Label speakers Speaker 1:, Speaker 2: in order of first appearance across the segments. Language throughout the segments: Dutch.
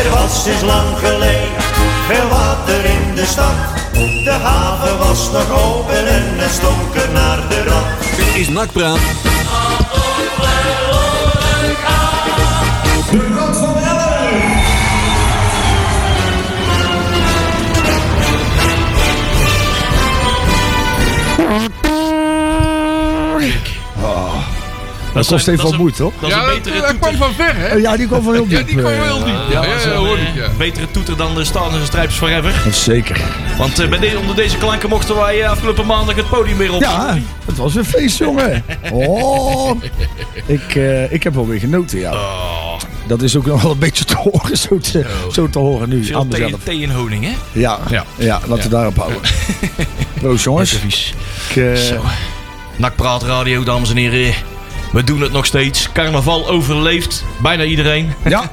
Speaker 1: Er was sinds lang geleden veel water in de stad. De haven was nog open en men stonken naar de rat.
Speaker 2: Dit is Nakpraat.
Speaker 3: Dat kost even wat moed, toch?
Speaker 4: Dat is
Speaker 5: ja,
Speaker 4: een betere
Speaker 5: dat kwam
Speaker 4: toeter.
Speaker 5: van ver, hè?
Speaker 3: Eh, Ja, die kwam wel heel
Speaker 5: Ja,
Speaker 3: diep.
Speaker 5: die kwam
Speaker 3: eh,
Speaker 5: heel diep. Ja,
Speaker 4: Ja, dat
Speaker 5: ja,
Speaker 4: is een,
Speaker 5: hoor
Speaker 4: eh,
Speaker 5: ik, ja.
Speaker 4: betere toeter dan de Stars en Stripes Forever.
Speaker 3: Zeker.
Speaker 4: Want eh, bij de- onder deze klanken mochten wij eh, afgelopen maandag het podium weer op.
Speaker 3: Ja, het was een feest, jongen. Oh, ik, eh, ik heb wel weer genoten, ja.
Speaker 5: Oh.
Speaker 3: Dat is ook nog wel een beetje te horen, zo te, zo te horen nu
Speaker 4: Veel
Speaker 3: aan
Speaker 4: thee,
Speaker 3: mezelf.
Speaker 4: thee en honing, hè?
Speaker 3: Ja, ja.
Speaker 5: Ja.
Speaker 3: laten we daarop houden. Proost, jongens. Ik, eh,
Speaker 4: Nakpraat Radio, dames en heren. We doen het nog steeds. Carnaval overleeft bijna iedereen.
Speaker 3: ja.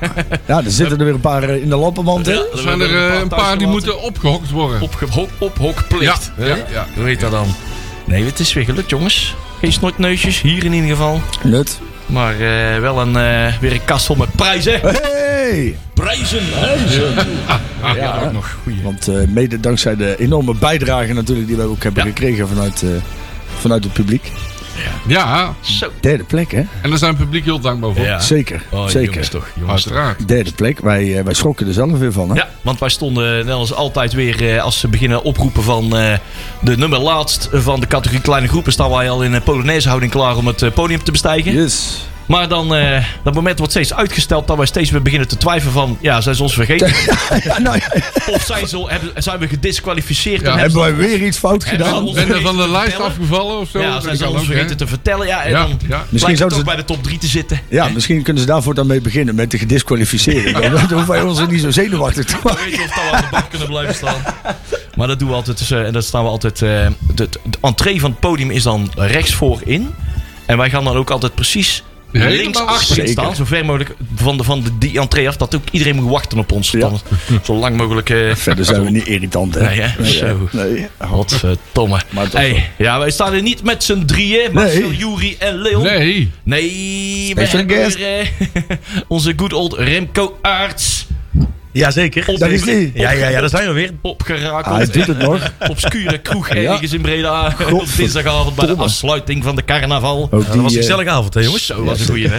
Speaker 3: ja, er zitten er weer een paar eh, in de lampenmand, hè?
Speaker 4: we
Speaker 5: Er zijn er
Speaker 4: hebben
Speaker 5: eh, een paar die
Speaker 4: thuisgelaten.
Speaker 5: moeten opgehokt worden.
Speaker 4: Opge- ophokplicht.
Speaker 5: Ja,
Speaker 4: hè?
Speaker 5: ja, ja.
Speaker 4: Hoe heet dat dan? Nee, het is weer gelukt, jongens. Geen snotneusjes, hier in ieder geval.
Speaker 3: Nut.
Speaker 4: Maar eh, wel een, eh, weer een kast vol met prijzen.
Speaker 3: Hey!
Speaker 4: Prijzen!
Speaker 3: Ja,
Speaker 4: ook nog. Goeie.
Speaker 3: Want eh, mede dankzij de enorme bijdrage natuurlijk die we ook hebben
Speaker 4: Ja.
Speaker 3: gekregen vanuit, eh, vanuit het publiek.
Speaker 5: Ja,
Speaker 4: Zo.
Speaker 3: Derde plek, hè?
Speaker 5: en daar zijn het publiek heel dankbaar voor.
Speaker 4: Ja.
Speaker 3: Zeker,
Speaker 4: Oh,
Speaker 3: zeker.
Speaker 4: Jongens toch, jongens toch.
Speaker 5: Uiteraard.
Speaker 3: Derde plek. Wij, eh, wij schrokken er zelf weer van, hè?
Speaker 4: Ja, want wij stonden net als altijd weer, eh, als ze beginnen oproepen van eh, de nummer laatst van de categorie kleine groepen, staan wij al in een Polonaise houding klaar om het eh, podium te bestijgen.
Speaker 3: Yes.
Speaker 4: Maar dan, eh, dat moment wordt steeds uitgesteld, dat wij steeds weer beginnen te twijfelen van, ja, zijn ze ons vergeten?
Speaker 3: Ja, nou, ja,
Speaker 4: of zijn, ze, hebben, zijn we gedisqualificeerd?
Speaker 5: Ja,
Speaker 4: En
Speaker 3: hebben wij weer iets fout
Speaker 4: hebben ze
Speaker 3: gedaan?
Speaker 4: ons
Speaker 5: Ben er van de
Speaker 4: vergeten te
Speaker 5: lijst
Speaker 4: vertellen?
Speaker 5: afgevallen of zo?
Speaker 4: Ja,
Speaker 5: Dat
Speaker 4: zijn ze
Speaker 5: kan
Speaker 4: ons
Speaker 5: ook, hè?
Speaker 4: vergeten te vertellen? Ja, en
Speaker 5: Ja,
Speaker 4: dan
Speaker 5: ja.
Speaker 4: blijkt het
Speaker 3: zouden
Speaker 4: toch
Speaker 3: ze-
Speaker 4: bij de top 3 te zitten.
Speaker 3: Ja, misschien kunnen ze daarvoor dan mee beginnen met de gedisqualificering. Dan hoeven wij ons er niet zo zenuwachtig te
Speaker 4: Ik
Speaker 3: maken.
Speaker 4: weet niet of dat we aan de bak kunnen blijven staan. Maar dat doen we altijd. Dus, eh, en dat staan we altijd. eh, de, de entree van het podium is dan rechts voorin. En wij gaan dan ook altijd precies
Speaker 5: Helemaal
Speaker 4: links achterin
Speaker 3: zeker.
Speaker 4: staan. Zo ver mogelijk van, de, van de, die entree af. Dat ook iedereen moet wachten op ons.
Speaker 3: Ja.
Speaker 4: Dan zo lang mogelijk. eh
Speaker 3: Verder zijn we niet irritant, hè?
Speaker 4: Nee, hè? Zo.
Speaker 3: Nee.
Speaker 4: Godverdomme.
Speaker 3: Maar het was wel-
Speaker 4: Hey, ja, wij staan er niet met z'n drieën. Marcel,
Speaker 3: Nee.
Speaker 4: Juri en Leon.
Speaker 5: Nee,
Speaker 4: Nee, we
Speaker 3: Special
Speaker 4: hebben
Speaker 3: guest.
Speaker 4: weer, eh, onze good old Remco Aarts
Speaker 6: Jazeker.
Speaker 3: Daar is die.
Speaker 6: Ja, ja, ja, daar zijn we weer.
Speaker 4: opgerakeld.
Speaker 3: Ah, Hij doet het nog.
Speaker 4: obscure kroeg ergens in Breda. Op dinsdagavond bij de afsluiting van de carnaval.
Speaker 3: Ook
Speaker 6: Dat was
Speaker 3: die,
Speaker 6: een
Speaker 3: eh,
Speaker 6: gezellige avond, hè, jongens?
Speaker 4: Zo was het goeie, hè?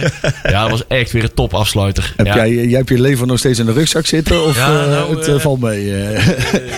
Speaker 4: Ja, dat was echt weer een topafsluiter.
Speaker 3: heb
Speaker 4: ja.
Speaker 3: jij, eh, jij hebt je lever nog steeds in de rugzak zitten? Of
Speaker 6: Ja,
Speaker 3: eh,
Speaker 6: nou,
Speaker 3: het eh,
Speaker 6: eh,
Speaker 3: valt mee? eh?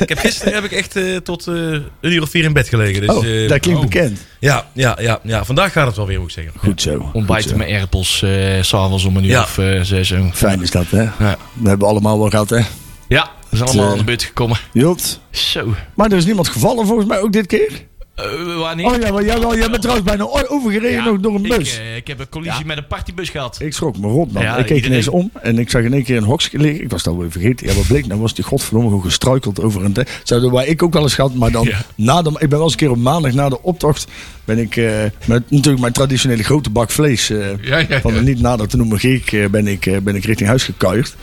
Speaker 6: Ik heb gisteren heb ik echt eh, tot eh, een uur of vier in bed gelegen. Dus,
Speaker 3: oh,
Speaker 6: eh,
Speaker 3: dat klinkt
Speaker 6: oh.
Speaker 3: bekend.
Speaker 6: Ja, ja, ja, ja, vandaag gaat het wel weer, moet ik zeggen.
Speaker 3: Goed zo. goed zo.
Speaker 4: Ontbijten met aardappels eh, s s'avonds om een uur
Speaker 6: Ja.
Speaker 4: of eh, zes. en-
Speaker 3: Fijn is dat, hè? We hebben allemaal wel gehad, hè?
Speaker 4: Ja, dat is allemaal
Speaker 3: eh,
Speaker 4: aan de beurt gekomen.
Speaker 3: Jult.
Speaker 4: Zo.
Speaker 3: Maar er is niemand gevallen volgens mij ook dit keer.
Speaker 4: Eh, wanneer?
Speaker 3: Oh ja, maar jij, wel, jij bent trouwens bijna o- overgereden
Speaker 4: Ja,
Speaker 3: nog door een
Speaker 4: ik,
Speaker 3: bus.
Speaker 4: eh, ik heb een collisie met een partybus gehad.
Speaker 3: Ik schrok me rot, man.
Speaker 4: Ja,
Speaker 3: ik keek
Speaker 4: iedereen-
Speaker 3: ineens om en ik zag in één keer een hokje liggen. Ik was het alweer vergeten. Ja, wat bleek? Nou was die godverdomme gewoon gestruikeld over een... de- Zo, dat waar ik ook wel eens gehad, maar dan...
Speaker 4: Ja.
Speaker 3: Na de, ik ben wel eens een keer op maandag na de optocht... ben ik eh, met natuurlijk mijn traditionele grote bak vlees... eh,
Speaker 5: Ja, ja, ja.
Speaker 3: van een niet nader te noemen Griek eh, ben ik, eh, ben ik richting huis gekuierd.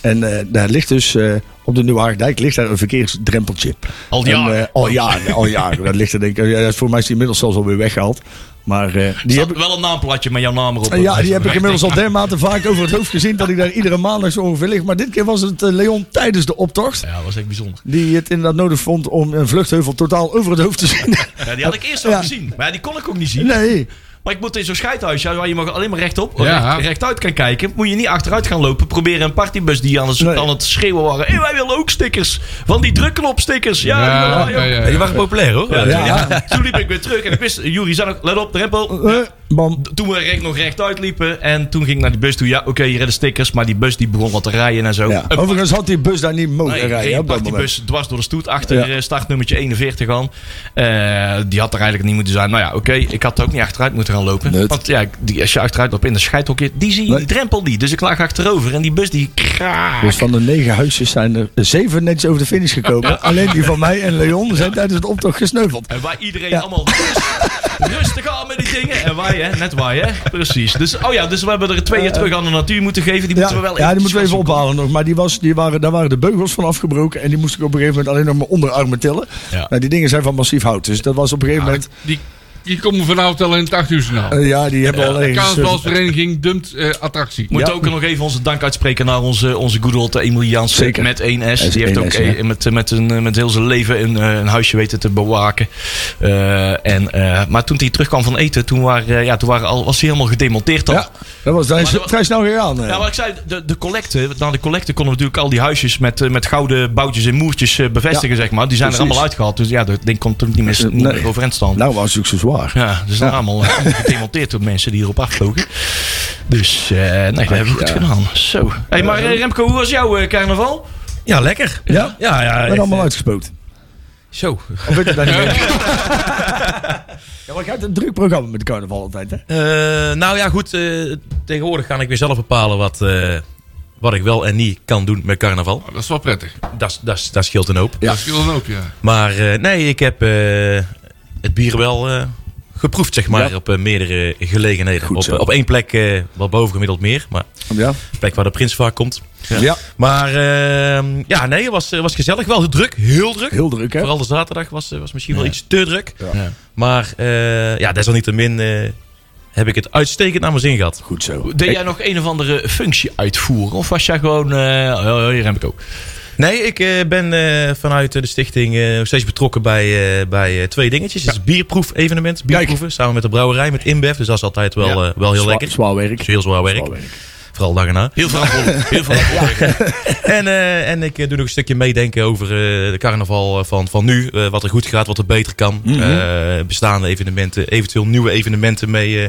Speaker 3: En eh, daar ligt dus... eh, op de Nieuwe Haagdijk ligt daar een verkeersdrempeltje.
Speaker 4: Al
Speaker 3: En,
Speaker 4: jaren.
Speaker 3: eh, al jaren, al jaren. Dat ligt er denk ik... ja, voor mij is die inmiddels zelfs alweer weggehaald. Maar eh, die
Speaker 4: Die
Speaker 3: heb ik...
Speaker 4: hebben wel een naamplaatje met jouw naam erop.
Speaker 3: En Eh, Ja, die heb ik inmiddels al dermate vaak over het hoofd gezien dat ik daar iedere maandag zo ongeveer lig. Maar dit keer was het eh, Leon tijdens de optocht.
Speaker 4: Ja, dat was echt bijzonder.
Speaker 3: Die het inderdaad nodig vond om een vluchtheuvel totaal over het hoofd te zien.
Speaker 4: Ja, die had ik eerst al
Speaker 3: Ja.
Speaker 4: gezien. Maar ja, die kon ik ook niet zien.
Speaker 3: Nee,
Speaker 4: Maar ik moet in zo'n scheidhuis, ja, waar je mag alleen maar rechtop,
Speaker 5: Ja.
Speaker 4: recht, rechtuit kan kijken. Moet je niet achteruit gaan lopen. Proberen een partybus die aan het,
Speaker 3: Nee.
Speaker 4: aan het schreeuwen waren. Hé, wij willen ook stickers. Van die drukknopstickers. Ja, die willen
Speaker 5: ja,
Speaker 4: wij
Speaker 5: ja,
Speaker 4: ook.
Speaker 6: Ja, die
Speaker 5: ja.
Speaker 6: waren populair, hoor.
Speaker 4: Ja,
Speaker 6: Ja,
Speaker 4: toen-
Speaker 3: Ja.
Speaker 4: ja, Toen liep ik weer terug en ik wist, Juri zei nog, let op, drempel.
Speaker 3: eh, bam.
Speaker 4: Toen we recht, nog rechtuit liepen en toen ging ik naar die bus toe. Ja, oké, hier hebben de stickers, maar die bus die begon wat te rijden en zo.
Speaker 3: Ja.
Speaker 4: Een
Speaker 3: Overigens had die bus daar niet mogen
Speaker 4: Oh. Nee,
Speaker 3: rijden. hè,
Speaker 4: reed
Speaker 3: op dat
Speaker 4: die
Speaker 3: moment.
Speaker 4: bus dwars door de stoet achter
Speaker 3: Ja.
Speaker 4: eh, startnummertje 41 aan. Eh, die had er eigenlijk niet moeten zijn. Nou ja, oké, ik had er ook niet achteruit moeten gaan lopen.
Speaker 3: Nut.
Speaker 4: Want ja, ik- die, als je achteruit loopt in de scheidhokje, die zie je
Speaker 3: Nee.
Speaker 4: die drempel niet. Dus ik lag achterover en die bus die kraak.
Speaker 3: Dus van de negen huisjes zijn er zeven netjes over de finish gekomen. Alleen die van mij en Leon zijn tijdens de optocht gesneuveld.
Speaker 4: En waar iedereen
Speaker 3: Ja.
Speaker 4: allemaal rust- rustig aan met die dingen. En wij, hè? Net wij, hè? Precies. Dus, oh ja, dus we hebben er twee terug aan de natuur moeten geven.
Speaker 3: Eh,
Speaker 4: Die
Speaker 3: Ja,
Speaker 4: moeten we wel
Speaker 3: ja, die moeten we even
Speaker 4: opzoeken.
Speaker 3: ophalen nog. Maar die was, die waren, daar waren de beugels van afgebroken. En die moest ik op een gegeven moment alleen nog mijn onderarmen tillen.
Speaker 4: Ja.
Speaker 3: Nou, die dingen zijn van massief hout. Dus dat was op een gegeven moment...
Speaker 5: Die die komen vanavond al in het 8 uur journaal.
Speaker 3: Eh, ja, die hebben al eens.
Speaker 5: Kaasbalsvereniging dumpt eh, attractie.
Speaker 4: Moet
Speaker 3: Ja.
Speaker 4: ook nog even onze dank uitspreken naar onze, onze good old Emiliaans
Speaker 3: Zeker.
Speaker 4: met 1S. Die
Speaker 3: is
Speaker 4: heeft ook
Speaker 3: 1S,
Speaker 4: eh,
Speaker 3: ja.
Speaker 4: met, met, een, eh, met heel zijn leven een, eh, een huisje weten te bewaken. Eh, en, eh, maar toen hij terugkwam van eten, toen, waren, eh, ja, toen waren al, was hij helemaal gedemonteerd al.
Speaker 3: Ja, dat was, daar is
Speaker 4: Maar
Speaker 3: het
Speaker 4: dat-
Speaker 3: vrij snel gegaan. eh.
Speaker 4: Ja, maar ik zei, de, de collecte, na de collecte konden we natuurlijk al die huisjes met, eh, met gouden boutjes en moertjes eh, bevestigen, zeg maar. Die zijn er
Speaker 3: Precies.
Speaker 4: allemaal uitgehaald. Dus ja, dat ding komt er niet meer, niet
Speaker 3: Nee.
Speaker 4: meer overeind staan.
Speaker 3: Nou was het ook zo zwaar.
Speaker 4: Ja, dus zijn allemaal eh, gedemonteerd door mensen die hierop afvlogen. Dus eh, nee, dat hebben we goed
Speaker 3: ja.
Speaker 4: gedaan. Zo. hey, maar eh, Remco, hoe was jouw eh, carnaval?
Speaker 6: Ja, lekker.
Speaker 3: Ja?
Speaker 6: Ja, ja.
Speaker 3: Ik
Speaker 6: echt,
Speaker 3: ben allemaal
Speaker 6: eh,
Speaker 3: uitgespookt.
Speaker 4: Zo.
Speaker 3: Of weet je dat niet meer? Ja, maar je hebt een druk programma met de carnaval altijd, hè?
Speaker 6: eh, nou ja, goed. eh, tegenwoordig kan ik weer zelf bepalen wat, eh, wat ik wel en niet kan doen met carnaval.
Speaker 5: Dat is wel prettig.
Speaker 6: Dat, is- dat, is- dat scheelt een hoop.
Speaker 3: Ja.
Speaker 5: Dat scheelt dan ook, ja.
Speaker 6: Maar eh, nee, ik heb eh, het bier wel eh, geproefd, zeg maar,
Speaker 3: Ja.
Speaker 6: op eh, meerdere gelegenheden.
Speaker 3: Goed zo.
Speaker 6: op, op één plek eh, wat bovengemiddeld meer, maar
Speaker 3: Ja.
Speaker 6: de plek waar de prins vaak komt.
Speaker 3: Ja.
Speaker 6: Maar eh, ja, nee, het was, eh, was gezellig. Wel druk, heel druk.
Speaker 3: Heel druk, hè?
Speaker 6: Vooral de zaterdag was, eh, was misschien wel iets te druk.
Speaker 3: Ja.
Speaker 4: Ja.
Speaker 6: Maar eh, ja, desalniettemin eh, heb ik het uitstekend naar mijn zin gehad.
Speaker 3: Goed zo.
Speaker 4: Deed jij nog een of andere functie uitvoeren? Of was jij gewoon... eh, oh, hier heb ik ook.
Speaker 6: Nee, ik eh, ben eh, vanuit de stichting eh, nog steeds betrokken bij, eh, bij eh, twee dingetjes. Het is bierproef-evenement, bierproeven, samen met de brouwerij, met InBev. Dus dat is altijd wel, eh, wel heel
Speaker 3: Zwa-
Speaker 6: lekker.
Speaker 3: Zwaar werk.
Speaker 6: Dus heel zwaar werk,
Speaker 3: Zwaar werk.
Speaker 6: vooral dag en na.
Speaker 4: Heel verantwoordelijk. Heel verantwoordelijk.
Speaker 6: En, eh, en ik eh, doe nog een stukje meedenken over eh, de carnaval eh, van, van nu. Eh, wat er goed gaat, wat er beter kan. Eh, bestaande evenementen, eventueel nieuwe evenementen mee eh,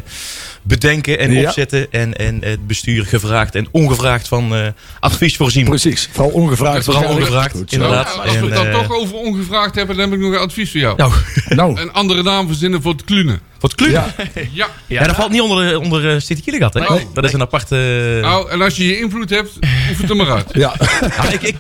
Speaker 6: bedenken en
Speaker 3: Ja.
Speaker 6: opzetten. En, en het bestuur gevraagd en ongevraagd van eh, advies voorzien.
Speaker 3: Precies. Vooral ongevraagd.
Speaker 6: Vooral
Speaker 3: waarschijnlijk.
Speaker 6: ongevraagd,
Speaker 3: Goed zo.
Speaker 5: Nou,
Speaker 6: inderdaad.
Speaker 5: als we
Speaker 6: En,
Speaker 5: het dan
Speaker 6: eh,
Speaker 5: toch over ongevraagd hebben, dan heb ik nog een advies voor jou.
Speaker 6: Nou,
Speaker 3: Nou,
Speaker 5: Een andere naam verzinnen voor het klunen.
Speaker 6: wat kleur. Ja.
Speaker 3: ja.
Speaker 5: Ja.
Speaker 6: dat valt niet onder, eh, onder eh, City Kielegat, hè?
Speaker 5: Nee.
Speaker 6: Dat is een aparte... eh,
Speaker 5: Nou, en als je je invloed hebt, hoef het er maar uit.
Speaker 3: ja.
Speaker 6: Ah, ik, ik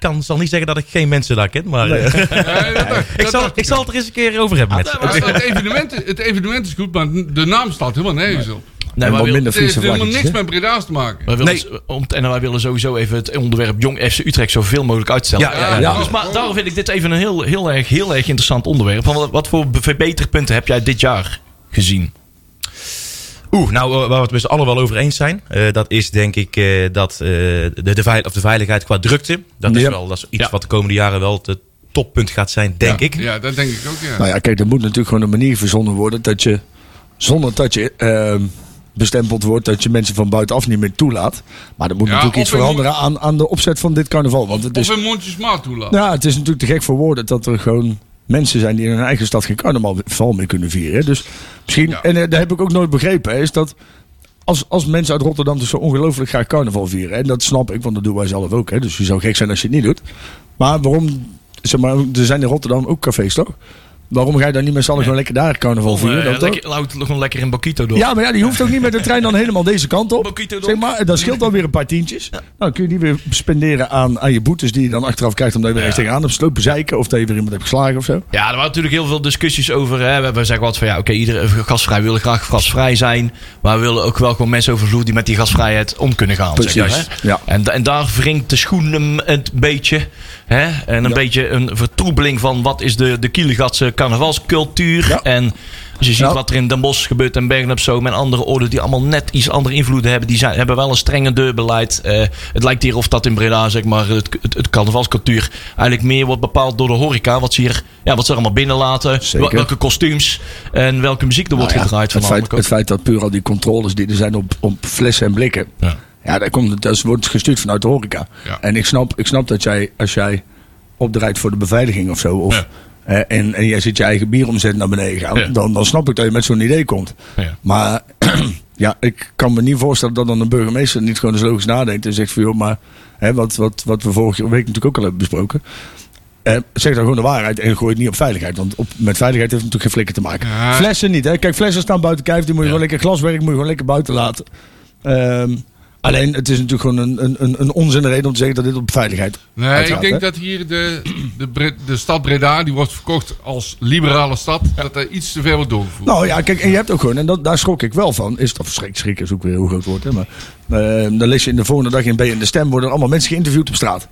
Speaker 6: kan, zal niet zeggen dat ik geen mensen daar ken, maar... eh,
Speaker 5: Ja, dat dacht-
Speaker 6: ik,
Speaker 5: dat
Speaker 6: zal,
Speaker 5: dacht
Speaker 6: ik zal het er eens een keer over hebben met ze.
Speaker 5: Maar Het evenement, het evenement is goed, maar de naam staat helemaal nergens op.
Speaker 4: Nee, maar
Speaker 3: wat
Speaker 4: we willen-
Speaker 3: minder
Speaker 5: Het heeft
Speaker 3: Friese
Speaker 5: helemaal
Speaker 3: vlaggetjes,
Speaker 5: niks
Speaker 3: hè?
Speaker 5: met Breda's te maken.
Speaker 4: we willen
Speaker 6: eh,
Speaker 4: om, en wij willen sowieso even het onderwerp Jong FC Utrecht zoveel mogelijk uitstellen.
Speaker 6: Ja, ja,
Speaker 3: ja.
Speaker 4: Dus, maar daarom vind ik dit even een heel, heel, erg, heel erg interessant onderwerp. Want wat- wat voor be- verbeterpunten heb jij dit jaar gezien?
Speaker 6: Oeh, nou, eh, waar we het met z'n allen wel over eens zijn, eh, dat is denk ik eh, dat eh, de, de, veil- of de veiligheid qua drukte, dat is
Speaker 3: Ja.
Speaker 6: wel dat is iets wat de komende jaren wel het toppunt gaat zijn, denk ik.
Speaker 5: Ja, dat denk ik ook, ja.
Speaker 3: Nou ja, kijk, er moet natuurlijk gewoon een manier verzonnen worden dat je, zonder dat je ehm, bestempeld wordt, dat je mensen van buitenaf niet meer toelaat. Maar er moet
Speaker 5: Ja,
Speaker 3: natuurlijk
Speaker 5: of
Speaker 3: iets
Speaker 5: er moet-
Speaker 3: veranderen aan, aan de opzet van dit carnaval. Want het
Speaker 5: Of
Speaker 3: is,
Speaker 5: een mondjesmaat toelaten.
Speaker 3: nou, het is natuurlijk te gek voor woorden dat er gewoon mensen zijn die in hun eigen stad geen carnaval meer kunnen vieren. hè. Dus misschien,
Speaker 5: Ja.
Speaker 3: en eh, dat heb ik ook nooit begrepen, hè, is dat als, als mensen uit Rotterdam dus zo ongelooflijk graag carnaval vieren, hè, en dat snap ik, want dat doen wij zelf ook, hè, dus je zou gek zijn als je het niet doet. Maar waarom, zeg maar, er zijn in Rotterdam ook cafés toch? Waarom ga je dan niet met z'n allen gewoon lekker daar carnaval
Speaker 4: Of, eh,
Speaker 3: vieren? Dat ook?
Speaker 4: lekker, laat gewoon lekker in Bakito door.
Speaker 3: Ja, maar ja, die hoeft ook niet met de trein dan helemaal deze kant op.
Speaker 4: Bakito door.
Speaker 3: Zeg maar, dat scheelt dan weer een paar tientjes. Nou, dan kun je die weer spenderen aan, aan je boetes die je dan achteraf krijgt omdat je weer echt tegenaan hebt slopen zeiken of dat je weer iemand hebt geslagen of zo.
Speaker 4: Ja, er waren natuurlijk heel veel discussies over. Hè. We, we zeggen wat van ja, oké, iedere gasvrij wil graag gasvrij zijn. Maar we willen ook wel gewoon mensen overvloed die met die gasvrijheid om kunnen gaan. zeg maar,
Speaker 3: Precies,
Speaker 4: hè.
Speaker 3: ja.
Speaker 4: en, en daar wringt de schoen hem een beetje. Hè. En een beetje een vertroebeling van wat is de, de Kielegatse carnavalscultuur.
Speaker 3: Ja.
Speaker 4: En als je ziet
Speaker 3: Ja.
Speaker 4: wat er in Den Bosch gebeurt en Bergen op Zoom en andere orden die allemaal net iets andere invloeden hebben. Die zijn, hebben wel een strenger deurbeleid. Eh, het lijkt hier of dat in Breda, zeg maar, het, het, het carnavalscultuur eigenlijk meer wordt bepaald door de horeca. Wat ze hier, ja, wat ze er allemaal binnenlaten.
Speaker 3: Zeker.
Speaker 4: wel- Welke kostuums en welke muziek er wordt
Speaker 3: Nou ja,
Speaker 4: gedraaid.
Speaker 3: het, feit,
Speaker 4: voornamelijk ook.
Speaker 3: het feit dat puur al die controles die er zijn op, op flessen en blikken.
Speaker 4: Ja.
Speaker 3: Ja, dat, komt, dat wordt gestuurd vanuit de horeca.
Speaker 5: Ja.
Speaker 3: En ik snap, ik snap dat jij, als jij opdraait voor de beveiliging of zo. Of,
Speaker 4: Ja.
Speaker 3: eh, en, en jij zit je eigen bieromzet naar beneden gaan.
Speaker 4: Ja.
Speaker 3: Dan, dan snap ik dat je met zo'n idee komt.
Speaker 4: Ja.
Speaker 3: Maar ja, ik kan me niet voorstellen dat dan een burgemeester niet gewoon eens logisch nadenkt. En zegt van joh, maar hè, wat, wat, wat we vorige week natuurlijk ook al hebben besproken. Eh, zeg dan gewoon de waarheid en gooi het niet op veiligheid. Want op, met veiligheid heeft het natuurlijk geen flikker te maken.
Speaker 5: Ja.
Speaker 3: Flessen niet, hè? Kijk, flessen staan buiten kijf. Die moet je
Speaker 4: Ja.
Speaker 3: gewoon lekker glaswerk, moet je gewoon lekker buiten laten. Ehm, Alleen, het is natuurlijk gewoon een, een, een, een onzinreden om te zeggen dat dit op veiligheid
Speaker 5: Nee,
Speaker 3: uitgaat,
Speaker 5: ik denk
Speaker 3: hè?
Speaker 5: dat hier de, de, Bre- de stad Breda, die wordt verkocht als liberale stad, dat er iets te veel wordt doorgevoerd.
Speaker 3: Nou ja, kijk, en je hebt ook gewoon, en dat, daar schrok ik wel van, is dat schrik, schrik is ook weer een heel groot woord, hè, maar eh, dan lees je in de volgende dag in B en de Stem, worden allemaal mensen geïnterviewd op straat.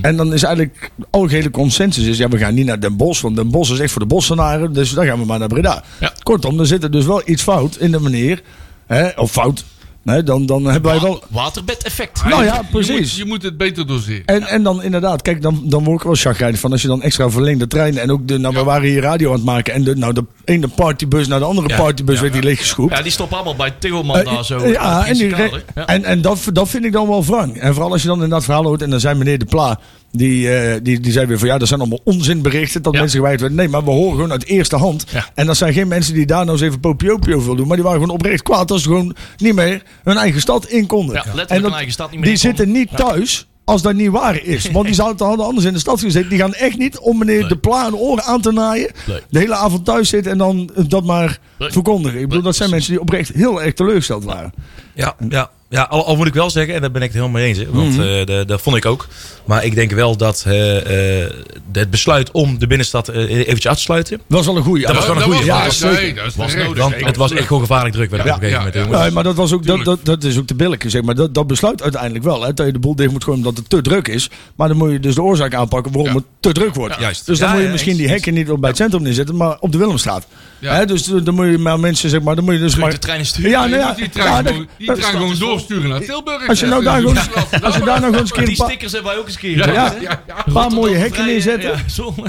Speaker 3: En dan is eigenlijk, algehele consensus is, ja, we gaan niet naar Den Bosch, want Den Bosch is echt voor de bossenaren, dus dan gaan we maar naar Breda.
Speaker 4: Ja.
Speaker 3: Kortom, er zit er dus wel iets fout in de manier, hè, of fout, hè, dan, dan hebben wij wel...
Speaker 4: Waterbed-effect.
Speaker 3: Nou ja,
Speaker 5: Je moet,
Speaker 3: precies.
Speaker 5: je moet het beter doseren.
Speaker 3: En, en dan inderdaad, kijk, dan, dan word ik wel chagrijnig van als je dan extra verlengde treinen en ook de, nou, we
Speaker 5: Ja.
Speaker 3: waren hier radio aan het maken en de, nou, de ene partybus naar de andere
Speaker 4: Ja,
Speaker 3: partybus
Speaker 4: ja,
Speaker 3: werd die leeggeschroept.
Speaker 4: Ja, die stoppen allemaal bij Tilman
Speaker 3: Eh,
Speaker 4: daar zo.
Speaker 3: eh,
Speaker 4: aan het
Speaker 3: Ja, en, die
Speaker 4: Prinsenkader.
Speaker 3: re-
Speaker 4: Ja.
Speaker 3: en, en dat, dat vind ik dan wel wrang. En vooral als je dan in dat verhaal hoort, en dan zei meneer De Pla, die, eh, die, die zei weer van ja, dat zijn allemaal onzinberichten dat
Speaker 4: Ja.
Speaker 3: mensen gewijd werden. Nee, maar we horen gewoon uit eerste hand.
Speaker 4: Ja.
Speaker 3: En dat zijn geen mensen die daar nou eens even popiopio voor doen, maar die waren gewoon oprecht kwaad als ze gewoon niet meer hun eigen stad in konden.
Speaker 4: Ja, letterlijk
Speaker 3: en
Speaker 4: hun eigen stad niet meer
Speaker 3: Die
Speaker 4: in konden.
Speaker 3: zitten niet thuis. Als dat niet waar is. Want die zouden hadden anders in de stad gezeten. Die gaan echt niet om meneer De Pla een oren aan te naaien.
Speaker 4: Nee.
Speaker 3: De hele avond thuis zitten en dan eh, dat maar
Speaker 4: Nee.
Speaker 3: verkondigen. Ik bedoel, dat zijn mensen die oprecht heel erg teleurgesteld waren.
Speaker 6: Ja, ja, ja al, al moet ik wel zeggen, en daar ben ik het helemaal mee eens. hè, Want
Speaker 4: Mhm.
Speaker 6: eh, da- dat vond ik ook. Maar ik denk wel dat eh, eh, het besluit om de binnenstad eh, eventjes af te sluiten.
Speaker 3: Dat was wel een goeie.
Speaker 6: Dat was
Speaker 3: Ja,
Speaker 6: gewoon een goeie.
Speaker 5: Dat
Speaker 3: Ja,
Speaker 5: was-
Speaker 3: zeker.
Speaker 5: nee, dat is
Speaker 6: Was
Speaker 5: terecht.
Speaker 6: nodig. Want het was echt gewoon gevaarlijk druk werd het
Speaker 5: Ja,
Speaker 6: op een gegeven
Speaker 5: ja,
Speaker 6: moment.
Speaker 5: ja.
Speaker 6: jongens.
Speaker 3: Nee, maar dat, was ook, dat,
Speaker 5: Tuurlijk.
Speaker 3: dat, dat is ook de billijke, zeg maar. Dat, dat besluit uiteindelijk wel. Hè, dat je de boel dicht moet gooien omdat het te druk is. Maar dan moet je dus de oorzaak aanpakken waarom
Speaker 5: Ja.
Speaker 3: het te druk wordt.
Speaker 6: Ja, juist.
Speaker 3: Dus dan
Speaker 6: Ja,
Speaker 3: moet je
Speaker 6: ja,
Speaker 3: misschien
Speaker 6: eens,
Speaker 3: die hekken niet op bij het centrum neerzetten, maar op de Willemstraat.
Speaker 5: Ja.
Speaker 3: Hè, dus dan moet je maar mensen, zeg maar, dan moet je dus
Speaker 4: Druk
Speaker 3: maar...
Speaker 4: de treinen sturen.
Speaker 3: Ja,
Speaker 5: Je
Speaker 3: nou ja,
Speaker 5: moet die trein
Speaker 3: ja, dat-
Speaker 5: gewoon, die
Speaker 3: dat-
Speaker 5: trein gewoon doorsturen naar Tilburg.
Speaker 3: Als je nou
Speaker 5: Ja,
Speaker 3: daar
Speaker 5: dat is
Speaker 3: gewoon-
Speaker 5: lastig.
Speaker 3: als je daar nog eens een keer
Speaker 4: Die
Speaker 3: een paar,
Speaker 4: stickers hebben wij ook eens een keer.
Speaker 5: Ja,
Speaker 4: gedaan,
Speaker 3: ja,
Speaker 4: hè?
Speaker 5: ja,
Speaker 3: paar
Speaker 5: ja.
Speaker 3: mooie
Speaker 4: Rotterdam
Speaker 3: hekken
Speaker 4: vrij,
Speaker 3: neerzetten. Ah.
Speaker 4: ja, zonne.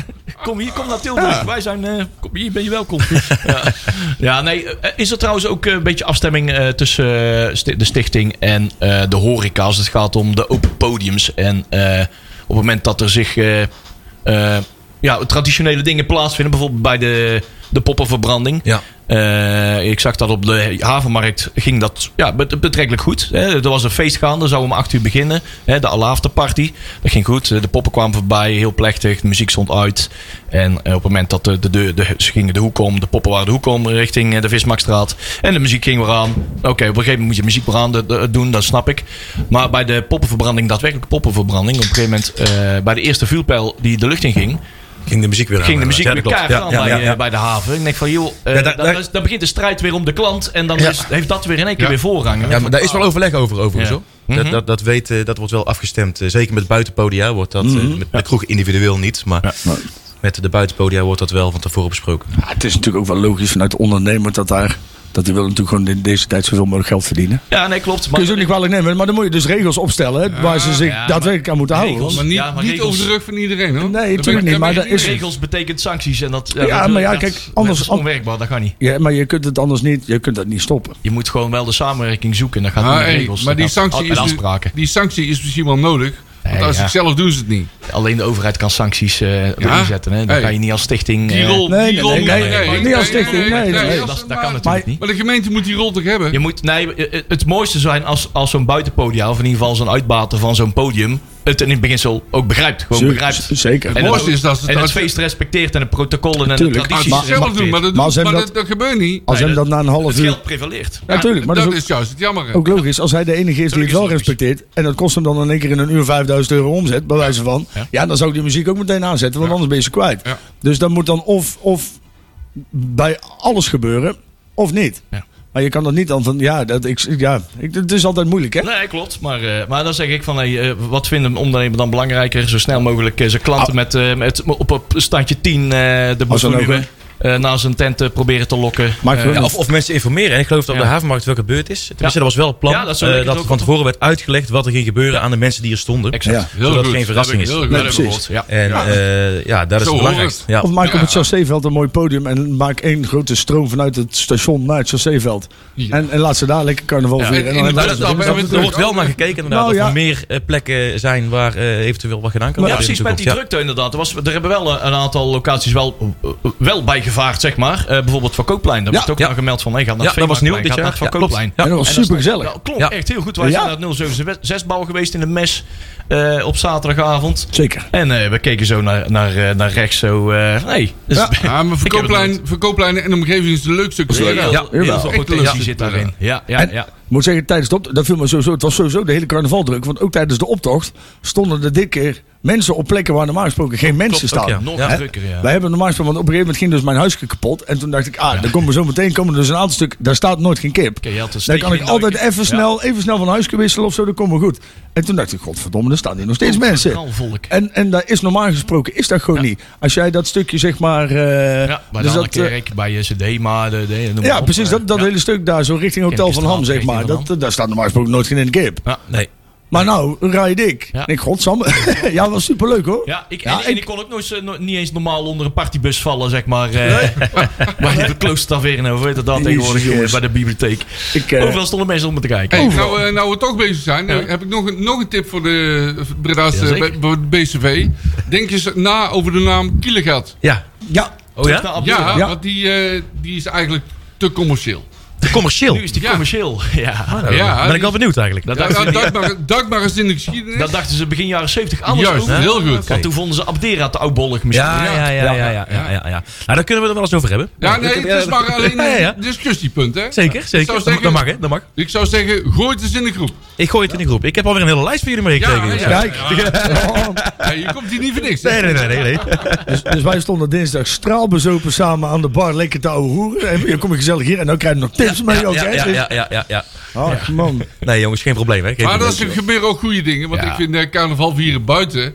Speaker 4: kom hier, kom naar Tilburg.
Speaker 3: Ja.
Speaker 4: Wij zijn, eh, kom, hier ben je welkom. ja. ja, nee. eh, Is er trouwens ook eh, een beetje afstemming eh, tussen eh, sti- de stichting en eh, de horeca als het gaat om de open podiums en eh, op het moment dat er zich eh, eh, ja, traditionele dingen plaatsvinden, bijvoorbeeld bij de, de poppenverbranding.
Speaker 6: Ja.
Speaker 4: Eh, ik zag dat op de havenmarkt ging dat ja, bet- betrekkelijk goed. Hè. Er was een feest gaande, zou om 8 uur beginnen. Hè, de Alaafter Party. Dat ging goed. Eh, De poppen kwamen voorbij, heel plechtig. De muziek stond uit. En eh, op het moment dat de, de, deur- de, ze gingen de hoek om, de poppen waren de hoek om richting eh, de Vismarktstraat. En de muziek ging weer aan. Oké, op een gegeven moment moet je muziek weer aan de- de- doen, dat snap ik. Maar bij de poppenverbranding, daadwerkelijk poppenverbranding, op een gegeven moment eh, bij de eerste vuurpijl die de lucht in ging,
Speaker 6: Ging de muziek weer aan.
Speaker 4: ging de muziek
Speaker 6: Ja,
Speaker 4: weer
Speaker 6: dat klopt.
Speaker 4: keihard
Speaker 6: Ja,
Speaker 4: aan
Speaker 6: ja,
Speaker 4: bij,
Speaker 6: ja,
Speaker 4: eh,
Speaker 6: ja.
Speaker 4: bij de haven. Ik denk van, joh, eh,
Speaker 6: Ja, daar-
Speaker 4: dan,
Speaker 6: daar-
Speaker 4: dan is- dan begint de strijd weer om de klant. En dan
Speaker 6: Ja.
Speaker 4: is, heeft dat weer in één keer
Speaker 5: Ja.
Speaker 4: weer voorrang.
Speaker 6: Ja, maar daar is wel overleg over, overigens.
Speaker 4: Ja.
Speaker 6: Hoor. Dat, dat, dat, weet, eh, dat wordt wel afgestemd. Eh, Zeker met buitenpodia wordt dat, eh, met de kroeg individueel niet, maar met de buitenpodia wordt dat wel van tevoren besproken.
Speaker 3: Ja, het is natuurlijk ook wel logisch vanuit de ondernemer dat daar... Dat die wil natuurlijk gewoon in deze tijd zoveel mogelijk geld verdienen.
Speaker 4: Ja, nee, klopt.
Speaker 3: Kun
Speaker 4: Maar,
Speaker 3: je ze ook niet kwalijk nemen, maar dan moet je dus regels opstellen hè, waar ze zich
Speaker 4: ja, maar-
Speaker 3: daadwerkelijk aan moeten houden.
Speaker 4: Regels.
Speaker 3: hoor.
Speaker 5: Maar niet,
Speaker 4: Ja, maar
Speaker 5: niet
Speaker 4: regels-
Speaker 5: over de rug van iedereen, hoor. Daar ben ik-
Speaker 3: tuurlijk niet,
Speaker 5: daar
Speaker 3: maar
Speaker 5: ben
Speaker 3: dat
Speaker 5: ik
Speaker 3: is-
Speaker 4: regels betekent sancties. En dat,
Speaker 3: Ja,
Speaker 4: dat-
Speaker 3: maar ja,
Speaker 4: dat-
Speaker 3: kijk,
Speaker 4: dat
Speaker 3: anders-
Speaker 4: is onwerkbaar. Dat gaat niet.
Speaker 3: Ja, maar je kunt het anders niet, je kunt dat niet stoppen.
Speaker 4: Je moet gewoon wel de samenwerking zoeken. Dat gaat
Speaker 5: Ah,
Speaker 4: niet met
Speaker 5: hey,
Speaker 4: regels.
Speaker 5: maar
Speaker 4: Dat
Speaker 5: die
Speaker 4: gaat-
Speaker 5: sanctie,
Speaker 4: en
Speaker 5: is, dus- nu-
Speaker 4: afspraken.
Speaker 5: die sanctie is misschien wel nodig. Want
Speaker 4: Nee,
Speaker 5: als
Speaker 4: ja.
Speaker 5: ik zelf doen ze het niet.
Speaker 4: Alleen de overheid kan sancties eh erin zetten. Hè. Dan
Speaker 5: Hey.
Speaker 4: kan je niet als stichting...
Speaker 5: Die
Speaker 4: eh,
Speaker 5: rol,
Speaker 3: nee,
Speaker 5: die
Speaker 3: nee,
Speaker 5: rol
Speaker 3: nee,
Speaker 5: moet-
Speaker 3: nee, nee, niet als stichting, nee, nee, nee.
Speaker 4: dat, dat kan natuurlijk
Speaker 5: maar,
Speaker 4: niet.
Speaker 5: maar de gemeente moet die rol toch hebben?
Speaker 4: Je moet, nee, eh, het mooiste zou zijn als, als zo'n buitenpodia, of in ieder geval zo'n uitbater van zo'n podium, het in het beginsel ook begrijpt. Gewoon
Speaker 3: Zeker,
Speaker 4: begrijpt.
Speaker 3: zeker.
Speaker 4: En
Speaker 5: Het mooiste
Speaker 4: ook-
Speaker 5: is dat ze
Speaker 4: en
Speaker 5: dat-
Speaker 4: het feest respecteert en de protocollen en
Speaker 3: Tuurlijk,
Speaker 4: de
Speaker 5: Ah,
Speaker 4: tradities.
Speaker 5: het
Speaker 3: maar-
Speaker 5: zelf
Speaker 4: respecteert.
Speaker 5: doen, maar, dat,
Speaker 3: maar
Speaker 5: doet-
Speaker 3: als hem
Speaker 5: maar
Speaker 3: dat-
Speaker 5: dat, dat gebeurt niet.
Speaker 3: Als
Speaker 4: Nee,
Speaker 3: hem dat na een half
Speaker 4: het
Speaker 3: uur...
Speaker 4: geld prevaleert.
Speaker 3: Ja, tuurlijk, maar
Speaker 5: dat,
Speaker 3: dat is ook,
Speaker 5: is juist het jammer.
Speaker 3: ook logisch. Als hij de enige is die het
Speaker 4: Tuurlijk
Speaker 3: wel
Speaker 4: is het logisch.
Speaker 3: respecteert... en dat kost hem dan in één keer in een uur 5000 euro omzet... bij wijze van...
Speaker 4: Ja.
Speaker 3: ja, dan zou ik die muziek ook meteen aanzetten... want anders ben je ze kwijt.
Speaker 5: Ja.
Speaker 3: Dus dan moet dan of, of bij alles gebeuren... of niet.
Speaker 4: Ja.
Speaker 3: Maar je kan dat niet dan van... ja, dat, ik, ja ik, het is altijd moeilijk, hè?
Speaker 4: Nee, klopt. Maar, eh, maar dan zeg ik van, hey, eh, wat vindt een ondernemer dan belangrijker? Zo snel mogelijk eh, zijn klanten met, eh, met, op, op standje 10 eh, de
Speaker 3: Als dan ook,
Speaker 4: boekennieuwe naar zijn tent eh, proberen te lokken.
Speaker 3: Maar
Speaker 4: Eh,
Speaker 6: Ja, of, of mensen informeren. En ik geloof dat op
Speaker 4: Ja.
Speaker 6: de havenmarkt wel gebeurd is. Tenminste, dat was wel het plan.
Speaker 4: Ja,
Speaker 6: eh,
Speaker 4: dat
Speaker 6: dat
Speaker 4: zo leek het ook
Speaker 6: van
Speaker 4: wel.
Speaker 6: tevoren werd uitgelegd wat er ging gebeuren aan de mensen die er stonden.
Speaker 4: exact.
Speaker 3: Ja.
Speaker 5: Heel
Speaker 6: zodat
Speaker 5: goed.
Speaker 6: geen verrassing is.
Speaker 5: Heel goed.
Speaker 3: Nee,
Speaker 5: Ja,
Speaker 3: precies.
Speaker 4: Ja.
Speaker 6: En ja, ja dat is
Speaker 5: Zo
Speaker 6: het belangrijkste. Ja.
Speaker 3: Of maak op het Chasséveld een mooi podium en maak één grote stroom vanuit het station naar het Chasséveld.
Speaker 5: Ja.
Speaker 3: En, en laat ze daar lekker carnaval vieren. En dan
Speaker 5: inderdaad,
Speaker 3: hebben
Speaker 6: Nou,
Speaker 3: we
Speaker 6: dat,
Speaker 5: dat-
Speaker 3: het
Speaker 5: dat-
Speaker 3: dinsdag
Speaker 6: er
Speaker 5: dat-
Speaker 6: wordt wel
Speaker 3: natuurlijk.
Speaker 6: naar Oh, gekeken inderdaad.
Speaker 3: Nou,
Speaker 6: dat
Speaker 3: ja.
Speaker 6: er meer eh, plekken zijn waar eh, eventueel wat gedaan kan
Speaker 4: Ja,
Speaker 6: worden. in
Speaker 4: precies,
Speaker 6: de
Speaker 4: met die
Speaker 6: toekomst.
Speaker 4: drukte inderdaad. Er, was, er hebben wel eh, een aantal locaties wel, eh, eh, wel bij gevaard, zeg maar. Eh, bijvoorbeeld Verkoopplein, daar
Speaker 3: Ja,
Speaker 4: werd ook
Speaker 6: ja.
Speaker 4: aan gemeld van... Hey, ga naar
Speaker 6: Ja, dat was nieuw dit
Speaker 4: Veemarktplein,
Speaker 6: jaar.
Speaker 4: ga
Speaker 6: Ja,
Speaker 4: naar Verkoopplein.
Speaker 6: klopt.
Speaker 3: En dat was super
Speaker 4: Ja,
Speaker 3: gezellig.
Speaker 4: klopt,
Speaker 6: Ja.
Speaker 4: echt heel goed. Wij
Speaker 3: Ja.
Speaker 4: zijn naar 076 bal geweest in de mes eh, op zaterdagavond.
Speaker 3: Zeker.
Speaker 4: En eh, we keken zo naar, naar, eh, naar rechts. Zo, eh nee. Dus,
Speaker 3: Ja.
Speaker 4: Ik
Speaker 5: Ja, maar
Speaker 4: heb het
Speaker 5: verkooplijn, verkooplijn en omgeving is de leukste.
Speaker 4: Heel,
Speaker 5: Ja,
Speaker 4: heel
Speaker 5: ja.
Speaker 4: veel
Speaker 5: Echt
Speaker 4: potentie
Speaker 5: leuk.
Speaker 4: zit daarin. Ja, ja,
Speaker 3: En-
Speaker 4: ja.
Speaker 3: Ik moet zeggen, tijdens de optocht, dat viel me sowieso, het was sowieso de hele carnaval druk. Want ook tijdens de optocht stonden er dit keer mensen op plekken waar normaal gesproken geen mensen
Speaker 6: klopt,
Speaker 3: staan.
Speaker 6: ja.
Speaker 4: Nog
Speaker 6: Ja.
Speaker 4: drukker, ja.
Speaker 3: Wij hebben normaal gesproken, want op een gegeven moment ging dus mijn huisje kapot. En toen dacht ik, ah, dan komen we zo meteen komen er dus een aantal stuk, daar staat nooit geen kip.
Speaker 4: Oké, je had een
Speaker 3: Dan kan ik
Speaker 4: steekje in
Speaker 3: altijd
Speaker 4: de-
Speaker 3: even snel, even snel van huisje wisselen of zo, dan komen we goed. En toen dacht ik, godverdomme, er staan hier nog steeds mensen.
Speaker 4: Knalvolk.
Speaker 3: En, en daar is normaal gesproken, is dat gewoon niet. Als jij dat stukje zeg maar... eh,
Speaker 4: Ja, bij
Speaker 3: dus
Speaker 4: de
Speaker 3: dat, eh,
Speaker 4: Kerk, bij je CD, maar eh, de, de- noem maar
Speaker 3: ja,
Speaker 4: op.
Speaker 3: precies. Dat, dat
Speaker 4: Ja.
Speaker 3: hele stuk daar, zo richting Hotel
Speaker 4: Kijk,
Speaker 3: van
Speaker 4: is de
Speaker 3: Ham, zeg
Speaker 4: richting
Speaker 3: maar.
Speaker 4: Van Ham.
Speaker 3: Dat, eh, daar staat normaal gesproken nooit geen kip.
Speaker 4: Ja,
Speaker 6: Nee.
Speaker 3: Maar nou, rijd ik.
Speaker 4: Ja.
Speaker 3: En Ik, godsamme. ja, was superleuk hoor.
Speaker 4: Ja, ik,
Speaker 3: Ja,
Speaker 4: en, en
Speaker 3: ik-
Speaker 4: ik kon ook nooit, zo- no- niet eens normaal onder een partybus vallen, zeg maar. eh bij de Kloostertaverne, hoe heet dat dan
Speaker 3: Jezus,
Speaker 4: tegenwoordig, jongens,
Speaker 3: jongens.
Speaker 4: bij de bibliotheek.
Speaker 3: Ik, eh,
Speaker 4: Overal stonden mensen om me te kijken.
Speaker 5: Hey, nou, eh, nou we toch bezig zijn, eh, heb ik nog een, nog een tip voor de eh, Breda's eh,
Speaker 4: Jazeker.
Speaker 5: B- B- BCV. Denk eens na over de naam Kielegat.
Speaker 6: Ja.
Speaker 3: ja,
Speaker 4: Oh
Speaker 6: ja?
Speaker 5: Ja,
Speaker 3: Ja.
Speaker 5: want die, eh, die is eigenlijk te commercieel.
Speaker 6: Commercieel.
Speaker 4: Nu is die
Speaker 5: Ja.
Speaker 4: commercieel. Ja.
Speaker 6: Nou,
Speaker 5: Ja,
Speaker 6: ben ik
Speaker 5: die-
Speaker 6: wel benieuwd eigenlijk.
Speaker 4: Dat,
Speaker 5: Ja,
Speaker 4: dachten,
Speaker 5: nou,
Speaker 4: dat,
Speaker 5: duik, maar, duik maar eens in de geschiedenis.
Speaker 4: dat dachten ze begin jaren 70 anders
Speaker 5: Juist,
Speaker 4: ook.
Speaker 5: hè? heel goed.
Speaker 4: Want toen vonden ze Abdera te oudbollig misschien.
Speaker 6: Ja, ja, ja, ja, ja, ja, ja, ja. Nou, daar kunnen we er wel eens over hebben.
Speaker 5: ja, nee, het is maar alleen
Speaker 6: Ja, ja.
Speaker 5: een discussiepunt, hè?
Speaker 6: Zeker,
Speaker 5: Ik zou
Speaker 6: zeker.
Speaker 5: zeggen-
Speaker 6: Dat mag, hè? Dat mag.
Speaker 5: Ik zou zeggen, gooi het eens in de groep.
Speaker 6: Ik gooi het in de groep. Ik heb alweer een hele lijst voor jullie meegekregen.
Speaker 5: Ja, ja.
Speaker 3: kijk. Oh.
Speaker 5: Ja, je komt hier niet voor niks.
Speaker 6: Nee,
Speaker 5: hè?
Speaker 6: nee, nee, nee. nee.
Speaker 3: Dus, dus wij stonden dinsdag straalbezopen samen aan de bar. Lekker te ouwe hoeren. En dan kom je gezellig hier en dan krijg je nog tips mee ook.
Speaker 6: Ja,
Speaker 3: hè?
Speaker 6: ja,
Speaker 3: Dus-
Speaker 6: ja, ja, ja, ja.
Speaker 3: Ach man.
Speaker 6: Nee, jongens, geen probleem, hè? Geen
Speaker 5: Maar dat
Speaker 6: probleem.
Speaker 5: is- er gebeuren ook goede dingen. Want
Speaker 4: Ja.
Speaker 5: ik vind eh, carnaval vieren buiten,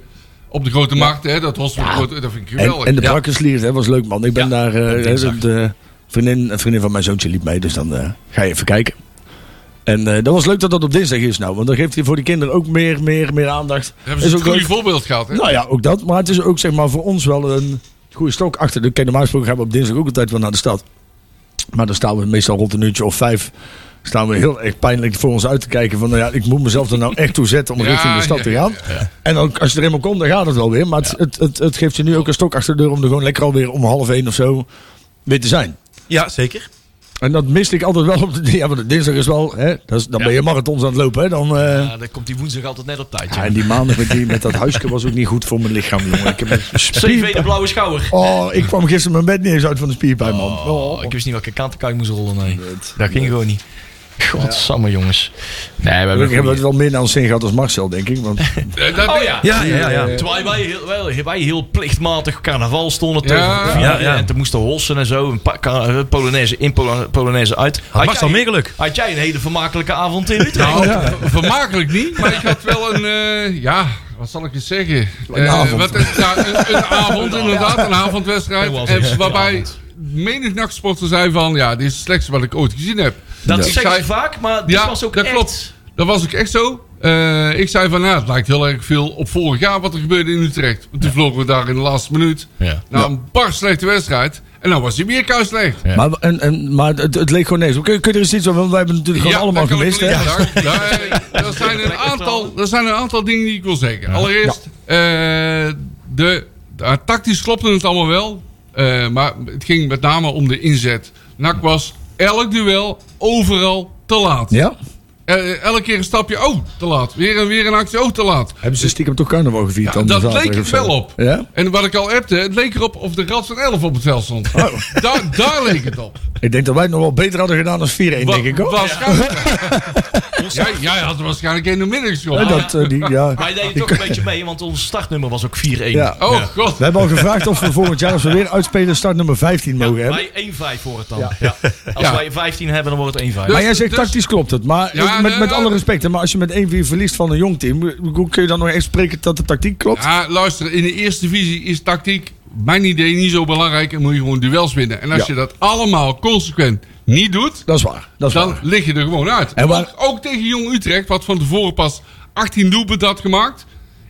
Speaker 5: op de Grote Markt, hè, dat was grote, dat vind ik
Speaker 3: En,
Speaker 5: geweldig.
Speaker 3: en de brakkerslier, hè, was leuk man. Ik ben daar... eh,
Speaker 4: dinsdag.
Speaker 3: de vriendin, een vriendin van mijn zoontje liep mee. Dus dan eh, ga je even kijken. En eh, dat was leuk dat dat op dinsdag is nou. Want dan geeft hij voor die kinderen ook meer, meer, meer aandacht.
Speaker 5: Hebben ze
Speaker 3: Is
Speaker 5: een
Speaker 3: ook
Speaker 5: goede
Speaker 3: leuk.
Speaker 5: voorbeeld gehad, hè?
Speaker 3: Nou ja, ook dat. Maar het is ook zeg maar voor ons wel een goede stok achter. De Kenemaasprogram gaan we op dinsdag ook altijd wel naar de stad. Maar dan staan we meestal rond een uurtje of vijf. Staan we heel erg pijnlijk voor ons uit te kijken. Van nou ja, ik moet mezelf er nou echt toe zetten om
Speaker 5: Ja,
Speaker 3: richting de stad
Speaker 5: ja,
Speaker 3: te gaan. En ook, als je er helemaal komt, dan gaat het wel weer. Maar het, het, het, het geeft je nu ook een stok achter de deur om er gewoon lekker alweer om half één of zo weer te zijn.
Speaker 6: Ja, zeker.
Speaker 3: En dat miste ik altijd wel op de. Ja, want de dinsdag is wel. Hè, dat is, dan ben je marathons aan het lopen. Hè, dan, eh,
Speaker 4: Ja, dan komt die woensdag altijd net op tijd.
Speaker 3: ja,
Speaker 4: Ja.
Speaker 3: en die maandag met, die, met dat huisje was ook niet goed voor mijn lichaam, jongen. Ik heb een
Speaker 4: CV
Speaker 3: spierpijn.
Speaker 4: de blauwe schouwer.
Speaker 3: Oh, ik kwam gisteren mijn bed niet eens uit van de spierpijn, man.
Speaker 4: Oh, ik wist niet welke kant ik uit moest rollen. Nee. Dat ging gewoon niet. Godsamme jongens. Nee, we hebben
Speaker 3: Ik heb het
Speaker 4: goeie-
Speaker 3: wel minder aan zin gehad als Marcel, denk ik. Want
Speaker 5: Eh, dat-
Speaker 4: Oh ja.
Speaker 6: Ja, ja, ja. ja.
Speaker 4: Terwijl wij heel, wel- wij heel plichtmatig carnaval stonden tegen
Speaker 5: Ja.
Speaker 4: elkaar.
Speaker 6: Ja, ja.
Speaker 4: En toen moesten hossen en zo. Een pa- ka- eh, Polonaise in, Polo- Polonaise uit.
Speaker 6: Had Max
Speaker 4: jij-
Speaker 6: al meer geluk?
Speaker 4: Had jij een hele vermakelijke avond in Utrecht?
Speaker 5: Nou, ver- vermakelijk niet, maar ik had wel een, eh, ja, wat zal ik eens zeggen?
Speaker 3: Een
Speaker 5: Eh,
Speaker 3: avond.
Speaker 5: wat- ja, een, een avond, inderdaad, een avondwedstrijd.
Speaker 4: Dat was
Speaker 5: eh,
Speaker 4: het.
Speaker 5: waarbij
Speaker 4: Een
Speaker 5: menig nachtsporter zei van, ja, dit is het slechtste wat ik ooit gezien heb.
Speaker 4: dat
Speaker 5: Ik
Speaker 4: zeggen
Speaker 5: zei-
Speaker 4: ze vaak, maar dit
Speaker 5: Ja,
Speaker 4: was ook
Speaker 5: dat
Speaker 4: echt...
Speaker 5: klopt. Dat was ook echt zo. Eh, ik zei van, nou, het lijkt heel erg veel op vorig jaar wat er gebeurde in Utrecht. Want toen vlogen we daar in de laatste minuut.
Speaker 4: Ja.
Speaker 5: Nou, een bar slechte wedstrijd. En nou was die weer koud slecht. Ja,
Speaker 3: maar en, en, maar het, het leek gewoon niks. Kun, kun je er eens iets van, want wij hebben natuurlijk gewoon allemaal
Speaker 5: dat kan ik
Speaker 3: gemist, hè?
Speaker 5: wel niet zeggen. Ja, eh, Er zijn een aantal- er zijn een aantal dingen die ik wil zeggen. Allereerst, eh, de, de- tactisch klopte het allemaal wel. eh, maar het ging met name om de inzet. NAC was elk duel overal te laat.
Speaker 3: Ja?
Speaker 5: Eh, elke keer een stapje, oh, te laat. Weer en weer een actie, oh, te laat.
Speaker 3: Hebben ze stiekem toch carnaval gevierd?
Speaker 5: Ja,
Speaker 3: dan
Speaker 5: dat
Speaker 3: zaterdag
Speaker 5: leek
Speaker 3: of
Speaker 5: het
Speaker 3: zo?
Speaker 5: wel op.
Speaker 3: Ja?
Speaker 5: En wat ik al appte, het leek erop of de Rad van 11 op het veld stond.
Speaker 3: Oh.
Speaker 5: Daar, daar leek het op.
Speaker 3: Ik denk dat wij het nog wel beter hadden gedaan als 4-1,
Speaker 5: Wa-
Speaker 3: denk ik ook.
Speaker 5: Waarschijnlijk. Jij, jij had er waarschijnlijk één door midden
Speaker 3: Ja,
Speaker 5: geschoten.
Speaker 3: dat, eh, die, ja.
Speaker 4: Wij deden toch een beetje mee, want ons startnummer was ook 4-1.
Speaker 3: Ja.
Speaker 5: Oh god.
Speaker 3: We hebben al gevraagd of we volgend jaar, als we weer uitspelen, start nummer 15 mogen hebben.
Speaker 5: dus-
Speaker 4: Wij 1-5 voor het dan. Ja. Als
Speaker 5: Ja.
Speaker 4: wij 15 hebben, dan wordt het 1-5.
Speaker 5: Dus-
Speaker 3: Maar jij zegt
Speaker 5: dus-
Speaker 3: tactisch klopt het. Maar
Speaker 5: Ja,
Speaker 3: met,
Speaker 5: nee,
Speaker 3: met
Speaker 5: nee.
Speaker 3: alle respect, hè, maar als je met 1-4 verliest van een jong team, hoe kun je dan nog echt spreken dat de tactiek klopt?
Speaker 5: Ja, luister, in de eerste divisie is tactiek, mijn idee, niet zo belangrijk. En moet je gewoon duels winnen. En als
Speaker 3: Ja.
Speaker 5: je dat allemaal consequent niet doet,
Speaker 3: Dat is waar. Dat is
Speaker 5: dan
Speaker 3: waar.
Speaker 5: lig je er gewoon uit.
Speaker 3: En waar-
Speaker 5: Ook, ook tegen Jong Utrecht, wat van tevoren pas 18 doelpunten had gemaakt.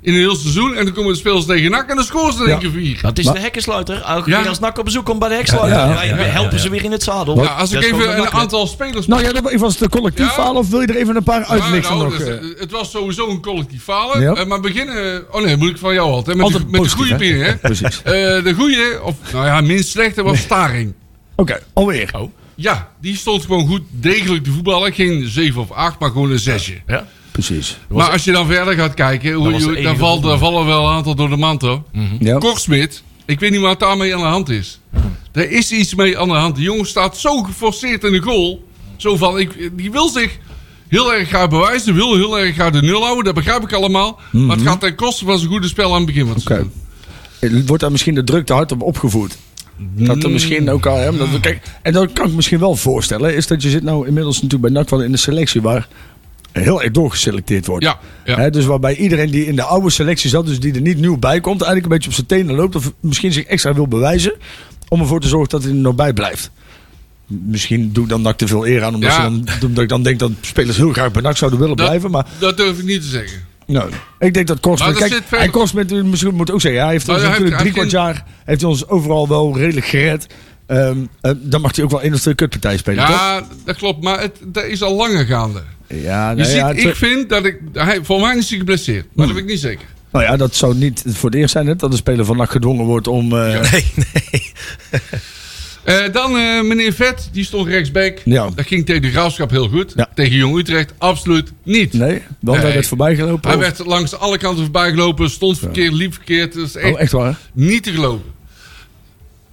Speaker 5: In een heel seizoen. En dan komen de spelers tegen NAC en dan scoren ze er één
Speaker 3: Ja.
Speaker 5: keer vier.
Speaker 4: Dat is
Speaker 3: Maar-
Speaker 4: de hekkensluiter. Elke
Speaker 5: Ja.
Speaker 4: keer als NAC op bezoek komt bij de hekkensluiter,
Speaker 3: Ja, ja.
Speaker 4: wij wij helpen ze weer in het zadel.
Speaker 5: Ja, als ik
Speaker 4: Dat is gewoon
Speaker 5: even een
Speaker 4: NAC, hè.
Speaker 5: aantal spelers...
Speaker 3: Nou ja, dat was het een collectief
Speaker 5: Ja.
Speaker 3: verhaal of wil je er even een paar
Speaker 5: Ja,
Speaker 3: uitlichten
Speaker 5: nou,
Speaker 3: nog?
Speaker 5: dus,
Speaker 3: eh?
Speaker 5: eh, het was sowieso een collectief falen.
Speaker 3: Ja.
Speaker 5: Eh, maar beginnen... eh, Oh nee, moet ik van jou altijd. Met,
Speaker 3: Altijd
Speaker 5: de, met de
Speaker 3: positief,
Speaker 5: goede
Speaker 3: hè?
Speaker 5: binnen, hè?
Speaker 3: Precies.
Speaker 5: Eh, de goede, of nou ja, minst slechte, was Staring.
Speaker 3: Oké, alweer.
Speaker 5: Ja, die stond gewoon goed degelijk te voetballen. Geen 7 of 8, maar gewoon een 6.
Speaker 4: Ja.
Speaker 3: Precies.
Speaker 5: Maar als je dan verder gaat kijken, hoe,
Speaker 4: was de
Speaker 5: je-
Speaker 4: enige
Speaker 5: dan, valt,
Speaker 4: voetballer. Mhm.
Speaker 5: dan vallen wel een aantal door de mantel.
Speaker 3: Ja.
Speaker 5: Kortsmit, ik weet niet wat daarmee aan de hand is. Er is iets mee aan de hand. De jongen staat zo geforceerd in de goal. Zo van, ik, die wil zich heel erg graag bewijzen. Wil heel erg graag de nul houden. Dat begrijp ik allemaal. Maar
Speaker 4: Mhm.
Speaker 5: het gaat ten koste van zijn goede spel aan het begin. Wat ze
Speaker 3: Oké.
Speaker 5: doen.
Speaker 3: Wordt daar misschien de druk te hard op opgevoerd? Dat er misschien ook al... Hè, omdat we- kijk, en dat kan ik misschien wel voorstellen. Is dat je zit nou inmiddels natuurlijk bij NAC wel in de selectie waar heel erg doorgeselecteerd wordt.
Speaker 5: Ja, ja.
Speaker 3: Hè, dus waarbij iedereen die in de oude selectie zat, dus die er niet nieuw bij komt, eigenlijk een beetje op zijn tenen loopt of misschien zich extra wil bewijzen om ervoor te zorgen dat hij er nog bij blijft. Misschien doe ik dan NAC te veel eer aan, omdat,
Speaker 5: Ja.
Speaker 3: ze dan, omdat ik dan denk dat spelers heel graag bij NAC zouden willen
Speaker 5: Dat-
Speaker 3: blijven. Maar
Speaker 5: Dat durf ik niet te zeggen.
Speaker 3: Nee. Ik denk dat Korsman...
Speaker 5: Maar dat
Speaker 3: Kijk,
Speaker 5: zit ver-
Speaker 3: hij Korsman, misschien moet ik ook zeggen... ja, Hij heeft
Speaker 5: Maar
Speaker 3: ons
Speaker 5: hij
Speaker 3: natuurlijk
Speaker 5: heeft-
Speaker 3: drie
Speaker 5: hij
Speaker 3: kwart jaar... heeft hij ons overal wel redelijk gered. Ehm, eh, dan mag hij ook wel één of twee kutpartijen spelen, toch?
Speaker 5: Ja, dat klopt. Maar het, dat is al langer gaande.
Speaker 3: Ja,
Speaker 5: Je
Speaker 3: nou, ja,
Speaker 5: ziet,
Speaker 3: twee-
Speaker 5: ik vind dat ik... Hij, voor mij is hij geblesseerd. Maar dat weet ik niet zeker.
Speaker 3: nou ja, dat zou niet voor het eerst zijn... Hè, dat een speler van NAC gedwongen wordt om... eh, ja.
Speaker 6: Nee, nee.
Speaker 5: Eh, dan eh, meneer Vet, die stond rechtsback.
Speaker 3: Ja.
Speaker 5: Dat ging tegen de Graafschap heel goed.
Speaker 3: Ja.
Speaker 5: Tegen Jong Utrecht absoluut niet.
Speaker 3: Nee? Want hij
Speaker 5: Nee.
Speaker 3: werd voorbijgelopen?
Speaker 5: Hij
Speaker 3: of-
Speaker 5: werd langs alle kanten voorbij gelopen, stond verkeerd, liep verkeerd. Dat is echt,
Speaker 3: Oh, echt waar? hè?
Speaker 5: niet te geloven.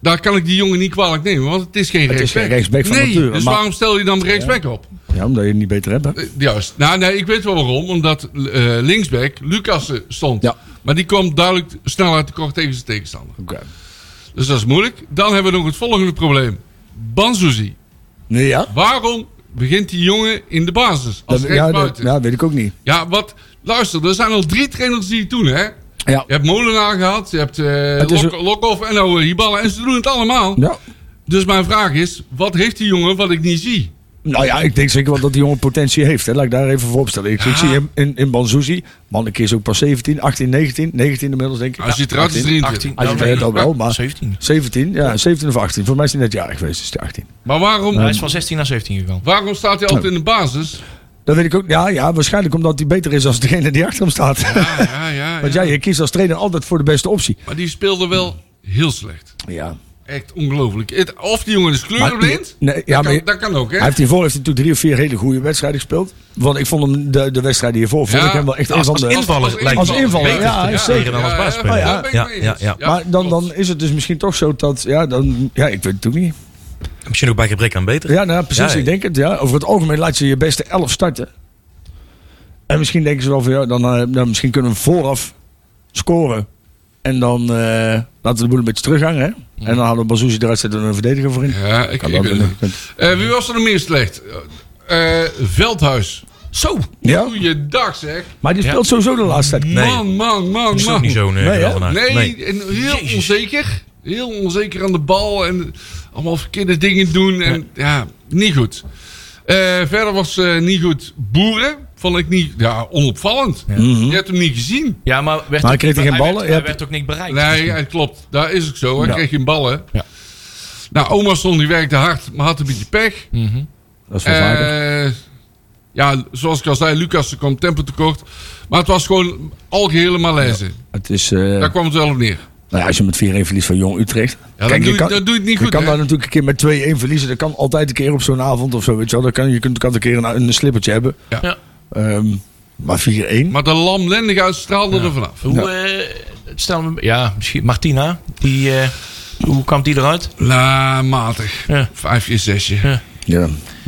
Speaker 5: Daar kan ik die jongen niet kwalijk nemen, want het is geen
Speaker 3: is
Speaker 5: rechtsback.
Speaker 3: geen rechtsback van
Speaker 5: nee,
Speaker 3: nature,
Speaker 5: dus
Speaker 3: maar-
Speaker 5: waarom stel je dan rechtsback op?
Speaker 3: Ja, omdat je het niet beter hebt, hè?
Speaker 5: Eh, Juist. Nou, nee, ik weet wel waarom. Omdat eh, linksback Lucassen stond.
Speaker 3: Ja.
Speaker 5: Maar die kwam duidelijk snel uit de kocht tegen zijn tegenstander.
Speaker 3: Oké.
Speaker 5: Dus dat is moeilijk. Dan hebben we nog het volgende probleem. Banzuzi.
Speaker 3: Nee, ja?
Speaker 5: Waarom begint die jongen in de basis? Als
Speaker 3: Dat, ja, dat,
Speaker 5: rechtsbuiten. Ja,
Speaker 3: ja, weet ik ook niet.
Speaker 5: wat... Luister, er zijn al drie trainers die het doen, hè?
Speaker 3: Ja.
Speaker 5: Je hebt Molenaar gehad, je hebt
Speaker 3: Het is
Speaker 5: eh Lok- Lokhoff en nou eh, Hiballa. En ze doen het allemaal.
Speaker 3: Ja.
Speaker 5: Dus mijn vraag is, wat heeft die jongen wat ik niet zie?
Speaker 3: Nou ja, ik denk zeker wel dat die jongen potentie heeft. Hè. Laat ik daar even voor opstellen. Ik, ik zie hem in, in Banzuzi. Manneke is ook pas 17, 18, 19. 19 inmiddels denk ik.
Speaker 5: Als je het eruit is,
Speaker 4: 18.
Speaker 5: 23.
Speaker 3: Hij
Speaker 4: Nou,
Speaker 3: weet al wel, maar...
Speaker 4: 17.
Speaker 3: 17, ja, 17 of 18. Voor mij is hij net jarig geweest, is hij 18.
Speaker 5: Maar waarom,
Speaker 4: Hij is van 16 naar 17 gegaan.
Speaker 5: waarom staat hij altijd in de basis?
Speaker 3: Dat weet ik ook. Ja, ja, waarschijnlijk omdat hij beter is dan degene die achter hem staat.
Speaker 5: Ja, ja, ja.
Speaker 3: Want
Speaker 5: ja.
Speaker 3: jij je kiest als trainer altijd voor de beste optie.
Speaker 5: Maar die speelde wel heel slecht.
Speaker 3: Ja.
Speaker 5: Echt ongelooflijk. Het- Of die jongen is kleurenblind.
Speaker 3: nee, ja,
Speaker 5: dat,
Speaker 3: maar je-
Speaker 5: kan, dat kan ook, hè?
Speaker 3: Hij heeft hiervoor heeft hij natuurlijk drie of vier hele goede wedstrijden gespeeld. Want ik vond hem de, de wedstrijd hiervoor vond
Speaker 5: Ja,
Speaker 3: ik hem wel echt een
Speaker 6: Als,
Speaker 3: van
Speaker 6: als
Speaker 3: de...
Speaker 6: invaller
Speaker 5: als
Speaker 6: lijkt
Speaker 3: als
Speaker 6: me
Speaker 3: invaller,
Speaker 6: beter
Speaker 3: ja,
Speaker 6: te
Speaker 3: hij is
Speaker 6: presteren
Speaker 3: zeker.
Speaker 6: dan als
Speaker 5: Ja,
Speaker 6: basisspeler.
Speaker 5: ja,
Speaker 3: Ja,
Speaker 5: daar ben ik
Speaker 6: ja,
Speaker 5: mee
Speaker 6: ja,
Speaker 5: eens.
Speaker 6: ja.
Speaker 3: maar dan, dan
Speaker 5: klopt.
Speaker 3: is het dus misschien toch zo dat... Ja, dan, ja ik weet het ook niet.
Speaker 6: Misschien ook bij gebrek aan beter.
Speaker 3: Ja, nou, precies.
Speaker 6: Ja,
Speaker 3: ik denk het. Ja. Over het algemeen laat je je beste elf starten. En misschien denken ze wel van ja, dan, eh, nou, misschien kunnen we vooraf scoren. En dan eh, laten we de boel een beetje terughangen. Hè? En dan hadden we Bazouzi eruit zetten en een verdediger voor in.
Speaker 5: Mm. Ja, ik,
Speaker 3: Kan
Speaker 5: ik
Speaker 3: dat
Speaker 5: weet
Speaker 3: doen,
Speaker 5: het niet. Eh, wie was er nog meer slecht? Eh, eh, Veldhuis. Zo.
Speaker 3: Ja.
Speaker 5: Goeiedag zeg.
Speaker 3: Maar die speelt sowieso de laatste tijd.
Speaker 6: Nee.
Speaker 5: Man, man, man,
Speaker 6: is ook
Speaker 5: man.
Speaker 6: niet zo'n eh,
Speaker 3: Nee, hè?
Speaker 6: geweldenaar.
Speaker 5: Nee,
Speaker 6: Nee.
Speaker 5: en heel onzeker. Heel onzeker aan de bal en allemaal verkeerde dingen doen. En ja, niet goed. Eh, verder was eh, niet goed. Boeren vond ik niet, ja, onopvallend.
Speaker 6: Mhm.
Speaker 5: Je hebt hem niet gezien.
Speaker 4: Ja, maar, werd
Speaker 3: Maar
Speaker 4: ook-
Speaker 3: kreeg hij geen ballen?
Speaker 4: Werd,
Speaker 3: Ja.
Speaker 4: hij werd ook niet bereikt.
Speaker 5: Nee, het klopt. Daar is het zo. Hij
Speaker 3: Ja.
Speaker 5: kreeg geen ballen.
Speaker 4: Ja.
Speaker 5: Nou, Omerson die werkte hard, maar had een beetje pech.
Speaker 4: Mhm.
Speaker 3: Dat is wel vaker.
Speaker 5: Eh, ja, zoals ik al zei, Lucas er kwam tempo tekort. Maar het was gewoon algehele malaise.
Speaker 3: Het is, eh,
Speaker 5: Daar kwam het wel op neer.
Speaker 3: nou ja, als je met 4-1 verliest van Jong Utrecht.
Speaker 5: dan
Speaker 3: Kijk,
Speaker 5: doe je- dan doe je het niet
Speaker 3: je
Speaker 5: goed,
Speaker 3: kan
Speaker 5: hè?
Speaker 3: daar natuurlijk een keer met 2-1 verliezen. Dat kan altijd een keer op zo'n avond of zo. Weet je, wel. Dat kan, je kunt kan een keer een, een slippertje hebben.
Speaker 5: Ja.
Speaker 4: Ja.
Speaker 3: Ehm, maar 4-1.
Speaker 5: Maar de lamlendigheid straalde er vanaf.
Speaker 4: Hoe, eh, stel me, ja, misschien Martina. Die, eh, hoe kwam die eruit?
Speaker 5: La, matig.
Speaker 4: Ja.
Speaker 5: Vijfje, zesje.
Speaker 4: Ja.
Speaker 3: Ja.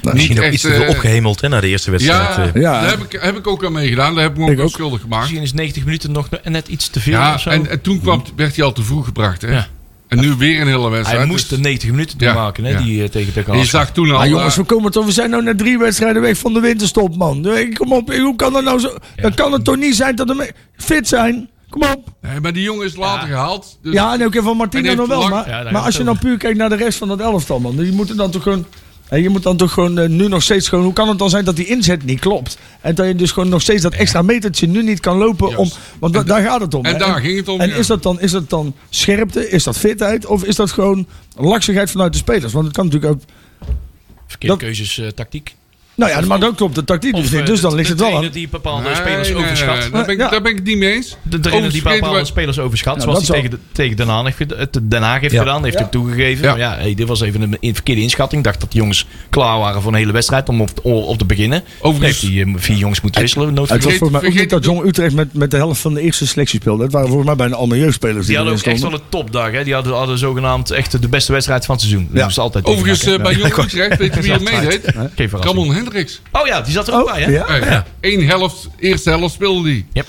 Speaker 3: Nou,
Speaker 5: Niet
Speaker 6: Misschien ook
Speaker 5: echt,
Speaker 6: iets te veel
Speaker 5: eh,
Speaker 6: opgehemeld hè, na de eerste wedstrijd.
Speaker 5: Ja,
Speaker 6: eh.
Speaker 3: Ja.
Speaker 5: daar heb ik, heb ik ook aan meegedaan. Daar heb ik me ook,
Speaker 3: Ik
Speaker 5: aan
Speaker 3: ook.
Speaker 5: schuldig gemaakt.
Speaker 4: Misschien is 90 minuten nog net iets te veel. of
Speaker 5: Ja,
Speaker 4: zo.
Speaker 5: en, en toen kwam, werd hij al te vroeg gebracht. Hè?
Speaker 4: Ja.
Speaker 5: En nu weer een hele wedstrijd.
Speaker 4: hij moest de
Speaker 5: dus-
Speaker 4: 90 minuten
Speaker 5: Ja.
Speaker 4: doormaken
Speaker 5: Ja.
Speaker 4: hè, die eh, tegen de
Speaker 5: en je zag toen al...
Speaker 3: Maar Ah, jongens,
Speaker 5: eh,
Speaker 3: we komen toch, we zijn nou na drie wedstrijden weg van de winterstop, man. Nee, Kom op, hoe kan dat nou zo? Dan kan het toch niet zijn dat we fit zijn? Kom op.
Speaker 5: nee, maar die jongen is later gehaald. Dus
Speaker 3: Ja, en ook van
Speaker 5: En
Speaker 3: Martina
Speaker 5: heeft
Speaker 3: nog wel.
Speaker 5: lang-
Speaker 3: Maar,
Speaker 4: Ja, daar
Speaker 3: maar
Speaker 4: gaat
Speaker 3: als je
Speaker 4: het
Speaker 3: dan puur kijkt naar de rest van dat elftal, man. Die moeten dan toch gewoon... hè, Je moet dan toch gewoon eh, nu nog steeds gewoon... Hoe kan het dan zijn dat die inzet niet klopt? En dat je dus gewoon nog steeds dat extra metertje nu niet kan lopen om... Want da- daar gaat het om.
Speaker 5: en
Speaker 3: hè.
Speaker 5: daar ging het om,
Speaker 3: En
Speaker 5: ja.
Speaker 3: is, dat dan, is dat dan scherpte? Is dat fitheid? Of is dat gewoon laksigheid vanuit de spelers? Want het kan natuurlijk ook...
Speaker 4: Verkeerde
Speaker 3: dat-
Speaker 4: keuzes, eh, tactiek.
Speaker 3: Nou ja, maar dan klopt de tactiek dus
Speaker 4: Of,
Speaker 3: niet.
Speaker 4: eh,
Speaker 3: Dus
Speaker 4: de-
Speaker 3: dan ligt
Speaker 4: de
Speaker 3: het wel aan.
Speaker 4: trainer die bepaalde
Speaker 5: Nee,
Speaker 4: spelers
Speaker 5: nee, nee,
Speaker 4: overschat.
Speaker 5: nee, Daar ben, ik,
Speaker 3: Ja.
Speaker 5: daar ben ik het niet mee eens.
Speaker 4: De trainer die
Speaker 5: Overigens
Speaker 4: bepaalde
Speaker 5: vergeten
Speaker 4: spelers overschat.
Speaker 3: Nou,
Speaker 4: zoals
Speaker 3: dat
Speaker 4: hij
Speaker 3: zal-
Speaker 4: tegen, de- tegen Den Haag heeft, ged- het Den Haag heeft
Speaker 6: Ja.
Speaker 4: gedaan. Heeft
Speaker 3: Ja.
Speaker 4: hij toegegeven.
Speaker 5: Ja.
Speaker 4: Maar Ja, hey, dit was even een in- verkeerde inschatting. Ik dacht dat de jongens klaar waren voor een hele wedstrijd om op, op te beginnen.
Speaker 5: Overigens-
Speaker 4: Heeft hij eh, vier jongens moeten wisselen. nood-
Speaker 3: Het was
Speaker 5: Vergeet-
Speaker 3: volgens mij ook
Speaker 5: vergeet
Speaker 3: niet dat
Speaker 5: het-
Speaker 3: Jong Utrecht met, met de helft van de eerste selectie speelde. Het waren volgens mij bijna allemaal jeugdspelers die,
Speaker 4: Die hadden ook
Speaker 3: erin
Speaker 4: echt wel
Speaker 3: stonden.
Speaker 4: een topdag. Hè? Die hadden, hadden zogenaamd echt de beste wedstrijd van het seizoen. Dat
Speaker 3: Ja.
Speaker 4: moesten ze altijd
Speaker 5: Overigens,
Speaker 4: tegen
Speaker 5: eh, bij Jong Utrecht, weet je wie er
Speaker 4: Dat is altijd.
Speaker 5: meedeed?
Speaker 4: maken. Geen verrassing.
Speaker 5: Ramon Hendricks.
Speaker 4: Oh ja, die zat er ook
Speaker 3: Oh,
Speaker 4: bij, hè?
Speaker 3: ja.
Speaker 5: Eén helft, eerste helft speelde die.
Speaker 4: Yep.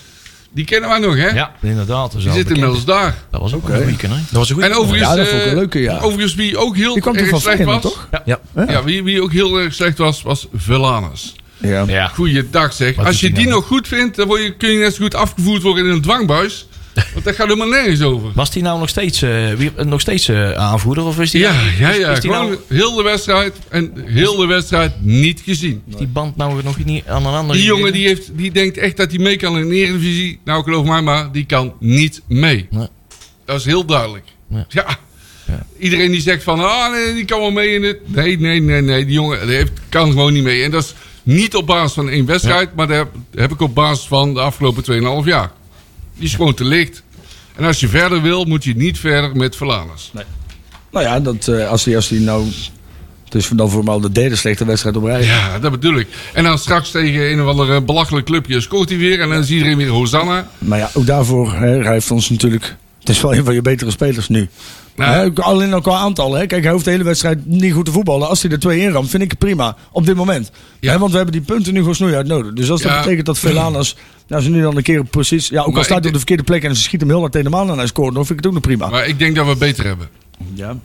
Speaker 5: Die kennen wij nog, hè?
Speaker 4: Ja, inderdaad.
Speaker 5: Die zit inmiddels daar.
Speaker 4: Dat was ook
Speaker 3: Oké.
Speaker 4: een goeie, hè?
Speaker 6: Dat was een goed.
Speaker 5: En overigens,
Speaker 3: Ja, dat vond ik
Speaker 5: eh,
Speaker 3: een leuke, ja.
Speaker 5: overigens wie ook heel
Speaker 3: Die kwam toch
Speaker 5: erg
Speaker 3: van
Speaker 5: slecht was.
Speaker 3: Feyenoord, toch?
Speaker 6: Ja.
Speaker 5: Ja, wie, wie ook heel erg slecht was, was Velanus.
Speaker 3: Ja.
Speaker 4: Ja.
Speaker 5: Goeiedag zeg.
Speaker 4: Wat doet
Speaker 5: Als je
Speaker 4: die
Speaker 5: die
Speaker 4: nou?
Speaker 5: nog goed vindt, dan word je, kun je net zo goed afgevoerd worden in een dwangbuis. Want daar gaat helemaal nergens over.
Speaker 4: Was die nou nog steeds, eh, wie- eh, nog steeds eh, aanvoerder? Of is die,
Speaker 5: Ja, ja,
Speaker 4: is-
Speaker 5: ja.
Speaker 4: Is die,
Speaker 5: Gewoon
Speaker 4: nou,
Speaker 5: heel de wedstrijd en heel de wedstrijd niet gezien.
Speaker 4: is die band nou nog niet aan een ander?
Speaker 5: Die jongen die, heeft, die denkt echt dat hij mee kan in de Eredivisie. Nou, geloof mij maar, die kan niet mee.
Speaker 4: Nee.
Speaker 5: Dat is heel duidelijk.
Speaker 4: Nee.
Speaker 5: Ja. Iedereen die zegt van, ah nee, die kan wel mee in het... Nee, nee, nee, nee, die jongen die heeft, kan gewoon niet mee. En dat is niet op basis van één wedstrijd, maar dat heb, heb ik op basis van de afgelopen 2,5 jaar. Die is gewoon te licht. En als je verder wil, moet je niet verder met Verlaners.
Speaker 3: Nou ja, dat, eh, als hij als die nou... Dus dan voor mij al de derde slechte wedstrijd op rij.
Speaker 5: Ja, dat bedoel ik. En dan straks tegen een of andere belachelijk clubje scoort hij weer. En dan is iedereen weer Hosanna.
Speaker 3: Maar ja, ook daarvoor hè, hij heeft ons natuurlijk... Het is wel een van je betere spelers nu.
Speaker 5: Nou,
Speaker 3: Hè, ook alleen ook qua aantallen. Hè. Kijk, hij hoeft de hele wedstrijd niet goed te voetballen. Als hij er twee in ramt, vind ik het prima. Op dit moment.
Speaker 5: Ja.
Speaker 3: Hè, want we hebben die punten nu gewoon snoeihard nodig. Dus als dat
Speaker 5: Ja.
Speaker 3: betekent dat Velanus... Nou, ze nu dan een keer precies... Ja, ook
Speaker 5: Maar
Speaker 3: al staat
Speaker 5: ik
Speaker 3: hij op de verkeerde plek en ze schiet hem heel hard tegen de maan en hij scoort, dan vind ik het ook nog prima.
Speaker 5: Maar ik denk dat we het beter hebben.
Speaker 3: ja,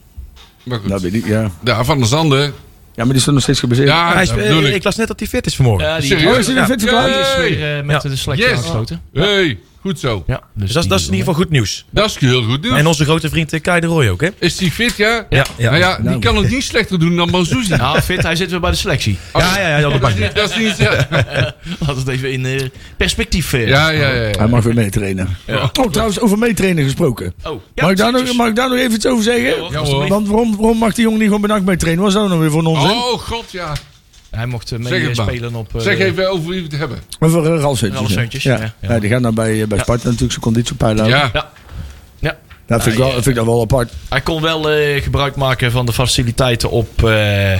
Speaker 5: Maar goed.
Speaker 3: dat weet ik, Ah. ja.
Speaker 5: Ja, van der Zanden.
Speaker 3: ja, maar die is toch nog steeds gebaseerd.
Speaker 5: Ja,
Speaker 6: Hij is-
Speaker 5: dat
Speaker 6: eh,
Speaker 5: bedoel ik.
Speaker 6: ik las net dat hij fit is vanmorgen.
Speaker 4: Ja, die
Speaker 5: Serieus?
Speaker 3: Oh, is hij
Speaker 6: Ja.
Speaker 3: weer fit verklaard?
Speaker 5: Ja.
Speaker 4: is weer eh, met
Speaker 6: Ja.
Speaker 4: de selectie
Speaker 5: Yes.
Speaker 4: aangesloten.
Speaker 5: hey, goed zo.
Speaker 4: Ja,
Speaker 6: Dus dat, dat is in ieder geval goed nieuws.
Speaker 5: Dat is heel goed nieuws.
Speaker 6: En onze grote vriend eh, Kai de Roy ook, hè?
Speaker 5: Is die fit, ja?
Speaker 6: Ja, ja.
Speaker 5: Nou ja, die
Speaker 3: Nou.
Speaker 5: kan het niet slechter doen dan Manzouzi.
Speaker 4: Nou, fit, hij zit weer bij de selectie.
Speaker 6: Ja, ja, ja, ja, op de
Speaker 5: dat,
Speaker 6: bank.
Speaker 5: is niet, dat is niet... Ja,
Speaker 4: Laat het even in eh, perspectief. eh.
Speaker 5: ja, ja. ja,
Speaker 3: Hij mag weer meetrainen. Oh, trouwens, over meetrainen gesproken.
Speaker 4: Oh,
Speaker 3: mag, ik daar nog,
Speaker 4: precies.
Speaker 3: mag ik daar nog even iets over zeggen?
Speaker 5: Ja, hoor.
Speaker 3: Want waarom, waarom mag die jongen niet gewoon bedankt mee trainen? Wat is dat nou weer voor een onzin?
Speaker 5: Oh, god, ja.
Speaker 4: Hij mocht eh,
Speaker 5: Zeg
Speaker 4: mee eh,
Speaker 5: het maar.
Speaker 4: spelen op... eh,
Speaker 5: Zeg even over wie we het hebben.
Speaker 3: Over eh, Ralf Seuntjes.
Speaker 4: Ralf
Speaker 3: hè?
Speaker 4: Seuntjes,
Speaker 3: Ja.
Speaker 4: ja.
Speaker 3: Ja, die gaat nou bij, eh, bij Sparta natuurlijk zijn conditiepijl houden.
Speaker 5: Ja.
Speaker 4: Ja. ja.
Speaker 3: Dat vind, ik wel, dat vind ik dan wel apart.
Speaker 4: Hij kon wel eh, gebruik maken van de faciliteiten op, eh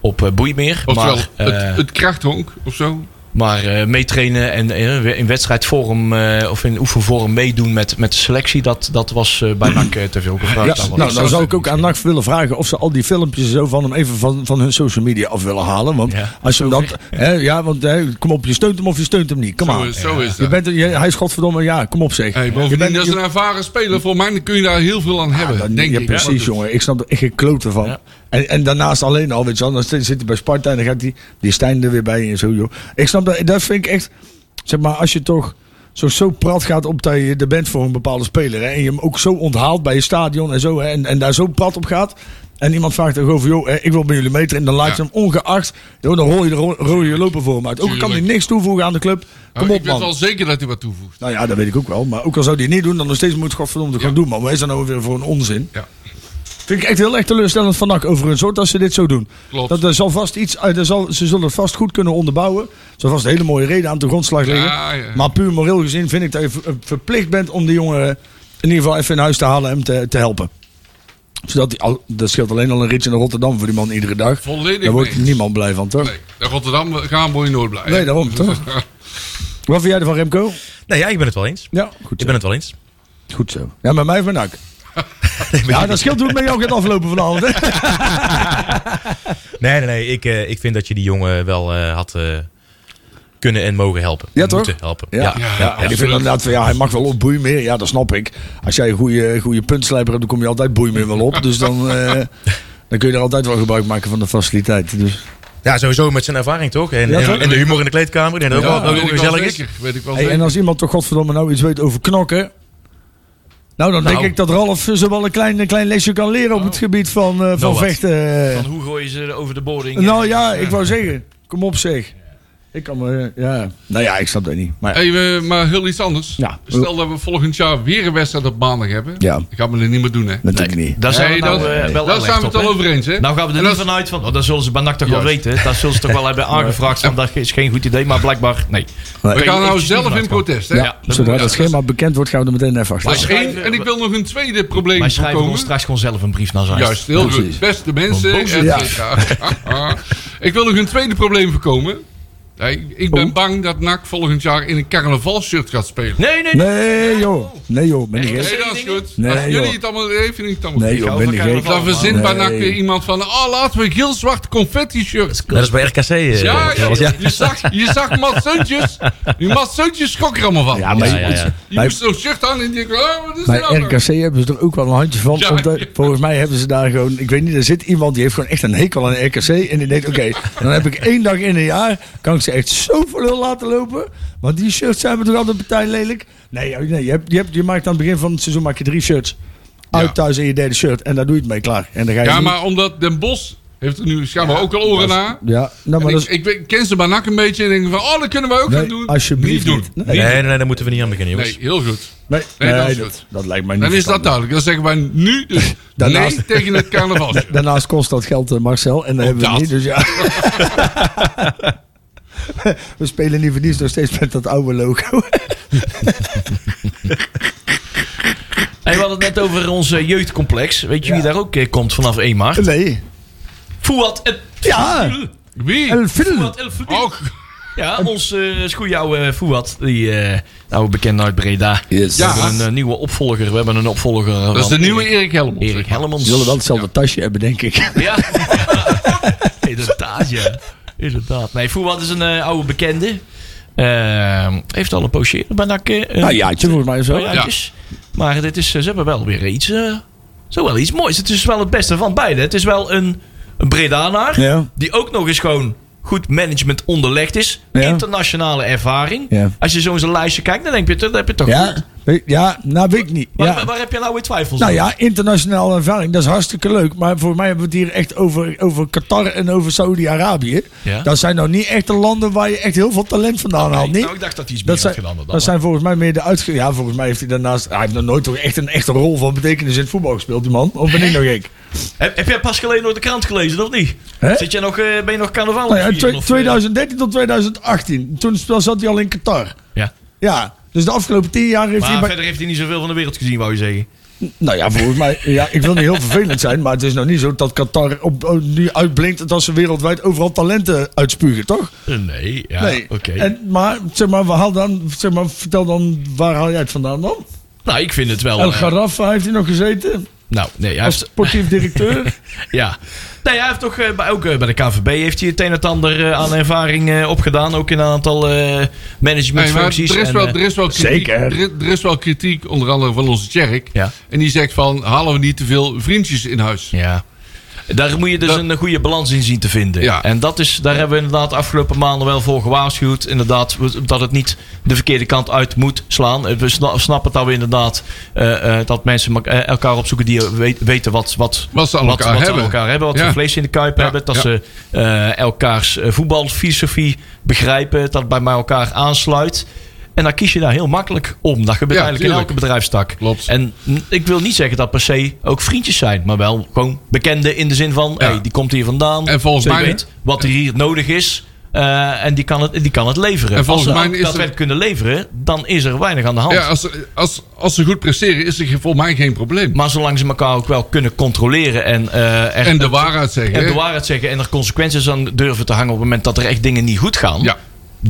Speaker 4: op eh, Boeimeer.
Speaker 5: Oftewel,
Speaker 4: maar eh,
Speaker 5: het, het krachthonk of zo.
Speaker 4: maar eh, meetrainen en eh, weer in wedstrijdvorm eh, of in oefenvorm meedoen met, met de selectie, dat, dat was eh, bij NAC eh, te veel
Speaker 3: Ja,
Speaker 4: gevraagd.
Speaker 3: nou, dan zou ik ook aan NAC willen vragen of ze al die filmpjes zo van hem even van, van hun social media af willen halen. Want
Speaker 4: Ja.
Speaker 3: als je hem dat. Hè, ja, want hè, kom op, je steunt hem of je steunt hem niet. Kom
Speaker 5: Zo
Speaker 3: aan.
Speaker 5: is, zo is
Speaker 3: Je
Speaker 5: dat.
Speaker 3: bent, er- je, hij is godverdomme, ja, kom op zeg.
Speaker 5: Hey,
Speaker 3: je
Speaker 5: bovendien,
Speaker 3: bent-
Speaker 5: dat is
Speaker 3: je-
Speaker 5: een ervaren speler. Voor mij kun je daar heel veel aan hebben,
Speaker 3: Ja, dan-
Speaker 5: denk
Speaker 3: ja,
Speaker 5: ik.
Speaker 3: precies, jongen. Ik snap er echt geen klote van.
Speaker 4: Ja.
Speaker 3: En, en daarnaast alleen al, weet je wel. Dan zit zit hij bij Sparta en dan gaat die, die Stijn er weer bij en zo, joh. Ik snap dat, dat vind ik echt... Zeg maar, als je toch zo, zo prat gaat op dat je er bent voor een bepaalde speler... Hè, en je hem ook zo onthaalt bij je stadion en zo... Hè, en, en daar zo prat op gaat... En iemand vraagt dan gewoon van, joh, eh, ik wil bij jullie meter. En dan laat je hem ongeacht, joh, dan rol je de ro- rol je lopen voor hem uit. Ook al kan hij
Speaker 5: Tuurlijk.
Speaker 3: niks toevoegen aan de club. Kom
Speaker 5: Nou,
Speaker 3: op,
Speaker 5: ik weet
Speaker 3: man.
Speaker 5: wel zeker dat hij wat toevoegt.
Speaker 3: Nou ja, dat weet ik ook wel. Maar ook al zou die niet doen, dan nog steeds moet godverdomme het gaan doen. Maar wat is dat nou weer voor een onzin?
Speaker 5: Ja.
Speaker 3: Vind ik echt heel erg teleurstellend van NAC overigens hoor, dat ze dit zo doen.
Speaker 5: Klopt.
Speaker 3: Dat er zal vast iets, uit- er zal, ze zullen het vast goed kunnen onderbouwen. Er zal vast een hele mooie reden aan de grondslag liggen.
Speaker 5: Ja, ja.
Speaker 3: Maar puur moreel gezien vind ik dat je ver- verplicht bent om die jongen eh, in ieder geval even in huis te halen en hem te, te helpen. Zodat die, al- dat scheelt alleen al een ritje naar Rotterdam voor die man iedere dag.
Speaker 5: Volledig
Speaker 3: Daar wordt
Speaker 5: mee.
Speaker 3: niemand blij van, toch?
Speaker 5: Nee, naar Rotterdam gaan word je nooit blij.
Speaker 3: Nee, daarom, toch? Wat vind jij ervan, Remco?
Speaker 6: Nee, ja, ik ben het wel eens.
Speaker 3: Ja, goed
Speaker 6: Ik
Speaker 3: zo.
Speaker 6: ben het wel eens.
Speaker 3: Goed zo. Ja, met mij van NAC. ja, dat scheelt hoe het met jou gaat aflopen vanavond. hè?
Speaker 6: Nee, nee, nee. Ik, eh, ik vind dat je die jongen wel eh, had eh, kunnen en mogen helpen.
Speaker 3: Ja, toch?
Speaker 6: Moeten helpen.
Speaker 3: Ja, ja,
Speaker 5: ja,
Speaker 3: en ik
Speaker 5: absoluut.
Speaker 3: vind inderdaad van ja, hij mag wel op boeimeer. Ja, dat snap ik. Als jij een goede, goede puntslijper hebt, dan kom je altijd boeimeer wel op. Dus dan, eh, dan kun je er altijd wel gebruik maken van de faciliteit. Dus.
Speaker 6: Ja, sowieso met zijn ervaring toch? En,
Speaker 3: Ja,
Speaker 6: en-
Speaker 3: toch?
Speaker 6: en de humor in de kleedkamer. Ik denk dat ook wel
Speaker 5: weet
Speaker 6: dat ook
Speaker 5: ik
Speaker 6: wel
Speaker 5: wel
Speaker 6: gezellig is.
Speaker 5: zeker. Weet ik wel
Speaker 3: Hey,
Speaker 5: zeker.
Speaker 3: en als iemand toch godverdomme nou iets weet over knokken. Nou, dan denk
Speaker 6: Nou.
Speaker 3: ik dat Ralf ze wel een klein, een klein lesje kan leren op het gebied van, eh, van
Speaker 6: wat.
Speaker 3: vechten.
Speaker 4: Van hoe gooi je ze over de boarding?
Speaker 3: nou ja, ik wou zeggen. Kom op zeg. Ik kan me, ja. Nou ja, ik snap dat niet. Maar ja.
Speaker 5: Even, maar heel iets anders.
Speaker 3: Ja.
Speaker 5: Stel dat we volgend jaar weer een wedstrijd op maandag hebben.
Speaker 3: Ja.
Speaker 5: Dat gaan we er niet meer doen, hè?
Speaker 3: natuurlijk niet.
Speaker 4: Daar zijn
Speaker 5: Nee,
Speaker 4: we nou,
Speaker 5: dat-
Speaker 4: eh, wel
Speaker 5: Daar
Speaker 4: alert
Speaker 5: zijn we het
Speaker 4: op,
Speaker 5: al
Speaker 4: hè?
Speaker 5: over eens, hè?
Speaker 4: Nou gaan we er niet vanuit van, oh, dat zullen ze bij NAC toch wel
Speaker 5: Juist.
Speaker 4: weten. Dat zullen ze toch wel hebben aangevraagd. Van, dat is geen goed idee, maar blijkbaar, nee.
Speaker 5: we gaan nou
Speaker 4: eventjes niet
Speaker 5: zelf in
Speaker 4: vanuit gaan.
Speaker 5: protest, hè?
Speaker 3: Ja,
Speaker 4: dat-
Speaker 3: zodra
Speaker 4: ja,
Speaker 3: dat
Speaker 4: dat-
Speaker 3: schema bekend wordt, gaan we er meteen even achter.
Speaker 5: Dat is één. En ik wil nog een tweede probleem
Speaker 4: Wij schrijven
Speaker 5: voorkomen.
Speaker 4: ons straks gewoon zelf een brief naar zijn.
Speaker 5: Juist, heel
Speaker 3: Precies.
Speaker 5: goed. Beste mensen.
Speaker 4: Van boze
Speaker 5: et
Speaker 3: Ja.
Speaker 5: cetera. ik wil nog een tweede probleem voorkomen.
Speaker 3: Oh.
Speaker 5: Ja, ik, ik ben bang dat NAC volgend jaar in een carnavalshirt gaat spelen.
Speaker 4: Nee, nee, nee.
Speaker 3: Nee, joh. Nee joh, ben ik
Speaker 5: Nee,
Speaker 3: gek?
Speaker 5: dat is goed.
Speaker 3: Nee,
Speaker 5: Als
Speaker 3: joh.
Speaker 5: jullie het allemaal even niet allemaal
Speaker 3: Nee
Speaker 5: goed.
Speaker 3: joh, ben ik gek?
Speaker 5: Dan verzint
Speaker 3: Nee.
Speaker 5: bij NAC weer iemand van... Oh, laten we heel zwart confetti shirt.
Speaker 6: Dat is bij RKC. eh,
Speaker 5: Ja,
Speaker 6: wel eens,
Speaker 5: je, je zag, je zag Mats Suntjes. Die Mats Suntjes schrok er allemaal van.
Speaker 3: Ja, maar
Speaker 6: Ja, ja, ja.
Speaker 5: Je
Speaker 3: bij-
Speaker 5: moest zo'n shirt aan en die dacht, oh, wat is
Speaker 3: Bij
Speaker 5: er nou?
Speaker 3: RKC hebben ze er ook wel een handje van.
Speaker 5: Ja.
Speaker 3: want, eh, volgens mij hebben ze daar gewoon... Ik weet niet, er zit iemand die heeft gewoon echt een hekel aan RKC. En die denkt, oké, dan heb ik één dag in een jaar... kan ik ze echt zoveel lul laten lopen. Want die shirts zijn we toch altijd partij lelijk? Nee, ja, nee je, hebt, je, hebt, je maakt aan het begin van het seizoen maak je drie shirts. Uit
Speaker 5: Ja.
Speaker 3: thuis in je derde shirt. En daar doe je het mee klaar. En dan ga je
Speaker 5: Ja,
Speaker 3: niet-
Speaker 5: maar omdat Den Bos heeft er nu schijnbaar ook al oren naar.
Speaker 3: Ja, nou, maar dat
Speaker 5: En ik,
Speaker 3: is...
Speaker 5: ik weet- ik ken ze bij NAC een beetje en denk van... Oh, dat kunnen we ook
Speaker 3: Nee,
Speaker 5: gaan doen.
Speaker 3: alsjeblieft
Speaker 5: Niet
Speaker 3: niet.
Speaker 5: doen.
Speaker 6: Nee, nee, nee, daar moeten we niet aan beginnen, jongens.
Speaker 5: Nee, heel goed.
Speaker 3: Nee,
Speaker 5: Nee, dat
Speaker 3: nee,
Speaker 5: is
Speaker 3: dat,
Speaker 5: goed.
Speaker 3: dat lijkt mij niet
Speaker 5: Dan is dat
Speaker 3: verstandig.
Speaker 5: duidelijk. Dan zeggen wij nu dus nee
Speaker 3: Daarnaast-
Speaker 5: tegen het carnaval.
Speaker 3: Daarnaast kost dat geld eh, Marcel. En dat hebben we
Speaker 5: dat.
Speaker 3: niet, dus ja. we spelen niet voor niets nog steeds met dat oude logo.
Speaker 4: Hey, we hadden het net over ons eh, jeugdcomplex. Weet je wie daar ook eh, komt vanaf 1 maart?
Speaker 3: nee.
Speaker 4: Fouad El
Speaker 3: Ja,
Speaker 5: Wie?
Speaker 3: El Fil.
Speaker 4: Fouad El Fadil.
Speaker 5: Ook.
Speaker 4: Ja, ons eh schoenjouwe Fouad. Die eh oude bekende uit Breda.
Speaker 3: Yes.
Speaker 4: We
Speaker 5: Ja.
Speaker 4: hebben een eh, nieuwe opvolger. We hebben een opvolger.
Speaker 5: Dat is de nieuwe Erik Helmond.
Speaker 4: Erik Helmond.
Speaker 3: Ze zullen wel hetzelfde tasje hebben, denk ik.
Speaker 4: Ja. Inderdaad, ja. Inderdaad. Nee, Fouad is een eh, oude bekende. Eh, heeft al een poosje eerder bij NAC. eh, een-
Speaker 3: Nou ja, het is volgens mij zo.
Speaker 4: Wel uitjes. Maar dit is, eh, ze hebben wel weer iets, eh, zo wel iets moois. Het is wel het beste van beide. Het is wel een, een Bredanaar
Speaker 3: Ja.
Speaker 4: die ook nog eens gewoon goed management onderlegd is.
Speaker 3: Ja.
Speaker 4: Internationale ervaring.
Speaker 3: Ja.
Speaker 4: Als je zo in zijn lijstje kijkt, dan denk je, dat heb je toch goed.
Speaker 3: Ja, weet- ja nou weet ik niet.
Speaker 4: Waar,
Speaker 3: Ja.
Speaker 4: waar heb je nou weer twijfels
Speaker 3: Nou
Speaker 4: aan?
Speaker 3: ja, internationale ervaring, dat is hartstikke leuk. Maar voor mij hebben we het hier echt over, over Qatar en over Saudi-Arabië.
Speaker 4: Ja.
Speaker 3: Dat zijn nou niet echt de landen waar je echt heel veel talent vandaan haalt.
Speaker 4: Nee,
Speaker 3: Niet?
Speaker 4: nou, ik dacht dat hij iets meer
Speaker 3: Dat
Speaker 4: had
Speaker 3: zijn,
Speaker 4: gedaan. dan
Speaker 3: dat zijn volgens mij meer de uitge... Ja, volgens mij heeft hij daarnaast... Hij heeft nog nooit toch echt een echte rol van betekenis in het voetbal gespeeld, die man. Of ben ik nog gek?
Speaker 4: Heb, heb jij pas geleden door de krant gelezen, of niet?
Speaker 3: Hè?
Speaker 4: Zit jij nog, eh, ben je nog carnaval?
Speaker 3: Nou ja,
Speaker 4: aan het vieren,
Speaker 3: twe-
Speaker 4: of, eh,
Speaker 3: 2013 tot 2018. Toen speel- zat hij al in Qatar.
Speaker 4: Ja.
Speaker 3: Ja, dus de afgelopen tien jaar heeft hij...
Speaker 4: Maar
Speaker 3: bij-
Speaker 4: verder heeft hij niet zoveel van de wereld gezien, wou je zeggen.
Speaker 3: Nou ja, volgens mij... Ja, ik wil niet heel vervelend zijn, maar het is nou niet zo dat Qatar op, op- nu uitblinkt dat ze wereldwijd overal talenten uitspugen, toch?
Speaker 4: Eh, Nee, ja,
Speaker 3: nee.
Speaker 4: oké.
Speaker 3: En, maar zeg maar, we haal dan, zeg maar, vertel dan, waar haal jij het vandaan dan?
Speaker 4: Nou, ik vind het wel...
Speaker 3: El
Speaker 4: eh,
Speaker 3: Garrafa heeft hij nog gezeten
Speaker 4: nou, nee, hij
Speaker 3: als
Speaker 4: heeft,
Speaker 3: sportief directeur.
Speaker 4: Ja. Nee, hij heeft toch eh, bij, ook eh, bij de KVB heeft hij het een en het ander eh, aan ervaring eh, opgedaan. Ook in een aantal eh
Speaker 5: Nee, maar er
Speaker 4: managementfuncties.
Speaker 5: is,
Speaker 4: en,
Speaker 5: wel,
Speaker 4: eh,
Speaker 5: er, is wel kritiek,
Speaker 3: Zeker.
Speaker 5: Er, er is wel kritiek, onder andere van onze Tjerk.
Speaker 4: Ja.
Speaker 5: En die zegt van, halen we niet te veel vriendjes in huis?
Speaker 4: ja. Daar moet je dus
Speaker 5: Dat-
Speaker 4: een goede balans in zien te vinden.
Speaker 5: Ja.
Speaker 4: En dat is, daar hebben we inderdaad de afgelopen maanden wel voor gewaarschuwd. Inderdaad, we- dat het niet de verkeerde kant uit moet slaan. Eh, We sna- snappen dat we inderdaad eh, eh, dat mensen mak- eh, elkaar opzoeken die weet- weten wat, wat,
Speaker 5: Wat ze aan elkaar
Speaker 4: wat,
Speaker 5: hebben.
Speaker 4: Wat, elkaar hebben, wat
Speaker 5: Ja.
Speaker 4: voor vlees in de kuip
Speaker 5: Ja,
Speaker 4: hebben. Dat
Speaker 5: ja.
Speaker 4: ze eh, elkaars eh, voetbalfilosofie begrijpen. Dat het bij mij elkaar aansluit. En dan kies je daar heel makkelijk om. Dat gebeurt
Speaker 5: Ja,
Speaker 4: eigenlijk in
Speaker 5: tuurlijk.
Speaker 4: elke bedrijfstak.
Speaker 5: Klopt.
Speaker 4: En mm, ik wil niet zeggen dat per se ook vriendjes zijn. Maar wel gewoon bekenden in de zin van...
Speaker 5: Ja.
Speaker 4: Hey, die komt hier vandaan.
Speaker 5: En volgens
Speaker 4: Ze
Speaker 5: mij-
Speaker 4: weet wat er hier nodig is. eh, en die kan, het, die kan het leveren.
Speaker 5: En volgens
Speaker 4: Als ze
Speaker 5: mij
Speaker 4: dat-
Speaker 5: is
Speaker 4: dat
Speaker 5: er-
Speaker 4: werk kunnen leveren, dan is er weinig aan de hand.
Speaker 5: Ja, als, als, als ze goed presteren, is er volgens mij geen probleem.
Speaker 4: Maar zolang ze elkaar ook wel kunnen controleren en, eh, er-
Speaker 5: en de waarheid zeggen.
Speaker 4: en
Speaker 5: hè?
Speaker 4: de waarheid zeggen en er consequenties aan durven te hangen op het moment dat er echt dingen niet goed gaan.
Speaker 5: Ja.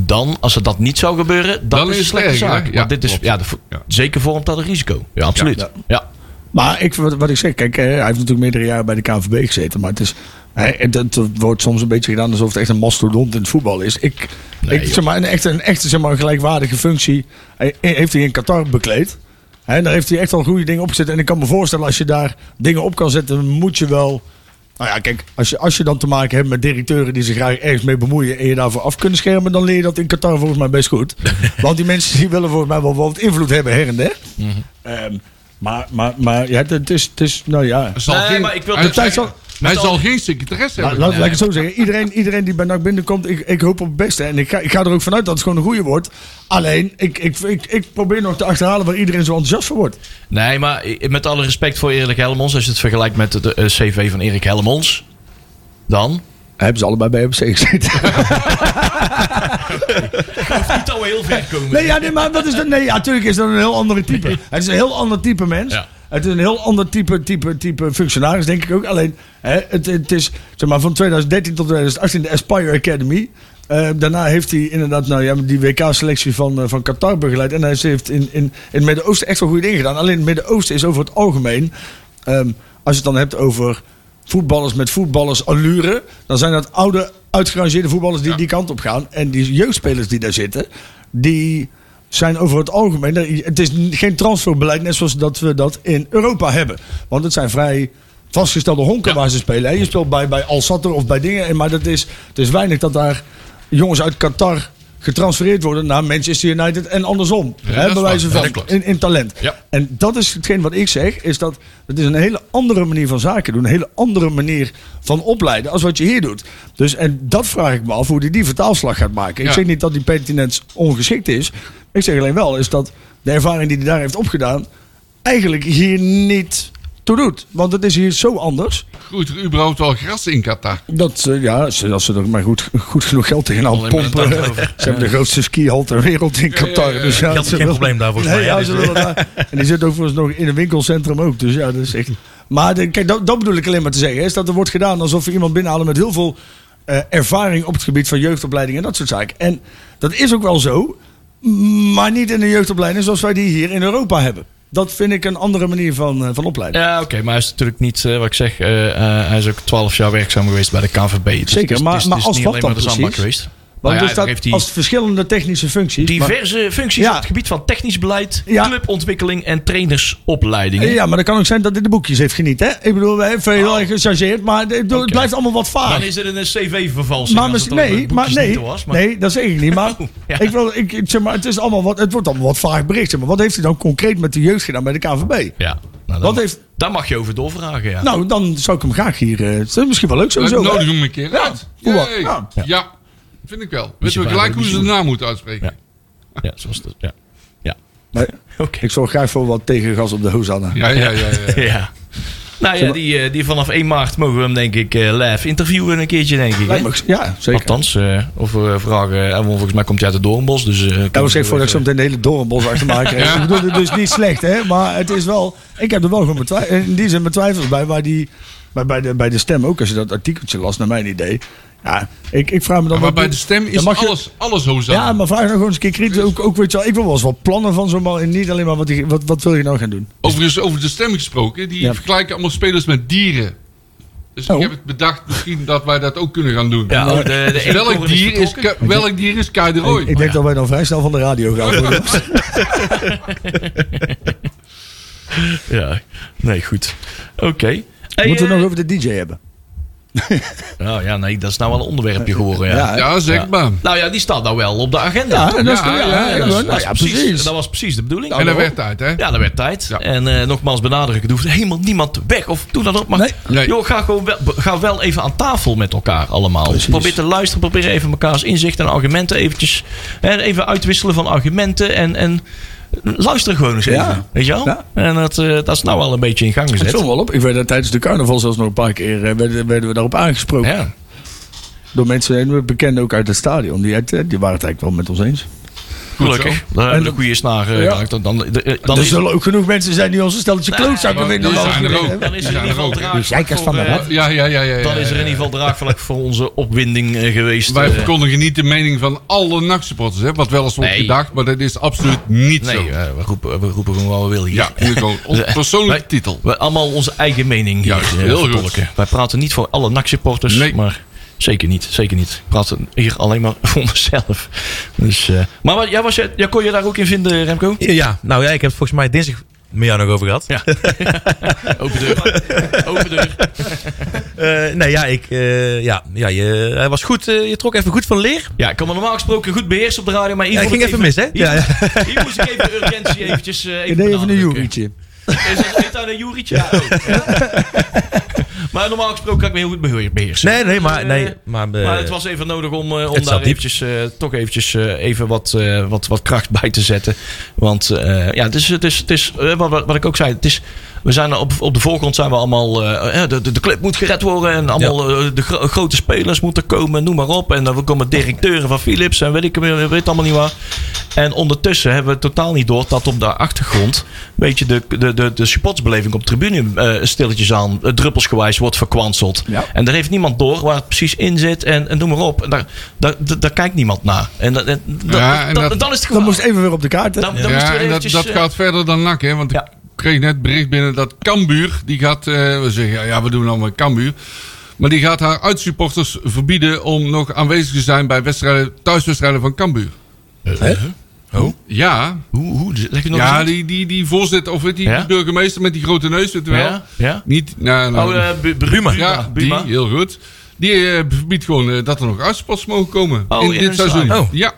Speaker 4: Dan, als er dat niet zou gebeuren, dan,
Speaker 5: Dan
Speaker 4: is het
Speaker 5: is
Speaker 4: een
Speaker 5: het
Speaker 4: slechte
Speaker 5: erg, hè?
Speaker 4: zaak.
Speaker 5: Ja,
Speaker 4: Want dit is,
Speaker 5: klopt.
Speaker 4: ja, de vo-
Speaker 5: Ja.
Speaker 4: zeker vormt dat een risico. Ja, absoluut. Ja.
Speaker 3: Ja. Maar ik, wat, wat ik zeg, kijk, eh, hij heeft natuurlijk meerdere jaren bij de KNVB gezeten. Maar het, is, hè, het, het wordt soms een beetje gedaan alsof het echt een mastodont in het voetbal is. Ik,
Speaker 4: Nee,
Speaker 3: ik,
Speaker 4: joh.
Speaker 3: zeg maar, een echte, een echte zeg maar, een gelijkwaardige functie hij- heeft hij in Qatar bekleed. Hè, En daar heeft hij echt wel goede dingen opgezet. En ik kan me voorstellen, als je daar dingen op kan zetten, moet je wel... Nou ja, kijk, als je, als je dan te maken hebt met directeuren die zich graag ergens mee bemoeien en je daarvoor af kunnen schermen, dan leer je dat in Qatar volgens mij best goed. Want die mensen die willen volgens mij wel wat invloed hebben her en der. Ehm, maar, maar, maar ja, het is, het is, nou ja.
Speaker 5: Er zal
Speaker 4: Nee,
Speaker 5: geen-
Speaker 4: maar ik wil-
Speaker 5: hij,
Speaker 4: Het
Speaker 3: tijd zal-
Speaker 5: hij
Speaker 4: met
Speaker 5: zal
Speaker 4: al-
Speaker 5: geen secretaresse
Speaker 3: Laat,
Speaker 5: hebben.
Speaker 3: laat, laat ik het zo zeggen. Iedereen, iedereen die bij NAC binnenkomt, ik, ik hoop op het beste. En ik ga, ik ga er ook vanuit dat het gewoon een goede wordt. Alleen, ik, ik, ik, ik probeer nog te achterhalen waar iedereen zo enthousiast voor wordt.
Speaker 4: Nee, maar i- met alle respect voor Erik Helmons, als je het vergelijkt met de eh, CV van Erik Helmons, dan.
Speaker 3: Hebben ze allebei bij MC gezeten?
Speaker 4: Niet al heel ver komen.
Speaker 3: Nee, ja, nee, maar dat is dat, nee, ja, natuurlijk is dat een heel ander type. Het is een heel ander type mens.
Speaker 4: Ja.
Speaker 3: Het is een heel ander type, type, type functionaris, denk ik ook. Alleen, hè, het, het is zeg maar, van 2013 tot 2018 de Aspire Academy. Eh, daarna heeft hij inderdaad nou, ja, die WK-selectie van, eh, van Qatar begeleid. En hij heeft- heeft in, in, in het Midden-Oosten echt wel goede dingen gedaan. Alleen het Midden-Oosten is over het algemeen... ehm, als je het dan hebt over voetballers met voetballers allure... dan zijn dat oude, uitgerangeerde voetballers die die kant op gaan. En die jeugdspelers die daar zitten... die zijn over het algemeen... Het is geen transferbeleid net zoals dat we dat in Europa hebben. Want het zijn vrij vastgestelde honken waar ze spelen. hè. Je speelt bij, bij Al Sattr of bij dingen. en- Maar dat is, het is weinig dat daar jongens uit Qatar getransfereerd worden naar Manchester United en andersom.
Speaker 5: Ja,
Speaker 3: hè,
Speaker 5: dat is
Speaker 3: bij wijze
Speaker 5: waar.
Speaker 3: van,
Speaker 5: Ja, dat klopt.
Speaker 3: in, in talent.
Speaker 5: Ja.
Speaker 3: En dat is hetgeen wat ik zeg, is dat het is een hele andere manier van zaken doen. Een hele andere manier van opleiden als wat je hier doet. Dus en dat vraag ik me af, hoe die die vertaalslag gaat maken. Ik
Speaker 5: Ja.
Speaker 3: zeg niet dat die pertinent ongeschikt is. Ik zeg alleen wel, is dat de ervaring die hij daar heeft opgedaan, eigenlijk hier niet toe doet. Want het is hier zo anders.
Speaker 5: Groeit er überhaupt wel gras in Qatar?
Speaker 3: Dat ze, ja, als ze, als ze er maar goed, goed genoeg geld tegenaan
Speaker 4: Alleen maar een
Speaker 3: pompen.
Speaker 4: dag over.
Speaker 3: Ze hebben de grootste skihal ter wereld in Qatar.
Speaker 5: ja, ja.
Speaker 3: Dus ja,
Speaker 6: Geld is
Speaker 3: ze
Speaker 6: geen
Speaker 3: willen-
Speaker 6: probleem daar volgens
Speaker 3: Nee,
Speaker 6: mij. Ja,
Speaker 3: ja,
Speaker 6: dus-
Speaker 3: ze willen daar- en die zit ook volgens nog in een winkelcentrum ook. Dus ja, dat is echt. Maar de- kijk, dat, dat bedoel ik alleen maar te zeggen. Is dat er wordt gedaan alsof we iemand binnenhalen met heel veel eh, ervaring op het gebied van jeugdopleiding en dat soort zaken. En dat is ook wel zo, maar niet in de jeugdopleiding zoals wij die hier in Europa hebben. Dat vind ik een andere manier van, eh, van opleiden.
Speaker 4: Ja, oké, maar hij is natuurlijk niet, eh, wat ik zeg, eh, eh, hij is ook 12 jaar werkzaam geweest bij de KVB. Dus het is-
Speaker 3: Zeker,
Speaker 4: het is-
Speaker 3: maar-
Speaker 4: het is
Speaker 3: maar als
Speaker 4: niet
Speaker 3: wat
Speaker 4: alleen maar
Speaker 3: dan
Speaker 4: de zandbak
Speaker 3: precies?
Speaker 4: geweest.
Speaker 3: Want
Speaker 4: Nou ja,
Speaker 3: dus
Speaker 4: daar
Speaker 3: dat,
Speaker 4: heeft hij-
Speaker 3: als verschillende technische functies. maar-
Speaker 4: Diverse functies
Speaker 3: Ja.
Speaker 4: op het gebied van technisch beleid,
Speaker 3: Ja.
Speaker 4: clubontwikkeling en trainersopleiding.
Speaker 3: Ja, maar dat kan ook zijn dat dit de boekjes heeft geniet. Hè? Ik bedoel, we hebben heel
Speaker 4: Oh.
Speaker 3: erg gechargeerd, maar ik bedoel, het blijft allemaal wat vaag.
Speaker 4: Dan is er een cv-vervalsing.
Speaker 3: Maar
Speaker 4: als het
Speaker 3: misschien,
Speaker 4: alleen
Speaker 3: nee, maar
Speaker 4: boekjes
Speaker 3: nee,
Speaker 4: niet was, maar-
Speaker 3: nee, dat zeg ik niet. Maar,
Speaker 4: Oh, ja.
Speaker 3: ik wil, ik, ik zeg maar, het, is allemaal wat, het wordt allemaal wat vaag bericht. zeg Maar wat heeft hij dan concreet met de jeugd gedaan bij de KVB?
Speaker 4: Ja, nou,
Speaker 3: Wat
Speaker 4: dan,
Speaker 3: heeft,
Speaker 4: daar mag je over doorvragen, ja.
Speaker 3: nou, dan zou ik hem graag hier... eh, het is misschien wel leuk
Speaker 5: Ik
Speaker 3: sowieso. hè?
Speaker 5: nodig hem een keer
Speaker 3: Ja,
Speaker 5: uit.
Speaker 3: doe wat.
Speaker 5: Jee.
Speaker 3: Ja.
Speaker 5: Ja, vind ik wel.
Speaker 4: Michel
Speaker 5: Weten we
Speaker 4: Vijver,
Speaker 5: gelijk hoe ze de
Speaker 4: Michel.
Speaker 5: naam moeten uitspreken.
Speaker 4: Ja, zoals dat, ja.
Speaker 3: Nee,
Speaker 4: Oké.
Speaker 3: ik zorg graag voor wat tegengas op de hoes aan.
Speaker 5: Ja, ja, ja. ja, ja.
Speaker 4: Ja. Nou ja, die, eh, die vanaf 1 maart mogen we hem denk ik eh, live interviewen een keertje, denk ik. hè?
Speaker 3: Lijkt me- Ja, zeker.
Speaker 4: Althans, eh, of we vragen... eh, en volgens mij komt hij uit de Doornbos, dus... eh,
Speaker 3: Ja,
Speaker 4: kunnen
Speaker 3: was echt
Speaker 4: we-
Speaker 3: voordat ik zo meteen de hele doornbos achter mij kreeg. Ik bedoel, het is niet slecht, hè? Maar het is wel... Ik heb er wel gewoon mijn twi- in die zin mijn twijfels bij. Maar die, bij, bij, de, bij de stem ook, als je dat artikeltje las, naar mijn idee. Ja, ik, ik vraag me dan...
Speaker 5: Maar
Speaker 3: wat
Speaker 5: bij
Speaker 3: doet-
Speaker 5: de stem
Speaker 3: dan
Speaker 5: is
Speaker 3: mag je-
Speaker 5: alles, alles Hosanna.
Speaker 3: Ja, maar vraag nou gewoon eens een keer kritisch. Ook, ook, weet je wel, ik wil wel eens wat plannen van zo'n man. En niet alleen maar wat, die- wat, wat wil je nou gaan doen.
Speaker 5: Overigens, over de stem gesproken. Die
Speaker 3: Ja.
Speaker 5: vergelijken allemaal spelers met dieren. Dus
Speaker 3: Oh.
Speaker 5: ik heb het bedacht misschien dat wij dat ook kunnen gaan doen.
Speaker 4: Ja, oh, de, de
Speaker 5: Dus
Speaker 4: eekhoorn
Speaker 5: welk, dier is
Speaker 4: vertrokken.
Speaker 5: Ka- welk dier is Kai de
Speaker 3: Ik,
Speaker 5: Roy?
Speaker 3: ik denk dat wij dan vrij snel van de radio gaan. worden.
Speaker 4: Ja, nee, goed. Oké.
Speaker 3: Moeten
Speaker 4: Hey,
Speaker 3: we het
Speaker 4: eh,
Speaker 3: nog over de DJ hebben?
Speaker 4: Oh ja, nee, dat is nou wel een onderwerpje geworden, ja.
Speaker 3: Ja,
Speaker 5: Ja, zeg maar.
Speaker 4: Nou ja, die staat nou wel op de agenda.
Speaker 3: ja, dat is-
Speaker 5: Ja,
Speaker 3: ja,
Speaker 5: ja, ja,
Speaker 3: ja,
Speaker 4: dat, is- dat
Speaker 3: nou
Speaker 4: is
Speaker 3: ja, precies.
Speaker 4: dat was precies de bedoeling.
Speaker 5: En dat werd uit, hè?
Speaker 4: Ja, dat werd tijd.
Speaker 5: Ja.
Speaker 4: En eh, nogmaals benadrukken, er hoeft helemaal niemand weg of doe dat op. Maar
Speaker 3: Nee.
Speaker 5: Nee.
Speaker 4: Joh, ga, gewoon wel, ga wel even aan tafel met elkaar allemaal.
Speaker 3: Precies.
Speaker 4: Probeer te luisteren, probeer even mekaars inzichten en argumenten eventjes. Hè, even uitwisselen van argumenten en, en luister gewoon eens even.
Speaker 3: Ja.
Speaker 4: Weet je wel?
Speaker 3: Ja.
Speaker 4: En dat, eh, dat is nou al een beetje in gang
Speaker 3: Het
Speaker 4: gezet.
Speaker 3: viel me wel op. Ik werd daar tijdens de carnaval zelfs nog een paar keer eh, werden, werden we daarop aangesproken.
Speaker 4: Ja.
Speaker 3: Door mensen en we bekenden ook uit het stadion. Die, uit- eh, die waren het eigenlijk wel met ons eens.
Speaker 5: Goed zo.
Speaker 4: Gelukkig. Dan hebben we
Speaker 3: dat-
Speaker 4: de goede snaar. eh,
Speaker 3: Ja. Dus
Speaker 4: dan- Dan, dan, dan,
Speaker 3: Dan
Speaker 4: is-
Speaker 3: er zullen ook genoeg mensen zijn die ons een stelletje klootzakken
Speaker 5: maar
Speaker 3: vinden.
Speaker 5: die
Speaker 3: omdat
Speaker 5: zijn
Speaker 3: we
Speaker 5: er
Speaker 3: het
Speaker 5: ook.
Speaker 3: hebben.
Speaker 4: Dan is er in
Speaker 5: Ja,
Speaker 4: ieder geval
Speaker 5: dat ook.
Speaker 4: draagvlak
Speaker 3: Dus jij kijkt
Speaker 4: voor,
Speaker 3: van de
Speaker 4: eh,
Speaker 3: rat.
Speaker 5: Ja, ja, ja, ja. ja,
Speaker 4: Dan is er in ieder geval draagvlak voor onze opwinding eh, geweest.
Speaker 5: Wij
Speaker 4: eh.
Speaker 5: verkondigen niet de mening van alle nachtsupporters, hè? Wat wel eens wordt
Speaker 4: Nee.
Speaker 5: gedacht, maar dat is absoluut niet
Speaker 4: Nee,
Speaker 5: zo.
Speaker 4: eh, we, roepen, we roepen gewoon wat we willen hier.
Speaker 5: Ja, hier gewoon ons persoonlijke
Speaker 4: Wij-
Speaker 5: titel.
Speaker 4: We allemaal onze eigen mening hier
Speaker 5: Juist,
Speaker 4: eh,
Speaker 5: heel goed.
Speaker 4: vertolken. Wij praten niet voor alle NAC-supporters,
Speaker 5: Nee.
Speaker 4: maar zeker niet, zeker niet. Ik praat hier alleen maar voor mezelf. Dus, eh, maar wat, jij, was, je- jij kon je daar ook in vinden, Remco?
Speaker 6: Ja, nou ja, ik heb het volgens mij dinsdag met jou nog over gehad.
Speaker 4: Ja. Open deur. Open deur.
Speaker 6: Eh, nee, ja, ik, eh, ja, ja je, hij was goed, eh, je trok even goed van leer.
Speaker 4: Ja, ik kan me normaal gesproken goed beheersen op de radio, maar hier
Speaker 6: Ja, ik
Speaker 4: vond
Speaker 6: ging
Speaker 4: ik
Speaker 6: even mis, hè?
Speaker 4: Hier,
Speaker 6: Ja,
Speaker 4: hier moest ik even de urgentie eventjes eh, even
Speaker 3: Ik deed even een
Speaker 4: benadrukken.
Speaker 3: jurietje.
Speaker 4: Is het- Heet dat een Jurietje? Oh, ja. maar normaal gesproken kan ik me heel goed beheer- beheersen.
Speaker 6: Nee, nee, maar, nee, maar, eh,
Speaker 4: Maar het was even nodig om, eh,
Speaker 6: het
Speaker 4: om daar
Speaker 6: zat diep.
Speaker 4: eventjes, eh, toch eventjes eh, even wat, eh, wat, wat kracht bij te zetten. Want eh, ja, het is, het is, het is eh, wat, wat, wat ik ook zei, het is We zijn op, op de voorgrond zijn we allemaal. eh, eh, de, de, de club moet gered worden. En allemaal eh, de gro- grote spelers moeten komen. Noem maar op. En dan komen directeuren van Philips. En weet ik meer, weet allemaal niet waar. En ondertussen hebben we totaal niet door dat op de achtergrond. Een beetje de, de, de, de supportsbeleving op tribune eh, stilletjes aan. eh, druppelsgewijs wordt verkwanseld.
Speaker 3: Ja.
Speaker 4: En daar heeft niemand door waar het precies in zit. En, en noem maar op. En daar, daar, daar, daar kijkt niemand naar. En, dat- en, dat-
Speaker 5: Ja, en
Speaker 4: dat-
Speaker 5: dat-
Speaker 4: dan is het
Speaker 3: Dat
Speaker 4: gevaar.
Speaker 3: moest even weer op de kaart. hè?
Speaker 4: Dan- dan moest weer
Speaker 5: Ja, en dat,
Speaker 4: eventjes,
Speaker 5: dat
Speaker 4: eh,
Speaker 5: gaat verder dan NAC, hè? Want
Speaker 4: Ja.
Speaker 5: ik kreeg net bericht binnen dat Cambuur, die gaat, eh, we zeggen, ja, ja, we doen allemaal Cambuur. Maar die gaat haar uitsupporters verbieden om nog aanwezig te zijn bij wedstrijden, thuiswedstrijden van Cambuur.
Speaker 3: Hè?
Speaker 5: Ja,
Speaker 4: Hoe, hoe, leg je nog eens
Speaker 5: ja
Speaker 4: uit?
Speaker 5: die, die, die voorzitter, of weet je, die,
Speaker 4: Ja?
Speaker 5: burgemeester met die grote neus, weet je wel.
Speaker 4: Ja? ja?
Speaker 5: Niet, nou, nou,
Speaker 4: Oh, eh, Bu- Buma.
Speaker 5: ja,
Speaker 4: Buma.
Speaker 5: die, heel goed. Die eh, verbiedt gewoon eh, dat er nog uitsupporters mogen komen
Speaker 4: Oh,
Speaker 5: in
Speaker 4: in
Speaker 5: dit
Speaker 4: een
Speaker 5: seizoen.
Speaker 6: stadion. Oh.
Speaker 5: Ja,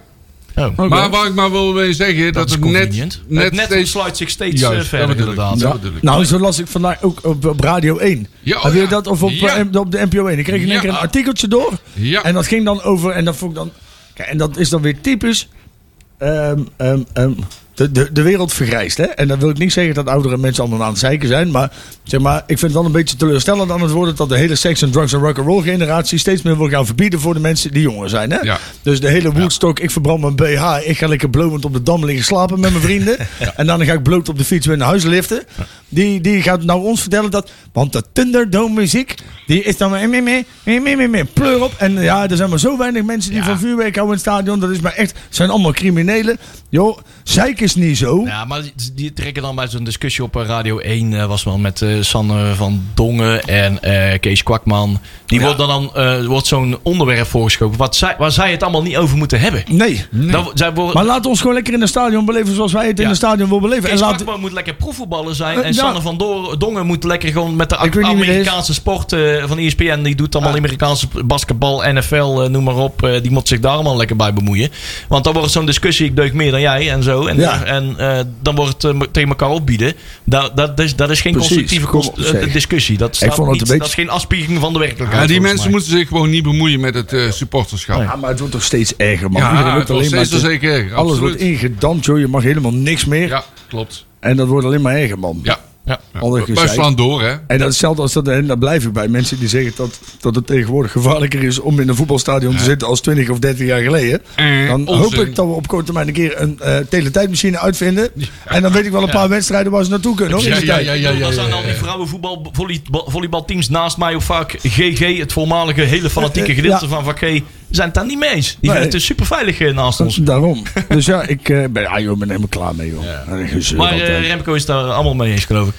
Speaker 4: Oh,
Speaker 3: Oké.
Speaker 5: maar waar ik maar wil mee zeggen, dat,
Speaker 4: dat is
Speaker 5: het net,
Speaker 4: convenient.
Speaker 5: net,
Speaker 4: Het net,
Speaker 5: steeds...
Speaker 4: sluit zich steeds
Speaker 5: Juist,
Speaker 4: eh,
Speaker 5: dat
Speaker 4: verder
Speaker 5: bedoel ik.
Speaker 4: inderdaad.
Speaker 5: Ja.
Speaker 4: Ja.
Speaker 3: Ja.
Speaker 5: bedoel ik.
Speaker 3: Nou, zo las ik vandaag ook op, op Radio 1.
Speaker 5: Ja, oh
Speaker 3: Heb je
Speaker 5: ja.
Speaker 3: dat of op,
Speaker 5: Ja.
Speaker 3: eh, op de NPO 1? Dan kreeg je in één
Speaker 5: Ja.
Speaker 3: keer een artikeltje door.
Speaker 5: Ja.
Speaker 3: En dat ging dan over... En dat, vond ik dan, kijk, en dat is dan weer typisch... ehm, ehm, ehm, de, de, de wereld vergrijst. Hè? En dan wil ik niet zeggen dat oudere mensen allemaal aan het zeiken zijn. Maar, zeg maar ik vind het wel een beetje teleurstellend aan het worden... dat de hele seks en drugs en rock'n'roll generatie... steeds meer wil gaan verbieden voor de mensen die jonger zijn. Hè?
Speaker 5: Ja.
Speaker 3: Dus de hele Woodstock, ik verbrand mijn BH. Ik ga lekker blowend op de dam liggen slapen met mijn vrienden. En dan ga ik bloot op de fiets weer naar huis liften. Die, die gaat nou ons vertellen dat... Want de Thunderdome muziek, die is dan maar... mee, mee, mee, mee, mee, mee, Pleur op. En ja, er zijn maar zo weinig mensen die van vuurwerk houden in het stadion. Dat is maar echt... zijn allemaal criminelen. Joh, zeik is niet zo.
Speaker 4: Ja, maar die- die trekken dan bij zo'n discussie op eh, Radio 1. eh, was wel met eh, Sanne van Dongen en eh, Kees Kwakman. Die wordt dan, dan eh, wordt zo'n onderwerp voorgeschoven. Wat zij, waar zij het allemaal niet over moeten hebben.
Speaker 3: Nee.
Speaker 4: Dan, zij worden,
Speaker 3: Maar laat ons gewoon lekker in het stadion beleven zoals wij het in
Speaker 4: Ja.
Speaker 3: het stadion willen beleven.
Speaker 4: Kees
Speaker 3: en laat,
Speaker 4: Kwakman moet lekker proefvoetballer zijn.
Speaker 3: Eh,
Speaker 4: en
Speaker 3: ja.
Speaker 4: Sanne van Dor- Dongen moet lekker gewoon met de
Speaker 3: Ik weet niet wie dat is.
Speaker 4: Amerikaanse sport eh, van ESPN. Die doet allemaal Amerikaanse basketbal, NFL, eh, noem maar op. Eh, die moet zich daar allemaal lekker bij bemoeien. Want dan wordt het zo'n discussie, ik deuk meer dan jij en zo. En,
Speaker 3: Ja.
Speaker 4: en eh, dan wordt het eh, me- tegen elkaar opbieden. Dat, dat, is, dat is geen
Speaker 3: Precies,
Speaker 4: constructieve
Speaker 3: kom op,
Speaker 4: cons- eh,
Speaker 3: zeg.
Speaker 4: discussie. Dat, staat
Speaker 3: vond het
Speaker 4: niet,
Speaker 3: een beetje-
Speaker 4: dat is geen afspiegeling van de werkelijkheid.
Speaker 5: Ja, die
Speaker 4: volgens
Speaker 5: mensen
Speaker 4: mij. Oh,
Speaker 5: moeten zich gewoon niet bemoeien met het eh, supporterschap.
Speaker 4: Nee.
Speaker 3: ja, maar het wordt toch steeds erger, man.
Speaker 5: Ja,
Speaker 3: Iedereen loopt
Speaker 5: het wordt
Speaker 3: alleen maar
Speaker 5: steeds
Speaker 3: te-
Speaker 5: wel zeker erger,
Speaker 3: Alles
Speaker 5: absoluut.
Speaker 3: wordt ingedampt, joh. Je mag helemaal niks meer.
Speaker 5: Ja, klopt.
Speaker 3: En dat wordt alleen maar erger, man.
Speaker 5: Ja.
Speaker 4: Ja.
Speaker 3: Ander
Speaker 5: Wij
Speaker 3: gezeik.
Speaker 5: slaan door, hè?
Speaker 3: En dat is hetzelfde als dat, en daar blijf ik bij. Mensen die zeggen dat, dat het tegenwoordig gevaarlijker is om in een voetbalstadion te zitten als 20 of 30 jaar geleden.
Speaker 5: Eh,
Speaker 3: Dan
Speaker 5: onzin.
Speaker 3: hoop ik dat we op korte termijn een keer een eh teletijdmachine uitvinden. En dan weet ik wel een paar wedstrijden waar ze naartoe kunnen. Hoor, in die
Speaker 5: Ja,
Speaker 3: tijd.
Speaker 5: ja, ja, ja,
Speaker 4: Dan
Speaker 5: ja,
Speaker 4: zijn al die vrouwenvoetbal, volleybal, volleybalteams naast mij ook vaak GG, het voormalige hele fanatieke gedeelte
Speaker 3: Ja.
Speaker 4: van vak G, zijn het daar niet mee eens. Die vinden het dus superveilig eh, naast ons.
Speaker 3: Daarom. Dus ja, ik eh, ben, ah, joh, ik ben helemaal klaar mee, joh. En ik gezeur
Speaker 4: Maar
Speaker 3: altijd.
Speaker 4: eh, Remco is daar allemaal mee eens, geloof ik.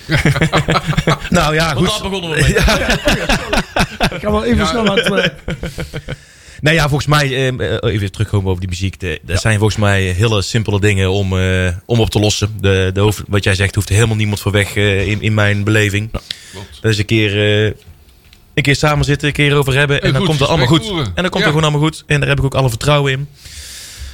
Speaker 6: Nou ja,
Speaker 4: Want daar
Speaker 6: goed.
Speaker 4: begonnen we mee.
Speaker 3: ik ga wel even snel aan het... eh,
Speaker 6: Nou ja, volgens mij, eh, eh, even terugkomen over die muziek. De- Dat zijn volgens mij hele simpele dingen om, eh, om op te lossen. De, de hoofd, wat jij zegt, hoeft helemaal niemand voor weg eh, in, in mijn beleving.
Speaker 5: klopt.
Speaker 6: Dat is een keer, eh, een keer samen zitten, een keer over hebben. En,
Speaker 5: Een
Speaker 6: dan
Speaker 5: goed
Speaker 6: komt het allemaal goed.
Speaker 5: gesprek
Speaker 6: En dan
Speaker 5: voeren.
Speaker 6: komt het
Speaker 5: Ja.
Speaker 6: gewoon allemaal goed. En daar heb ik ook alle vertrouwen in.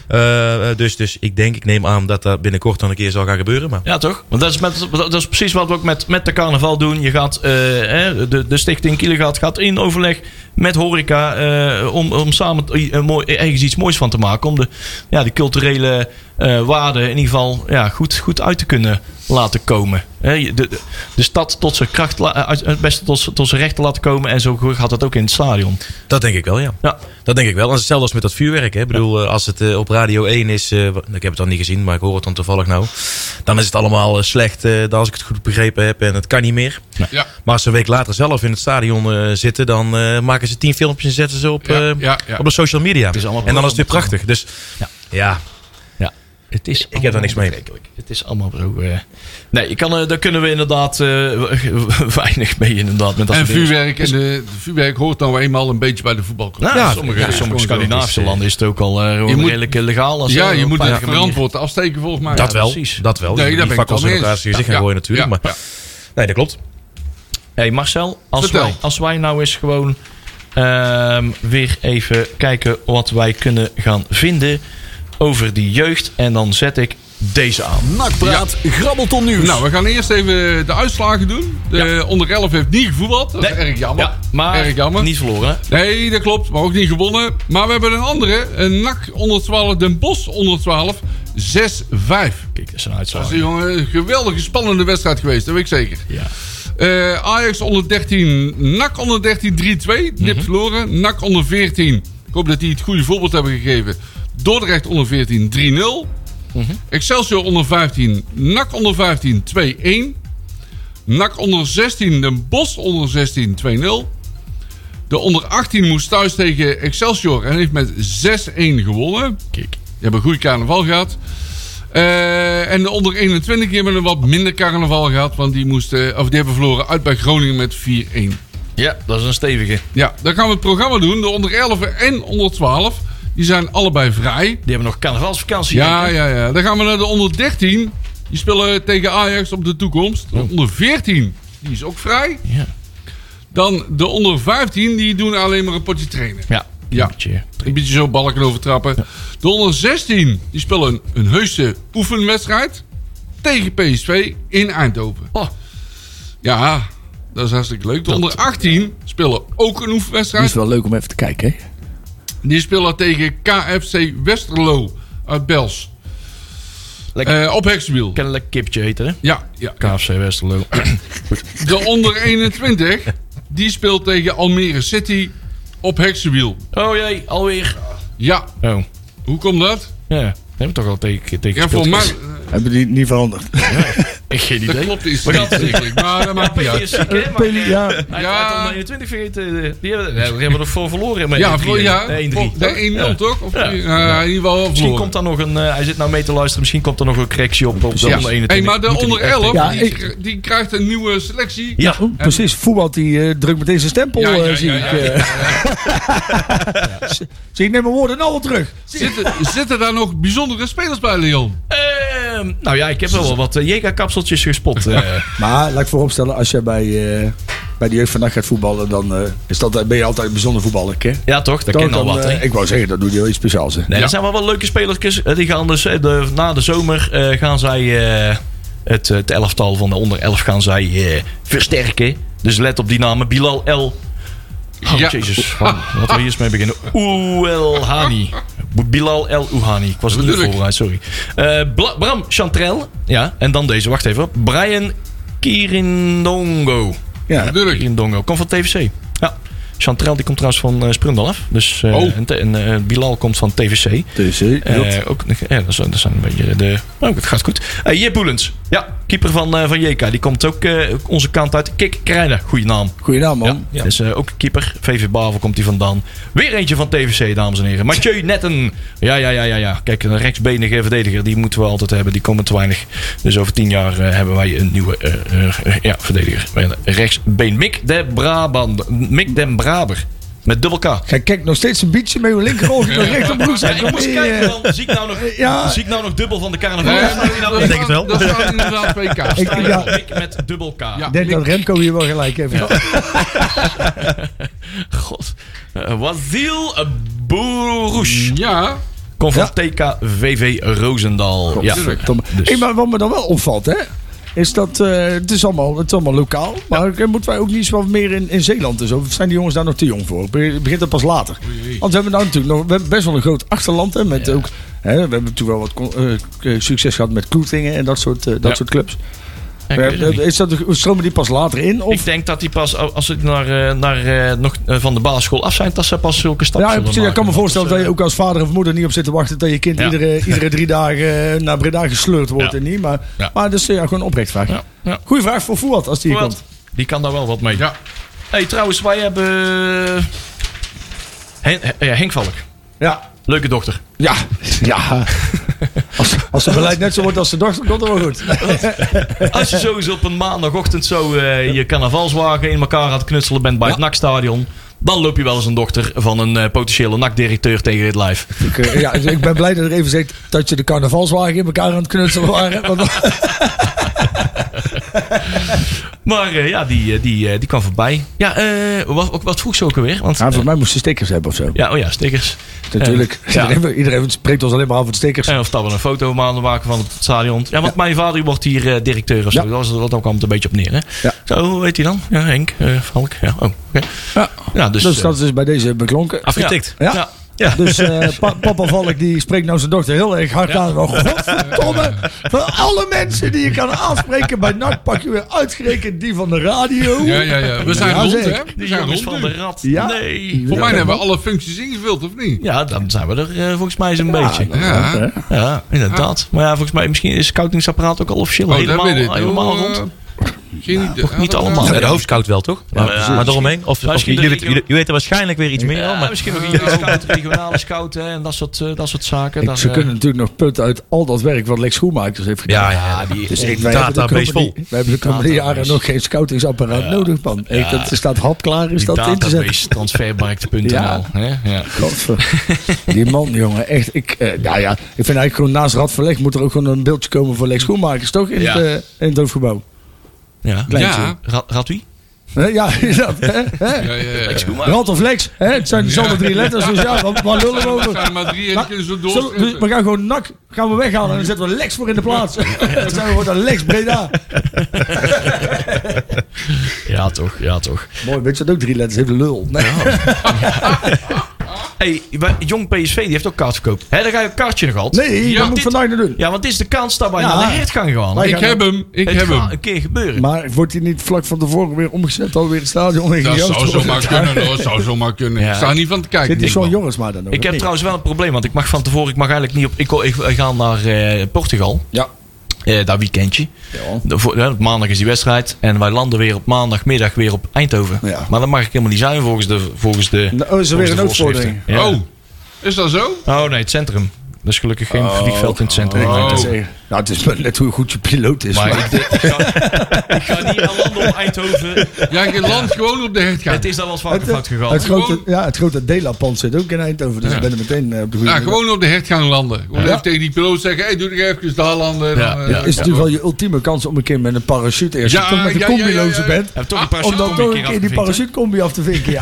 Speaker 6: Eh, eh, dus, dus ik denk, ik neem aan dat dat binnenkort dan een keer zal gaan gebeuren. Maar
Speaker 4: Ja, toch? Want dat is, met, dat is precies wat we ook met, met de carnaval doen. Je gaat, eh, hè, de, de stichting Kielegaat gaat in overleg met horeca eh, om, om samen t- een mooi, ergens iets moois van te maken. Om de, ja, de culturele eh, waarden in ieder geval ja, goed, goed uit te kunnen laten komen. Hè, je- de, de, de stad tot zijn kracht, la- uit- het beste tot, z'n- tot zijn recht te laten komen. En zo gaat dat ook in het stadion.
Speaker 6: dat denk ik wel, ja.
Speaker 4: Ja,
Speaker 6: Dat denk ik wel. En hetzelfde als met dat vuurwerk. Hè. Ik bedoel, eh, als het eh, op Radio 1 is... eh, wa- ik heb het dan niet gezien, maar ik hoor het dan toevallig nou. Dan is het allemaal eh, slecht, eh, dan als ik het goed begrepen heb. En het kan niet meer.
Speaker 5: Ja,
Speaker 6: Maar als ze een week later zelf in het stadion eh, zitten... dan eh, maken ze tien filmpjes en zetten ze op,
Speaker 5: Ja,
Speaker 6: eh,
Speaker 5: ja, ja.
Speaker 6: op de social media.
Speaker 4: is allemaal
Speaker 6: en dan is het weer
Speaker 4: programma.
Speaker 6: prachtig. Dus
Speaker 4: Ja.
Speaker 6: ja...
Speaker 4: Ja. Het is
Speaker 6: heb daar
Speaker 4: allemaal
Speaker 6: niks mee.
Speaker 4: betrekkelijk. Het is allemaal zo. eh, Nee, je kan, eh, daar kunnen we inderdaad eh, we- weinig mee inderdaad. Met dat
Speaker 5: En
Speaker 4: soort dingen.
Speaker 5: vuurwerk, en de, de vuurwerk hoort nou eenmaal een beetje bij de voetbalclub.
Speaker 4: Nou,
Speaker 6: Ja,
Speaker 4: in sommige,
Speaker 5: ja,
Speaker 4: in sommige
Speaker 5: gewoon zo.
Speaker 4: Scandinavische landen is het ook al eh,
Speaker 5: Je moet-
Speaker 4: redelijk eh, legaal. Als
Speaker 5: Ja,
Speaker 4: eh,
Speaker 5: je
Speaker 4: op
Speaker 5: moet
Speaker 4: een
Speaker 5: het
Speaker 4: andere manier.
Speaker 5: verantwoord afsteken, volgens mij.
Speaker 6: dat,
Speaker 5: Ja,
Speaker 6: wel,
Speaker 4: precies.
Speaker 6: dat wel.
Speaker 5: Nee,
Speaker 6: Die-
Speaker 5: daar
Speaker 6: Die
Speaker 5: ben ik
Speaker 6: fakkels
Speaker 5: het
Speaker 6: in
Speaker 5: wel mee
Speaker 6: elkaar
Speaker 5: eens.
Speaker 6: zien gaan
Speaker 5: Ja,
Speaker 6: gooien natuurlijk.
Speaker 5: ja,
Speaker 6: maar, Nee, dat klopt.
Speaker 4: Hey Marcel, als
Speaker 5: Vertel.
Speaker 4: wij, als wij nou eens gewoon ehm, weer even kijken wat wij kunnen gaan vinden over die jeugd. En dan zet ik deze aan.
Speaker 2: Nakpraat, grabbelton nieuws.
Speaker 5: Nou, we gaan eerst even de uitslagen doen. De onder 11 heeft niet gevoetbald. Dat is
Speaker 4: Nee.
Speaker 5: erg jammer.
Speaker 4: Ja, maar
Speaker 5: erg jammer.
Speaker 4: niet verloren. hè?
Speaker 5: Nee, dat klopt. Maar ook niet gewonnen. Maar we hebben een andere. Een NAC onder 12. Den Bosch onder 12. 6-5.
Speaker 4: Kijk, dat is een
Speaker 5: Dat
Speaker 4: uitslag.
Speaker 5: is een jongen, geweldige spannende wedstrijd geweest, dat weet ik zeker.
Speaker 4: Ja.
Speaker 5: Eh, Ajax onder 13, NAC onder 13, 3-2. Nip verloren. NAC onder 14. Ik hoop dat die het goede voorbeeld hebben gegeven. Dordrecht onder 14, 3-0. Excelsior onder 15, NAC onder 15, 2-1. NAC onder 16, Den Bosch onder 16, 2-0. De onder 18 moest thuis tegen Excelsior en heeft met 6-1 gewonnen.
Speaker 4: Kijk.
Speaker 5: Die hebben een goede carnaval gehad. Eh, en de onder 21 die hebben een wat minder carnaval gehad. Want die, moesten, of die hebben verloren uit bij Groningen met 4-1.
Speaker 4: Ja, dat is een stevige.
Speaker 5: Ja, dan gaan we het programma doen. De onder 11 en onder 12. Die zijn allebei vrij.
Speaker 4: Die hebben nog carnavalsvakantie.
Speaker 5: Ja,
Speaker 4: hè?
Speaker 5: ja, ja. Dan gaan we naar de onder 13. Die spelen tegen Ajax op de toekomst. De onder 14. Die is ook vrij.
Speaker 4: Ja.
Speaker 5: Dan de onder 15. Die doen alleen maar een potje trainen.
Speaker 4: Ja.
Speaker 5: Ja.
Speaker 4: Beetje.
Speaker 5: Een beetje zo balken overtrappen. De onder 16 die spelen een, een heuse oefenwedstrijd tegen PSV in Eindhoven.
Speaker 4: Oh.
Speaker 5: Ja, dat is hartstikke leuk. De onder 18 spelen ook een
Speaker 2: Die is
Speaker 5: oefenwedstrijd.
Speaker 2: wel leuk om even te kijken, hè?
Speaker 5: Die spelen tegen KFC Westerlo uit Bels.
Speaker 4: Lekker.
Speaker 5: Eh, op Hexwiel.
Speaker 4: Kennelijk kipje eten, hè?
Speaker 5: Ja, ja.
Speaker 4: KFC Westerlo.
Speaker 5: De onder 21 die speelt tegen Almere City op Hexwiel.
Speaker 4: oh jee, alweer.
Speaker 5: Ja,
Speaker 4: Oh.
Speaker 5: hoe komt dat?
Speaker 4: Ja. Dat hebben we toch al tegen, tegen
Speaker 5: Ja, voor mij...
Speaker 3: Hebben die niet veranderd?
Speaker 4: Ik geen idee.
Speaker 5: Dat klopt iets niet, zeker. Maar dat maakt niet
Speaker 4: Peli
Speaker 5: uit.
Speaker 4: is ziek, hè? Maar,
Speaker 3: Peli,
Speaker 4: eh,
Speaker 3: ja.
Speaker 4: hij- Hij
Speaker 5: Ja.
Speaker 4: had onder 21 vergeten. eh, Die hebben, daar hebben we er voor verloren. Met Eh,
Speaker 5: Ja,
Speaker 4: 1-3,
Speaker 5: voor, ja.
Speaker 4: hè? 1-3.
Speaker 5: Voor- nee, 1-0 toch? Of,
Speaker 4: Ja.
Speaker 5: eh, in ieder geval wel
Speaker 4: Misschien
Speaker 5: verloren.
Speaker 4: komt daar nog een. eh, hij zit nou mee te luisteren. Misschien komt er nog een correctie op. op de
Speaker 5: ja.
Speaker 4: onder
Speaker 5: hey,
Speaker 4: 21.
Speaker 5: maar de onder 11,
Speaker 3: Ja,
Speaker 5: die,
Speaker 3: ik-
Speaker 5: die krijgt een nieuwe selectie.
Speaker 4: Ja.
Speaker 3: Oh, precies, voetbal die eh, drukt meteen zijn stempel,
Speaker 5: Ja, ja,
Speaker 3: eh,
Speaker 5: ja,
Speaker 3: zie
Speaker 5: ja,
Speaker 3: ik. eh. Zie ik, neem mijn woorden nou wel terug.
Speaker 5: Zitten, zitten daar nog bijzondere spelers bij, Leon?
Speaker 4: Ehm, nou ja, ik heb wel wat eh, JK-kapseltjes gespot. eh.
Speaker 3: Maar laat ik vooropstellen, als jij bij, eh, bij de jeugd vandaag gaat voetballen, dan eh, is dat, ben je altijd een bijzonder voetballer. Hè?
Speaker 4: ja, toch? Dat
Speaker 3: Dan-
Speaker 4: ken al
Speaker 3: dan,
Speaker 4: wat. hè?
Speaker 3: eh, ik wou zeggen, dat doe je wel iets speciaals. Hè?
Speaker 4: Nee,
Speaker 5: Ja.
Speaker 4: er zijn wel wel leuke spelertjes. Eh, Die gaan dus eh, de, na de zomer eh, gaan zij eh, het, eh, het elftal van de onder 11 gaan zij eh, versterken. Dus let op die namen. Bilal El. Oh,
Speaker 5: Ja.
Speaker 4: jezus. Wat laten we hier eens mee beginnen. Ouel Hani. Bilal El Ouhani. Ik was het niet
Speaker 5: Natuurlijk.
Speaker 4: voorbereid, sorry. Eh, Bla- Bram Chantrel. Ja, en dan deze. Wacht even. Brian Kirindongo.
Speaker 3: Ja.
Speaker 5: Natuurlijk.
Speaker 4: Kirindongo. Komt van TVC. Ja. Chantrel die komt trouwens van eh, Sprundal af. Dus, eh,
Speaker 5: Oh.
Speaker 4: En, te- en, eh, Bilal komt van TVC.
Speaker 3: Dus, eh, dat-
Speaker 4: Eh, ook, ja, dat, zijn, dat zijn een beetje de... Oh, het gaat goed. Eh Jip Boelens. Ja, keeper van, eh, van JK. Die komt ook eh, onze kant uit. Kik Krijnen. Goeie naam.
Speaker 3: goeie naam, man.
Speaker 4: Ja, dat is eh, ook een keeper. VV Bavel komt hij vandaan. Weer eentje van TVC, dames en heren. Mathieu Netten. Ja, ja, ja, ja, ja. Kijk, een rechtsbenige verdediger. Die moeten we altijd hebben. Die komen te weinig. Dus over tien jaar eh, hebben wij een nieuwe eh, eh, eh, ja, verdediger. Een Rechtsbeen. Mick de Brabant. Mick den Braber. Met dubbel K.
Speaker 3: Jij kijkt nog steeds een beetje met je linkeroog naar recht op broek.
Speaker 4: Ja, ik moest kijken dan. Zie ik nou nog,
Speaker 3: eh, Ja.
Speaker 4: zie ik nou nog dubbel van de carnaval?
Speaker 5: Nee,
Speaker 4: Staat hij nou
Speaker 5: dat
Speaker 4: weer-
Speaker 6: denk het wel.
Speaker 5: Dat staat inderdaad bij elkaar.
Speaker 3: Ik-
Speaker 4: staat hij
Speaker 3: ja.
Speaker 4: nou dik met dubbel K.
Speaker 5: Ja.
Speaker 3: Ik denk dat Remco hier wel gelijk heeft.
Speaker 4: God. Eh, Wazil
Speaker 3: Mm.
Speaker 4: Boerouche.
Speaker 5: Ja,
Speaker 4: Komt van TKVV Roosendaal. Ja. Dus-
Speaker 3: Tom. Hey, maar wat me dan wel opvalt, hè? Is dat eh, het, is allemaal, het is allemaal lokaal. Maar eh, moeten wij ook niet zo wat meer in, in Zeeland en zo? Of zijn die jongens daar nog te jong voor? Het be- begint dat pas later. Want we hebben nou natuurlijk nog we hebben best wel een groot achterland. Hè, met ook, hè, we hebben natuurlijk wel wat con- eh, eh, succes gehad met Kloetingen en dat soort, eh, dat
Speaker 4: Ja.
Speaker 3: soort clubs.
Speaker 4: Ja, ik
Speaker 3: Eh,
Speaker 4: weet het niet.
Speaker 3: is dat, stromen die pas later in? Of,
Speaker 4: Ik denk dat die pas, als ze naar, eh, naar, eh, nog, eh, van de basisschool af zijn, dat ze pas zulke stappen
Speaker 3: ja,
Speaker 4: zullen
Speaker 3: precies, ik kan me
Speaker 4: maken.
Speaker 3: voorstellen dat je ook als vader of moeder niet op zit te wachten dat je kind
Speaker 4: eh, Ja.
Speaker 3: iedere, iedere drie dagen eh, naar Breda gesleurd wordt
Speaker 4: Ja.
Speaker 3: en niet. Maar,
Speaker 4: Ja.
Speaker 3: maar dat is eh, ja, gewoon een oprecht vraag.
Speaker 4: Ja, ja.
Speaker 3: Goeie vraag voor Fuad als die hier
Speaker 4: Want
Speaker 3: komt.
Speaker 4: Die kan daar wel wat mee.
Speaker 5: ja.
Speaker 4: Hey, trouwens, wij hebben... eh, Hen, eh, Henk Valk.
Speaker 3: Ja.
Speaker 4: Leuke dochter.
Speaker 3: Ja. Ja. Als, als het beleid net zo wordt als de dochter, komt het wel goed.
Speaker 4: Als je sowieso op een maandagochtend zo eh, je carnavalswagen in elkaar aan het knutselen bent bij het NAC-stadion... dan loop je wel eens een dochter van een eh, potentiële NAC-directeur tegen het lijf.
Speaker 3: Ik, eh, ja, ik ben blij dat er even zegt dat je de carnavalswagen in elkaar aan het knutselen waren. Want,
Speaker 4: Maar eh, ja, die, eh, die, eh, die kwam voorbij. Ja, eh, wat, ook- wat vroeg ze ook alweer? Want, eh,
Speaker 3: voor mij moest ze stickers hebben of zo.
Speaker 4: ja, oh ja, stickers.
Speaker 3: Natuurlijk.
Speaker 4: Ja.
Speaker 3: Iedereen, iedereen spreekt ons alleen maar af van stickers.
Speaker 4: En Eh, of dat we een foto maanden maken van het stadion. Ja, want mijn vader wordt hier eh, directeur of zo.
Speaker 3: Ja.
Speaker 4: Dat, was, dat kwam het een beetje op neer. Hè?
Speaker 3: Ja.
Speaker 4: Zo, hoe heet hij dan? Ja, Henk, eh Valk. Ja, oh, oké.
Speaker 3: Ja.
Speaker 4: ja, dus,
Speaker 3: Dus
Speaker 4: eh,
Speaker 3: dat is bij deze beklonken.
Speaker 6: Afgetikt.
Speaker 4: Ja.
Speaker 3: Ja.
Speaker 4: Ja.
Speaker 6: Ja.
Speaker 3: Dus eh, pa- papa Valk die spreekt nou zijn dochter heel erg hard aan. Van, Godverdomme, van alle mensen die je kan aanspreken bij NAC pak je weer uitgerekend die van de radio.
Speaker 5: Ja, ja, ja. We zijn
Speaker 3: Ja,
Speaker 5: rond,
Speaker 3: zeker.
Speaker 5: hè? We
Speaker 4: Die
Speaker 5: zijn
Speaker 4: jongens
Speaker 5: rond
Speaker 4: van
Speaker 5: nu.
Speaker 4: de rat.
Speaker 3: Ja.
Speaker 4: Nee.
Speaker 5: Voor mij hebben we alle functies ingevuld, of niet?
Speaker 4: Ja, dan zijn we er eh, volgens mij zo'n beetje.
Speaker 5: Ja. Oh,
Speaker 3: hè?
Speaker 4: Ja, inderdaad. Maar ja, volgens mij misschien is het scoutingsapparaat ook al officieel
Speaker 5: Oh,
Speaker 4: helemaal,
Speaker 5: dat weet ik.
Speaker 4: helemaal
Speaker 5: Oh,
Speaker 4: rond.
Speaker 5: eh, Geen idee.
Speaker 4: toch niet
Speaker 5: Ah, dat-
Speaker 4: allemaal.
Speaker 6: Ja, de hoofdscout wel, toch? Maar,
Speaker 4: precies.
Speaker 6: maar daaromheen? Of, of
Speaker 4: Misschien
Speaker 6: jullie,
Speaker 4: de regio-
Speaker 6: jullie- jullie weten waarschijnlijk weer iets meer. al,
Speaker 4: Ja,
Speaker 6: maar,
Speaker 4: misschien nog een scout, regionale scout hè, en dat soort, eh, dat soort zaken.
Speaker 3: Ik-
Speaker 4: Daar,
Speaker 3: ze
Speaker 4: eh,
Speaker 3: kunnen natuurlijk nog putten uit al dat werk wat Lex Schoenmakers heeft
Speaker 6: ja,
Speaker 3: gedaan.
Speaker 6: ja, die
Speaker 3: Dus ik, wij, hebben de
Speaker 6: database vol.
Speaker 3: komende, wij hebben de komende jaren nog geen scoutingsapparaat nodig, man. Echt, dat staat hapklaar, is
Speaker 4: die
Speaker 3: dat in te zetten.
Speaker 4: database transfermarkt.nl.
Speaker 3: Ja.
Speaker 4: hè, ja.
Speaker 3: Godver- Die man, jongen, echt. Ik, eh, nou ja, ik vind eigenlijk gewoon naast Radverleg moet er ook gewoon een beeldje komen voor Lex Schoenmakers, toch? In,
Speaker 4: Ja.
Speaker 3: het, eh, in het hoofdgebouw.
Speaker 4: Ja.
Speaker 3: Kleintje.
Speaker 5: Ja.
Speaker 4: Ra- Rad wie?
Speaker 3: Hè? Ja, dat, hè? Hè?
Speaker 5: Ja, ja, ja.
Speaker 3: Rad of Lex, hè? het zijn dezelfde drie letters, dus ja, waar, waar lullen we
Speaker 5: Er
Speaker 3: over? Nou,
Speaker 5: zijn maar drie en die kunnen zo
Speaker 3: Zullen we, we
Speaker 5: doorstrepen.
Speaker 3: gaan gewoon nak, gaan we weghalen en dan zetten we Lex voor in de plaats. Dan zijn we gewoon een Lex Breda.
Speaker 4: Ja, toch. Ja, toch.
Speaker 3: Mooi, weet je dat ook drie letters heeft? Lul. Nee.
Speaker 4: Hey, bij Jong PSV die heeft ook kaart verkoopt. Hè, daar ga je een kaartje nog altijd.
Speaker 3: Nee,
Speaker 5: Ja,
Speaker 3: dat moet
Speaker 4: dit-
Speaker 3: vandaag nog doen.
Speaker 4: Ja, want dit is de kans dat wij
Speaker 3: Ja.
Speaker 4: naar de hert gaan gewoon.
Speaker 3: Maar
Speaker 5: Ik heb hem, ik
Speaker 4: het
Speaker 5: heb
Speaker 4: gaat
Speaker 5: hem.
Speaker 4: een keer gebeuren.
Speaker 3: Maar wordt hij niet vlak van tevoren weer omgezet? Alweer het stadion in
Speaker 5: Dat
Speaker 3: gejouwd
Speaker 5: zou
Speaker 3: worden?
Speaker 5: zomaar kunnen, hoor. zou zomaar kunnen.
Speaker 4: Ja.
Speaker 5: Ik sta niet van te
Speaker 3: Zit
Speaker 5: kijken.
Speaker 3: die
Speaker 5: Ik
Speaker 3: zo'n
Speaker 5: wel.
Speaker 3: jongens maar dan nog?
Speaker 4: Ik heb
Speaker 3: Nee.
Speaker 4: trouwens wel een probleem, want ik mag van tevoren, ik mag eigenlijk niet op. Ik, ik, ik ga naar eh, Portugal,
Speaker 3: Ja.
Speaker 4: eh dat weekendje. De- voor- hè, op maandag is die wedstrijd en wij landen weer op maandagmiddag weer op Eindhoven.
Speaker 3: Ja.
Speaker 4: Maar dat mag ik helemaal niet zijn volgens de. Volgens de
Speaker 3: Nou, oh, is er weer een noodvoording?
Speaker 4: Ja.
Speaker 5: Oh, is dat zo?
Speaker 4: Oh. nee, het centrum. Dat is gelukkig geen vliegveld in het centrum.
Speaker 5: Oh.
Speaker 4: Maar
Speaker 3: Dat is echt- Nou, het is maar net hoe goed je piloot is. maar-
Speaker 4: ik, ik, ga, ik ga niet aan landen op Eindhoven.
Speaker 5: Ja, je land gewoon op de hert gaan.
Speaker 4: Het is daar wel eens vaker fout gegaan.
Speaker 3: het grote,
Speaker 5: Gewoon-
Speaker 3: ja, het grote Dela-pand zit ook in Eindhoven. Dus ik ben er meteen eh, op de goede
Speaker 5: Ja,
Speaker 3: manier.
Speaker 5: gewoon op de hert gaan landen. Gewoon even tegen die piloot zeggen, hey, doe er even daar landen.
Speaker 4: Ja,
Speaker 5: dan, eh,
Speaker 4: ja.
Speaker 3: Is natuurlijk wel je ultieme kans om een keer met een parachute... Als
Speaker 5: Ja,
Speaker 3: je toch met een
Speaker 5: ja, ja,
Speaker 3: combi
Speaker 5: ja,
Speaker 3: lozen
Speaker 5: ja.
Speaker 3: bent...
Speaker 4: Hebben we toch een
Speaker 3: Om dan toch
Speaker 4: parachutecombi
Speaker 3: Ah, een keer die
Speaker 4: afgevinkt, hè?
Speaker 3: parachutecombi af te vinken, ja.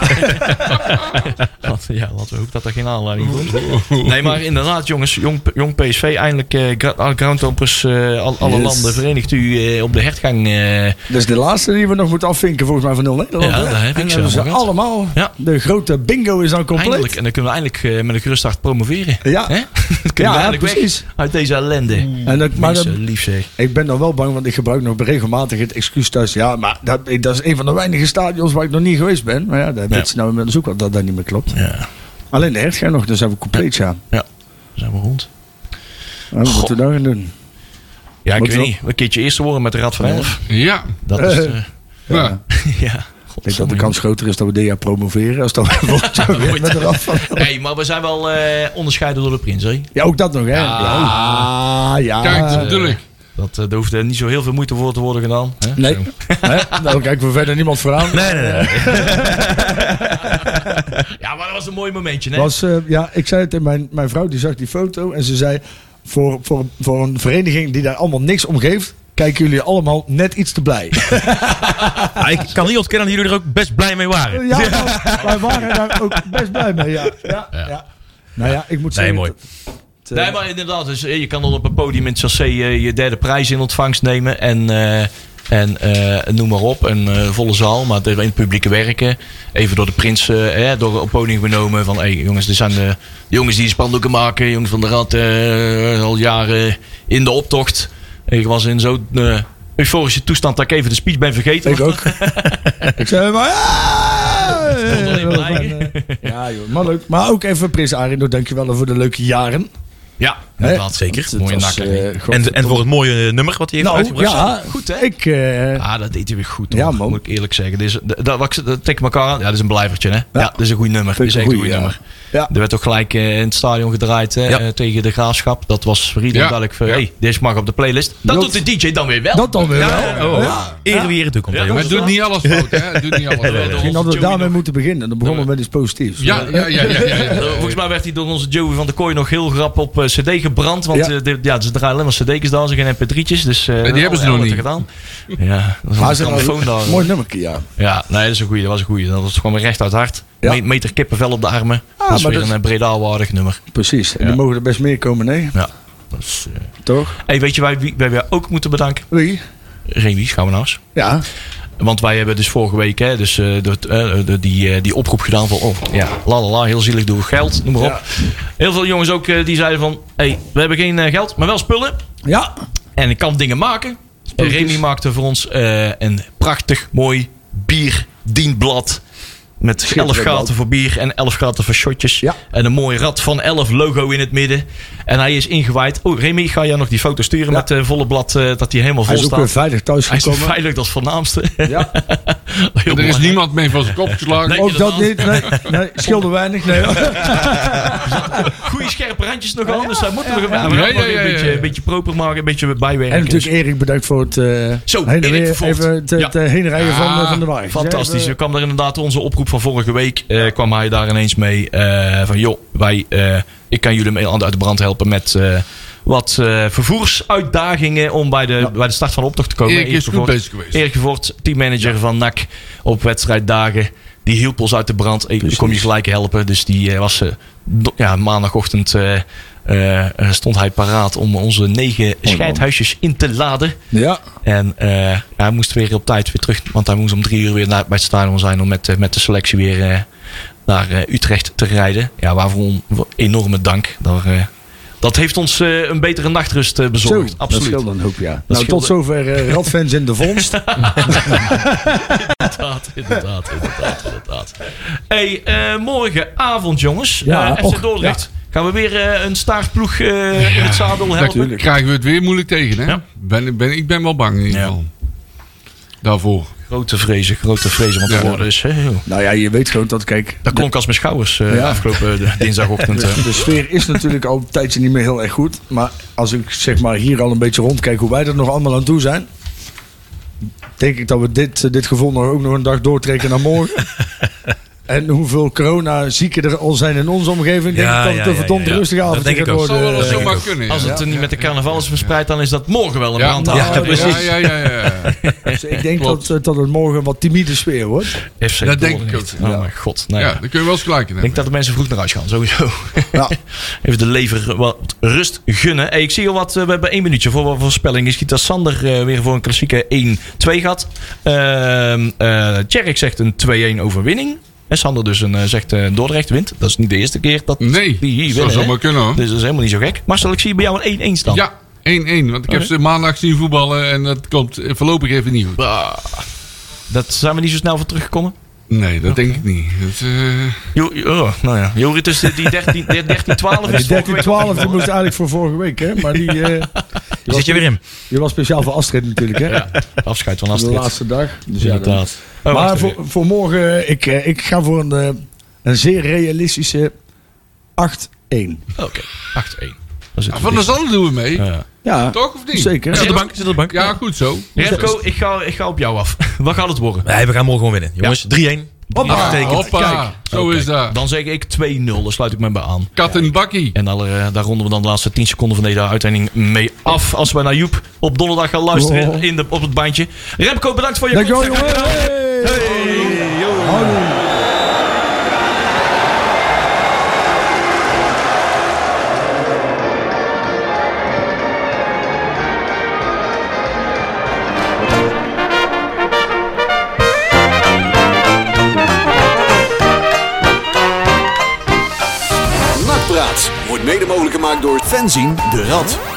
Speaker 4: Laten- Ja, laten we hopen dat er geen aanleiding komt. Nee, maar inderdaad, jongens, jong, jong PSV, eindelijk eh, gra- alle groundhoppers, eh, al- alle
Speaker 3: Yes.
Speaker 4: landen verenigt u eh, op de hertgang. eh.
Speaker 3: Dus de laatste die we nog moeten afvinken, volgens mij van 0 Nederland.
Speaker 4: Ja,
Speaker 3: hè?
Speaker 4: daar heb
Speaker 3: En
Speaker 4: ik
Speaker 3: hebben
Speaker 4: ze
Speaker 3: ze
Speaker 4: allemaal gehad.
Speaker 3: allemaal.
Speaker 4: Ja.
Speaker 3: De grote bingo is dan compleet.
Speaker 4: eindelijk, en dan kunnen we eindelijk eh, met een gerust hart promoveren.
Speaker 3: Ja.
Speaker 4: Hè? Dan kunnen
Speaker 3: Ja,
Speaker 4: we eindelijk
Speaker 3: precies.
Speaker 4: weg uit deze ellende.
Speaker 3: En dat, maar
Speaker 4: Maar
Speaker 3: dat-
Speaker 4: lief zeg.
Speaker 3: ik ben dan wel bang, want ik gebruik nog regelmatig het excuus thuis. Ja, maar dat, ik- dat is een van de weinige stadions waar ik nog niet geweest ben. Maar ja, dat weet ze nou inmiddels ook wel dat dat niet meer klopt.
Speaker 4: Ja,
Speaker 3: Alleen de hertgang nog, dus zijn we compleet, ja.
Speaker 4: dan zijn we rond.
Speaker 3: Ja, Wat moeten we daar gaan doen?
Speaker 4: Ja, ik
Speaker 3: Moet
Speaker 4: weet
Speaker 3: wel.
Speaker 4: niet. Een keertje eerste worden met de Rad van Elf.
Speaker 5: Ja.
Speaker 4: Dat is... eh,
Speaker 5: Ja.
Speaker 4: ja.
Speaker 3: Ik denk dat de kans groter is dat we dit jaar promoveren. Als dat we volgend jaar weer met de rand van...
Speaker 4: Nee, maar we zijn wel eh, onderscheiden door de prins, hè?
Speaker 3: Ja, ook dat nog, hè?
Speaker 4: Ja.
Speaker 3: Ja, Ah, ja.
Speaker 5: Kijk, dat bedoel ik.
Speaker 4: Dat, eh, er hoeft eh, niet zo heel veel moeite voor te worden gedaan. Hè?
Speaker 3: Nee.
Speaker 4: Zo.
Speaker 3: Hè? Nou, kijken we verder niemand voor aan.
Speaker 6: Nee, nee, nee.
Speaker 4: Ja, maar dat was een mooi momentje, hè?
Speaker 3: Was, eh, ja, ik zei het in mijn, mijn vrouw, die zag die foto en ze zei: voor, voor, voor een vereniging die daar allemaal niks om geeft, kijken jullie allemaal net iets te blij.
Speaker 6: Ah, ik kan niet ontkennen dat jullie er ook best blij mee waren.
Speaker 3: ja, nou, wij waren daar ook best blij mee. Ja, ja, ja. Nou ja, ik moet
Speaker 6: Nee,
Speaker 3: zeggen.
Speaker 6: mooi.
Speaker 3: dat, eh,
Speaker 4: Nee, maar inderdaad. Dus, eh, je kan dan op een podium in het chassé eh, je derde prijs in ontvangst nemen. En, eh, en eh, noem maar op. Een eh, volle zaal. Maar in het publieke werken. Even door de prins eh, eh, door op het podium genomen. Van, hey, jongens, dit zijn de, de jongens die spandoeken maken. Jongens van de Rad. eh, al jaren in de optocht. Ik was in zo'n eh, euforische toestand dat ik even de speech ben vergeten.
Speaker 3: Ik ook. ik zei maar. "Ah!"
Speaker 4: wel even blij.
Speaker 3: Ja, joh, maar leuk. Maar ook even Prins Arendo, dankjewel voor de leuke jaren.
Speaker 4: Ja,
Speaker 3: Hè?
Speaker 4: inderdaad.
Speaker 6: zeker.
Speaker 3: Het
Speaker 4: Mooie
Speaker 3: was,
Speaker 4: nakker.
Speaker 3: eh, gewoon-
Speaker 6: En, en voor het mooie eh, nummer wat hij heeft
Speaker 3: nou,
Speaker 6: uitgebracht.
Speaker 3: ja,
Speaker 4: Goed, hè?
Speaker 3: Ik, eh,
Speaker 4: Ah, dat deed hij weer goed. Hoor.
Speaker 3: Ja, man.
Speaker 4: Moet ik eerlijk zeggen. Dit is, dat, dat, wat ik- dat tik ik elkaar aan. Ja, dat is een blijvertje, hè? Ja, dat is een goed nummer. Dat
Speaker 3: Vind
Speaker 4: is
Speaker 3: ik
Speaker 4: echt een
Speaker 3: een
Speaker 4: goed
Speaker 3: goeie,
Speaker 4: nummer.
Speaker 3: ja.
Speaker 4: Er werd ook gelijk eh, in het stadion gedraaid hè,
Speaker 6: Ja.
Speaker 4: eh, tegen de graafschap. Dat was voor iedereen
Speaker 5: Ja,
Speaker 4: duidelijk van,
Speaker 5: ja.
Speaker 4: hey, deze mag op de playlist. Dat
Speaker 3: Dat-
Speaker 4: doet de DJ dan weer wel.
Speaker 3: dat dan weer wel.
Speaker 6: Ja, oh,
Speaker 3: Ja.
Speaker 6: Ere wie ere toekomt. hè,
Speaker 5: Maar
Speaker 6: jongens.
Speaker 5: het doet niet alles fout, hè? Het doet niet alles fout.
Speaker 3: Misschien hadden we
Speaker 4: Joey
Speaker 3: daarmee
Speaker 4: nog.
Speaker 3: moeten beginnen. Dan begonnen we met iets positiefs.
Speaker 5: Ja, ja, ja, ja. ja,
Speaker 4: Eh,
Speaker 5: ja.
Speaker 4: Volgens mij werd hij door onze Joey van de Kooi nog heel grap op eh, cd gebrand. Want
Speaker 3: Ja.
Speaker 4: eh, dit- ja, ze draaien alleen maar cd's daar, ze geen mp3'tjes. Dus, eh,
Speaker 5: die hebben ze
Speaker 4: alle
Speaker 5: nog
Speaker 4: ellende Gedaan. Ja, dat
Speaker 3: Maar
Speaker 4: was
Speaker 3: ze
Speaker 4: een telefoon daar.
Speaker 3: een mooi nummerke, ja.
Speaker 4: Ja, nee, dat is een goeie. Dat was een goeie. Dat was gewoon weer recht uit het hart.
Speaker 3: Ja.
Speaker 4: Me- Meter kippenvel op de armen.
Speaker 3: Ah,
Speaker 4: dat is
Speaker 3: maar
Speaker 4: weer
Speaker 3: dat-
Speaker 4: een eh, Breda-waardig nummer.
Speaker 3: Precies. En
Speaker 4: Ja.
Speaker 3: die mogen er best meer komen, nee?
Speaker 4: Ja. Dat is, eh,
Speaker 3: Toch?
Speaker 4: Hey, weet je waar wie- waar we ook moeten bedanken?
Speaker 3: Wie?
Speaker 4: Remy Schouwenaars.
Speaker 3: Ja.
Speaker 4: Want wij hebben dus vorige week hè, dus, eh, dat, eh, de- die, eh, die oproep gedaan van... Oh, ja, la la la, heel zielig door geld, noem maar op. Heel veel jongens ook eh, die zeiden van... hey, we hebben geen eh, geld, maar wel spullen.
Speaker 3: Ja,
Speaker 4: En ik kan dingen maken. En Remy maakte voor ons eh, een prachtig mooi bierdienblad. Met elf gaten voor bier en elf gaten voor shotjes.
Speaker 3: Ja.
Speaker 4: En een mooi rad van elf logo in het midden. En hij is ingewijd. Oh, Remy, ga jij nog die foto sturen met het volle blad eh, dat hij helemaal
Speaker 3: hij
Speaker 4: vol
Speaker 3: is ook
Speaker 4: staat?
Speaker 3: weer veilig thuis
Speaker 4: hij is
Speaker 3: gekomen.
Speaker 4: veilig, dat is het voornaamste.
Speaker 3: Ja.
Speaker 4: Heel
Speaker 5: Er is
Speaker 4: belangrijk.
Speaker 5: niemand mee van zijn kop geslagen.
Speaker 4: Nee.
Speaker 3: Ook dat niet. Nee, nee scheelde weinig. Nee.
Speaker 4: Goede scherpe randjes nog aan, dus daar moeten we gaan.
Speaker 5: Ja, ja, ja,
Speaker 4: Een, beetje,
Speaker 5: ja.
Speaker 4: een beetje proper maken, een beetje bijwerken.
Speaker 3: En natuurlijk Erik bedankt voor het eh
Speaker 4: Zo,
Speaker 3: heen en
Speaker 4: Erik
Speaker 3: weer,
Speaker 4: Vocht.
Speaker 3: even het, het,
Speaker 4: Ja.
Speaker 3: eh, heen rijden van,
Speaker 5: Ah,
Speaker 3: eh, van de wagen.
Speaker 4: Fantastisch. Er
Speaker 3: Even-
Speaker 4: kwam daar inderdaad onze oproep van vorige week. eh, kwam hij daar ineens mee. eh, van joh, wij, eh, ik kan jullie mee uit de brand helpen met eh, wat eh, vervoersuitdagingen. om bij de, bij de start van de optocht te komen.
Speaker 5: Erik is goed
Speaker 4: Voort-
Speaker 5: bezig geweest.
Speaker 4: Erik Voort, teammanager van NAC. op wedstrijddagen. Die hielp ons uit de brand. Ik kon je gelijk helpen. Dus die eh, was eh, do- ja, maandagochtend. eh, eh, stond hij paraat om onze negen scheidhuisjes in te laden.
Speaker 3: Ja,
Speaker 4: En eh, hij moest weer op tijd weer terug. Want hij moest om drie uur weer naar, bij het stadion zijn. Om met, eh, met de selectie weer eh, naar eh, Utrecht te rijden. Ja, waarvoor een enorme dank. Daar, eh, dat heeft ons eh, een betere nachtrust eh,
Speaker 3: zo.
Speaker 4: bezorgd.
Speaker 3: Dat
Speaker 4: Absoluut.
Speaker 3: scheelde een hoop, ja. nou,
Speaker 4: scheelde-
Speaker 3: tot zover eh, Radfans in de vondst.
Speaker 4: Inderdaad, inderdaad, inderdaad, inderdaad. Hey, eh, morgenavond jongens.
Speaker 3: Ja,
Speaker 4: eh,
Speaker 3: och,
Speaker 4: FC Dordrecht. Gaan we weer eh, een staartploeg eh, in het zadel helpen?
Speaker 5: Dan krijgen we het weer moeilijk tegen, hè?
Speaker 4: Ja.
Speaker 5: Ben, ben, ik ben wel bang in ieder
Speaker 4: Ja.
Speaker 5: geval. Daarvoor.
Speaker 4: Grote vrezen, grote vrezen. Want de
Speaker 5: Ja.
Speaker 4: woorden is heel...
Speaker 3: nou ja, je weet gewoon dat, kijk,
Speaker 4: Dat klonk als mijn schouwers eh,
Speaker 3: Ja.
Speaker 4: afgelopen eh, dinsdagochtend. eh.
Speaker 3: Dus de sfeer is natuurlijk al een tijdje niet meer heel erg goed. Maar als ik zeg maar hier al een beetje rondkijk hoe wij er nog allemaal aan toe zijn. Denk ik dat we dit, eh, dit gevoel nog ook nog een dag doortrekken naar morgen. En hoeveel corona-zieken er al zijn in onze omgeving. Denk
Speaker 6: Ja,
Speaker 3: ik dat
Speaker 6: ja,
Speaker 3: het een
Speaker 6: ja,
Speaker 3: verdomd
Speaker 6: ja, ja.
Speaker 3: rustige
Speaker 6: Dat
Speaker 3: avond
Speaker 6: denk ik
Speaker 3: gaat
Speaker 6: ook.
Speaker 5: Zou
Speaker 3: worden.
Speaker 5: wel eens
Speaker 6: denk ik
Speaker 5: zomaar
Speaker 6: ook.
Speaker 5: kunnen.
Speaker 4: Als
Speaker 5: ja.
Speaker 4: het er niet met de carnaval is verspreid, dan is dat morgen wel een
Speaker 5: Ja.
Speaker 4: brand.
Speaker 3: Ja,
Speaker 5: Ja,
Speaker 3: precies.
Speaker 5: ja, ja, ja.
Speaker 3: Dus ik denk
Speaker 5: Klopt.
Speaker 3: dat, eh, dat het morgen een wat timide sfeer wordt.
Speaker 4: FC
Speaker 5: Dat denk
Speaker 4: Dordrecht.
Speaker 5: ik ook,
Speaker 4: Oh mijn god. Nou ja.
Speaker 5: Ja, daar kun je wel eens gelijk in
Speaker 4: Ik denk
Speaker 5: hebben.
Speaker 4: dat de mensen vroeg naar huis gaan, sowieso.
Speaker 3: Ja.
Speaker 4: Even de lever wat rust gunnen. Hey, ik zie al wat, eh, we hebben één minuutje voor wat voorspelling. Is dat Sander eh, weer voor een klassieke 1-2 gaat. Ehm eh, Tjerk zegt een 2-1 overwinning. En Sander dus een, eh, zegt eh, Dordrecht wint. Dat is niet de eerste keer dat
Speaker 5: Nee,
Speaker 4: die hier
Speaker 5: zou
Speaker 4: winnen. hè?
Speaker 5: zomaar kunnen hoor.
Speaker 4: Dus dat is helemaal niet zo gek. Marcel, ik zie bij jou een 1-1 stand.
Speaker 5: Ja, 1-1. Want ik heb
Speaker 4: Oké.
Speaker 5: ze maandag zien voetballen en dat komt voorlopig even niet goed.
Speaker 4: Dat zijn we niet zo snel voor teruggekomen.
Speaker 5: Nee, dat denk ik niet. Dat, eh,
Speaker 4: Jo, oh, nou ja. Jorit is die 13, 13 12
Speaker 3: Die
Speaker 4: is
Speaker 3: 13, 12 die
Speaker 4: vorige week-
Speaker 3: moest eigenlijk voor vorige week. Hè? Maar die, eh,
Speaker 6: Die zit je weer in.
Speaker 3: die was speciaal voor Astrid natuurlijk. Hè?
Speaker 4: Afscheid van
Speaker 3: De
Speaker 4: Astrid.
Speaker 3: laatste dag. Dus ja, dan-
Speaker 4: Inderdaad. Oh,
Speaker 3: maar
Speaker 4: wacht
Speaker 3: voor,
Speaker 4: even.
Speaker 3: voor morgen, ik, eh, ik ga voor een, eh, een zeer realistische 8-1.
Speaker 4: Oké, 8-1. Dan zitten we
Speaker 5: Ah, Van de
Speaker 4: dicht.
Speaker 5: Zanden doen we mee.
Speaker 4: Ja.
Speaker 3: Ja,
Speaker 5: Toch of niet?
Speaker 3: zeker.
Speaker 6: Zit op de bank, zit op de bank.
Speaker 5: Ja, goed zo.
Speaker 4: Remco, ik ga, ik ga op jou af. Wat gaat het worden?
Speaker 6: Nee, we gaan morgen gewoon winnen. Jongens, 3-1.
Speaker 3: Hoppa.
Speaker 5: Ah, hoppa, zo
Speaker 4: Oké,
Speaker 5: is dat.
Speaker 4: Dan zeg ik 2-0. Daar sluit ik me bij aan.
Speaker 5: Kat en bakkie.
Speaker 4: En daar, eh, daar ronden we dan de laatste 10 seconden van deze uitzending mee af. Als wij naar Joep op donderdag gaan luisteren
Speaker 3: Oh.
Speaker 4: in de, op het bandje. Remco, bedankt voor je
Speaker 3: Dankjewel
Speaker 4: komst.
Speaker 3: jongen. Hey. Houdoe.
Speaker 2: Nakpraat wordt mede mogelijk gemaakt door fanzine de Rad.